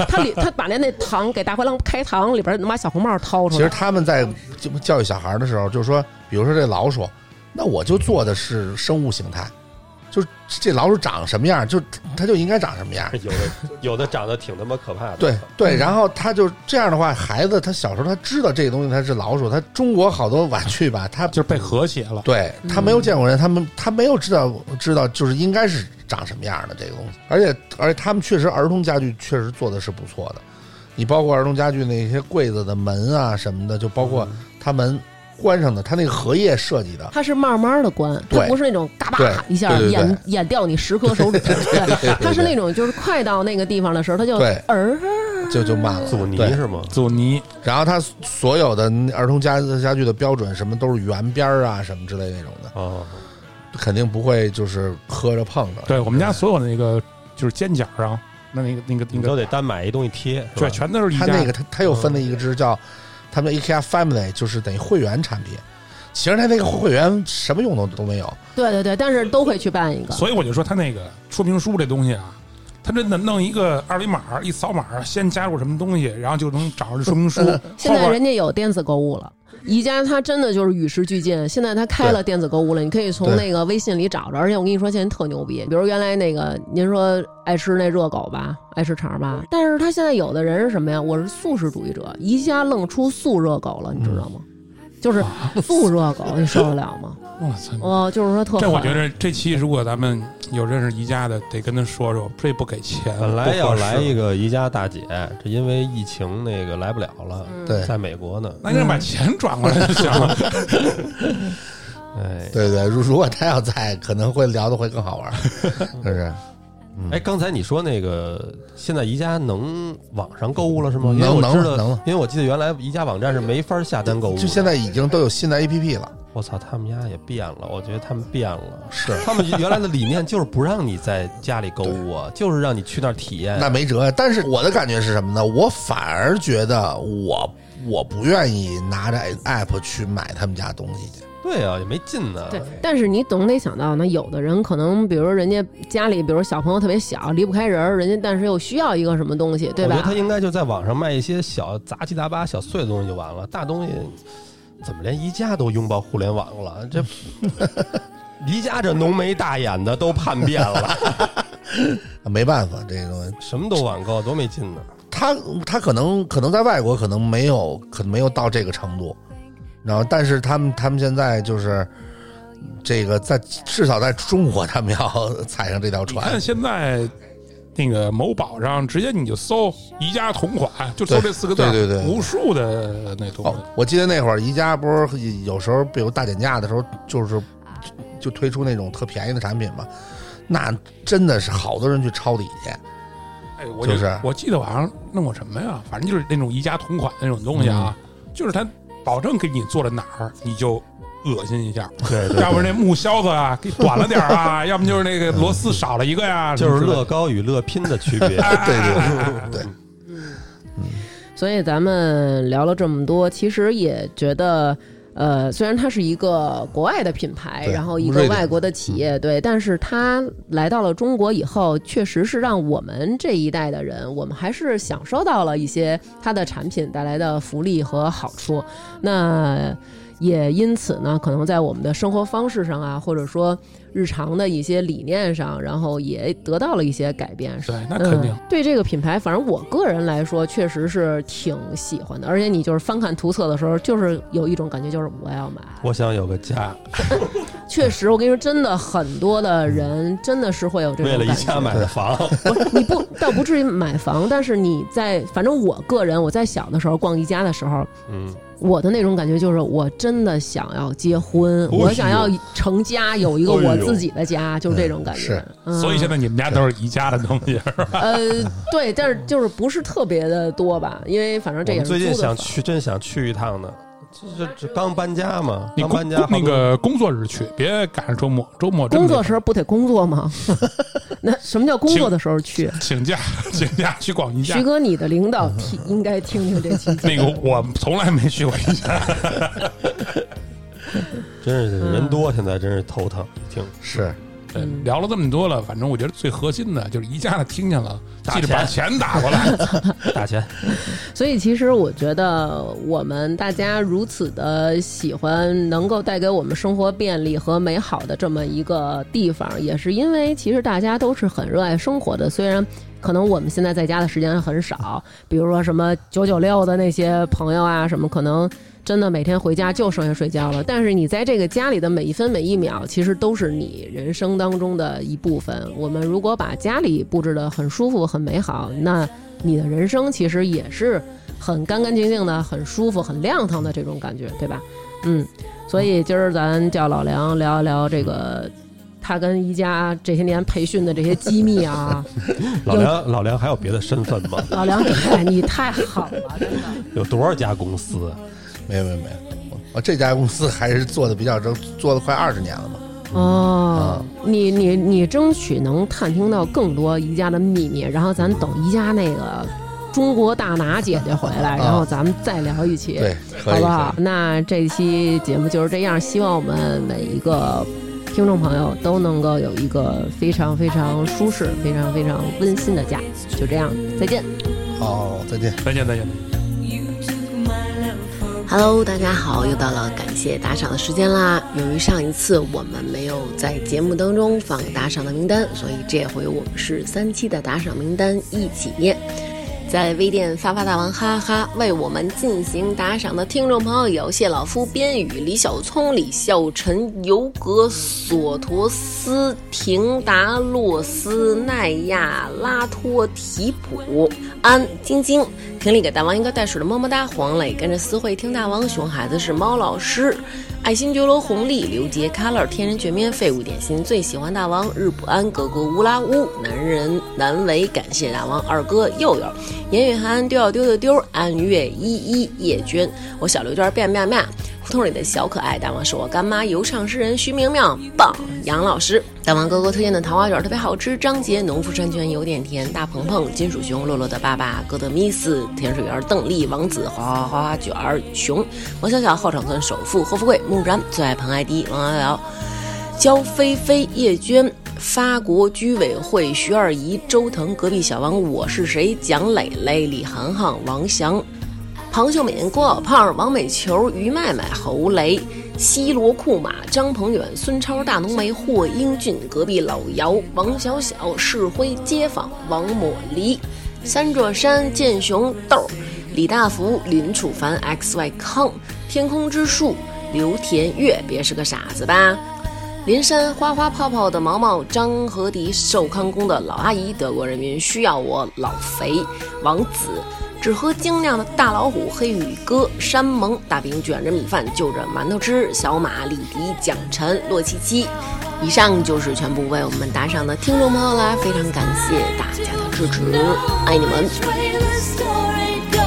B: 他里他把那那糖给大灰狼开膛，里边能把小红帽掏
E: 其
B: 出来。
E: 实他们在教教育小孩的时候，就是说，比如说这老鼠，那我就做的是生物形态，就是这老鼠长什么样，就它就应该长什么样。
C: [laughs] 有的有的长得挺他妈可怕的，
E: 对对，然后他就这样的话，孩子他小时候他知道这个东西它是老鼠，他中国好多玩具吧，他
A: 就是被和谐了。
E: 对他没有见过人，他们他没有知道知道就是应该是长什么样的这个东西，而且而且他们确实儿童家具确实做的是不错的，你包括儿童家具那些柜子的门啊什么的，就包括
C: 嗯
E: 它门关上的，它那个荷叶设计的， [laughs]
B: 它是慢慢的关，它
E: 对
B: 不是那种嘎
E: 对
B: 巴一下
E: 对对对
B: 演演掉你十颗
E: [laughs]
B: 手指，对，它是
E: 对
B: 那种就是快到那个地方的时候，它就
E: 对
B: 儿
E: 就就慢了。
C: 阻尼
E: 对，
C: 是吗？
A: 阻尼
E: 然后它所有的儿童家家具的标准什么都是圆边儿啊什么之类那种的，
C: 哦，
E: 肯定不会就是磕着碰着。
A: 对我们家所有的那个就是尖角啊，那那个那个
C: 你
A: 那
C: 都
A: 个，
C: 得单买一东西贴，是吧
A: 对，全都是宜
E: 他
A: 家。
E: 那个他他又分了一个支叫，他们叫 IKEA Family，就是等于会员产品。其实他那个会员什么用都都没有，
B: 对对对，但是都会去办一个。
A: 所以我就说他那个说明书这东西啊，他真的弄一个二维码，一扫码，先加入什么东西，然后就能找着这说明书。
B: [laughs] 现在
A: 后边
B: 人家有电子购物了。宜家它真的就是与时俱进，现在它开了电子购物了，你可以从
E: 对
B: 那个微信里找着。而且我跟你说，现在特牛逼，比如原来那个您说爱吃那热狗吧，爱吃肠吧，但是他现在有的人是什么呀？我是素食主义者，宜家愣出素热狗了，你知道吗？就是素热狗，你受得了吗？
A: 我操！
B: 哦，就是说特
A: 这我
B: 狠
A: 觉得这期如果咱们有认识宜家的，得跟他说说，这不给
E: 嗯
A: 钱，
C: 本呃来要来一
A: 个，
C: 个宜家大姐，这因为疫情那个来不了了，
E: 对
C: 在美国呢。
A: 那你把钱转过来就行了。
C: 哎，
E: 对对，如如果他要在，可能会聊的会更好 [laughs] 玩，是不是？嗯
C: 哎，刚才你说那个现在宜家能网上购物了是吗？
E: 能
C: 因为我知
E: 嗯能
C: 道
E: 能，
C: 因为我记得原来宜家网站是没法下单购物的，
E: 就现在已经都有新的 APP 了，
C: 我我操，他们家也变了，我觉得他们变了。
E: 是
C: 他们原来的理念就是不让你在家里购
E: [laughs]
C: 物啊，就是让你去那儿体验。
E: 那没辙。但是我的感觉是什么呢？我反而觉得我我不愿意拿着 app 去买他们家东西去。
C: 对啊，也没劲呢。
B: 对，但是你总得想到呢，有的人可能，比如人家家里，比如小朋友特别小，离不开人儿，人家但是又需要一个什么东西，对
C: 我觉
B: 吧
C: 得他？应该就在网上卖一些小杂七杂八、小碎的东西就完了，大东西怎么连宜家都拥抱互联网了？
B: [laughs]
C: 这宜家这浓眉大眼的都叛
B: [laughs]
C: 变了，
E: 没办法，这个东西，
C: 什么都网购，多没劲
B: [laughs]
C: 呢！
E: 他他可能可能在外国可能没有，可能没有到这个程度。然后，但是他们他们现在就是这个在至少在中国，他们要 [laughs] 踩上这条
A: 你
E: 船
A: 看。现在那个某宝上，直接你就搜宜家同款，就搜这四个字儿，
E: 对对对对
A: 无数的那东
E: 哦
A: 西。，
E: 我记得那会儿宜家不是有时候有大减价的时候，就是就推出那种特便宜的产品嘛，那真的是好多人去抄底去。
A: 哎，我
E: 就
A: 就是我记得我好像弄过什么呀，反正就是那种宜家同款的那种东西啊，
C: 嗯
A: 就是他保证给你做了哪儿，你就恶心一下，
C: 对
A: [laughs] 要不然那木销子啊给短了点儿
C: [laughs]
A: 啊，要不就是那个螺丝少了一个呀，什
C: 就
A: 么
C: 是
A: 之类
C: 乐
A: 的。
C: 高与乐拼的区别。
B: [laughs]
E: [laughs] 对对对对，
B: 所以咱们聊了这么多，其实也觉得。呃，虽然它是一个国外的品牌，
E: 对
B: 然后一
E: 瑞
B: 个
E: 典
B: 外国的企
A: 嗯
B: 业，对，但是它来到了中国以后，确实是让我们这一代的人，我们还是享受到了一些它的产品带来的福利和好处。那也因此呢，可能在我们的生活方式上啊，或者说日常的一些理念上，然后也得到了一些改变，
A: 对，那肯定
B: 嗯。对这个品牌，反正我个人来说，确实是挺喜欢的。而且你就是翻看图册的时候，就是有一种感觉，就是我要买。
C: 我想有个家，
B: 确实，我跟你说，真的很多的人真的是会有这
C: 为
B: 种
C: 了宜
B: 感
C: 家
B: 觉。
C: 买的房，
B: 你不倒不至于买房，但是你在，反正我个人，我在小的时候逛宜家的时候，
C: 嗯，
B: 我的那种感觉就是，我真的想要结婚，
A: 呦
B: 我想要成家，有一个
C: 哎哎呦
B: 我自己的家，就是这种感觉
E: 是。
B: 嗯
A: 所以现在你们家都是宜家的东西，
B: 呃，对，但是就是不是特别的多吧，因为反正这
C: 我
B: 也
C: 们
B: 是
C: 最近
B: 租的
C: 想
B: 房
C: 去，真想去一趟呢。这这这刚搬家嘛，
A: 你
C: 刚
A: 工
C: 搬家
A: 那个工作日去，别赶上周末，周末真
B: 工
A: 没
B: 作时候不得工作
A: [laughs]
B: 吗？那什么叫工作的时候去？
A: 请假， [laughs] 请假去逛宜家
B: 徐。哥，你的领导
A: [laughs]
B: 听应该听听这期节目。
A: 那个我从来没去过宜家，
C: 真
B: 嗯
C: 是人多，现在真是头疼。听
E: 是
A: 对
C: 嗯
A: 聊了这么多了，反正我觉得最核心的就是宜家的，听见了，
C: 打
A: 记得把钱打
C: [laughs]
A: 过来。
B: [laughs]
C: 打钱，
B: 所以其实我觉得我们大家如此的喜欢能够带给我们生活便利和美好的这么一个地方，也是因为其实大家都是很热爱生活的，虽然。可能我们现在在家的时间很少，比如说什么九九六的那些朋友啊，什么可能真的每天回家就剩下睡觉了。但是你在这个家里的每一分每一秒，其实都是你人生当中的一部分。我们如果把家里布置得很舒服、很美好，那你的人生其实也是很干干净净的、很舒服、很亮堂的这种感觉，对吧？嗯，所以今儿咱叫老梁聊一聊这个。他跟宜家这些年培训的这些机密啊，
C: 老梁老梁还有别的身份吗？
B: 老梁，对你太好了，真的。
C: 有多少家公司？啊
E: 没有没有没有，我这家公司还是做的比较，做了快二十年了嘛。
B: 哦，你你你争取能探听到更多宜家的秘密，然后咱等宜家那个中国大拿姐姐回来，然后咱们再聊一期，
E: 对，可
B: 好
E: 以
B: 不好？那这期节目就是这样，希望我们每一个听众朋友都能够有一个非常非常舒适、非常非常温馨的家。就这样，再见。
E: 可以好，再见。
A: 再见，再见。
H: Hello，大家好，又到了感谢打赏的时间啦。由于上一次我们没有在节目当中放打赏的名单，所以这回我们是三期的打赏名单一起念。在微店发发大王哈哈为我们进行打赏的听众朋友有谢老夫、边宇、李小聪、李孝臣、尤格、索托斯、廷达洛斯、奈亚、拉托、提普、安、晶晶。评里给大王一个带水的么么哒，黄磊跟着思慧听大王，熊孩子是猫老师，爱新觉罗红丽、刘杰、Color、天人绝面、废物点心最喜欢大王，日不安、格格乌拉乌、男人难为，感谢大王二哥佑佑，严雨涵丢要丢的丢，安月依依、叶娟，我小刘娟变变变。
B: 胡同里的小可爱。大王是我干妈，由唱诗人徐明明棒，杨老师。大王哥哥推荐的桃花卷特别好吃，张杰、农夫山泉有点甜，大鹏鹏、金属熊、洛洛的爸爸、哥德米斯、甜水园、邓丽、王子、花花花花卷儿、熊、王小小、后场村首富霍富贵、木然、最爱彭艾迪、王瑶瑶。焦菲菲、叶娟、发国居委会、徐二姨、周腾、隔壁小王、我是谁、蒋磊磊、李航航、王翔、庞秀敏、郭小胖、王美球、于麦麦、侯雷、西罗库马、张鹏远、孙超、大浓眉、霍英俊、隔壁老姚、王小小、世辉、街坊、王抹梨、三座山、剑雄、豆儿、李大福、林楚凡、X Y 康、天空之树、刘田月，别是个傻子吧。林山花花泡泡的毛毛，张和迪寿康宫的老阿姨，德国人民需要我老肥王子，只喝精酿的大老虎，黑羽哥山盟大饼卷着米饭就着馒头吃，小马李迪蒋晨洛七七。以上就是全部为我们打赏的听众朋友啦，非常感谢大家的支持，爱你们。
I: Which way the story go?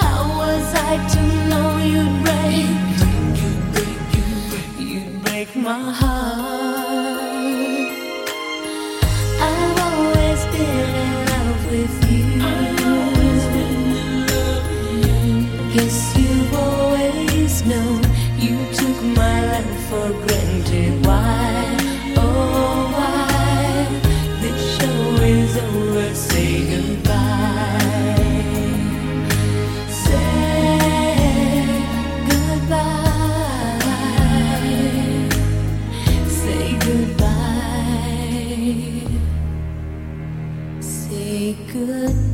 I: How was I to know you'd break?
G: You'd break my heart.
I: I've always been in love with you.
G: Yes, you've always known you took my life for granted. Why, oh, why? This show is over, say goodbye. Say goodbye. Say goodbye. Say goodbye.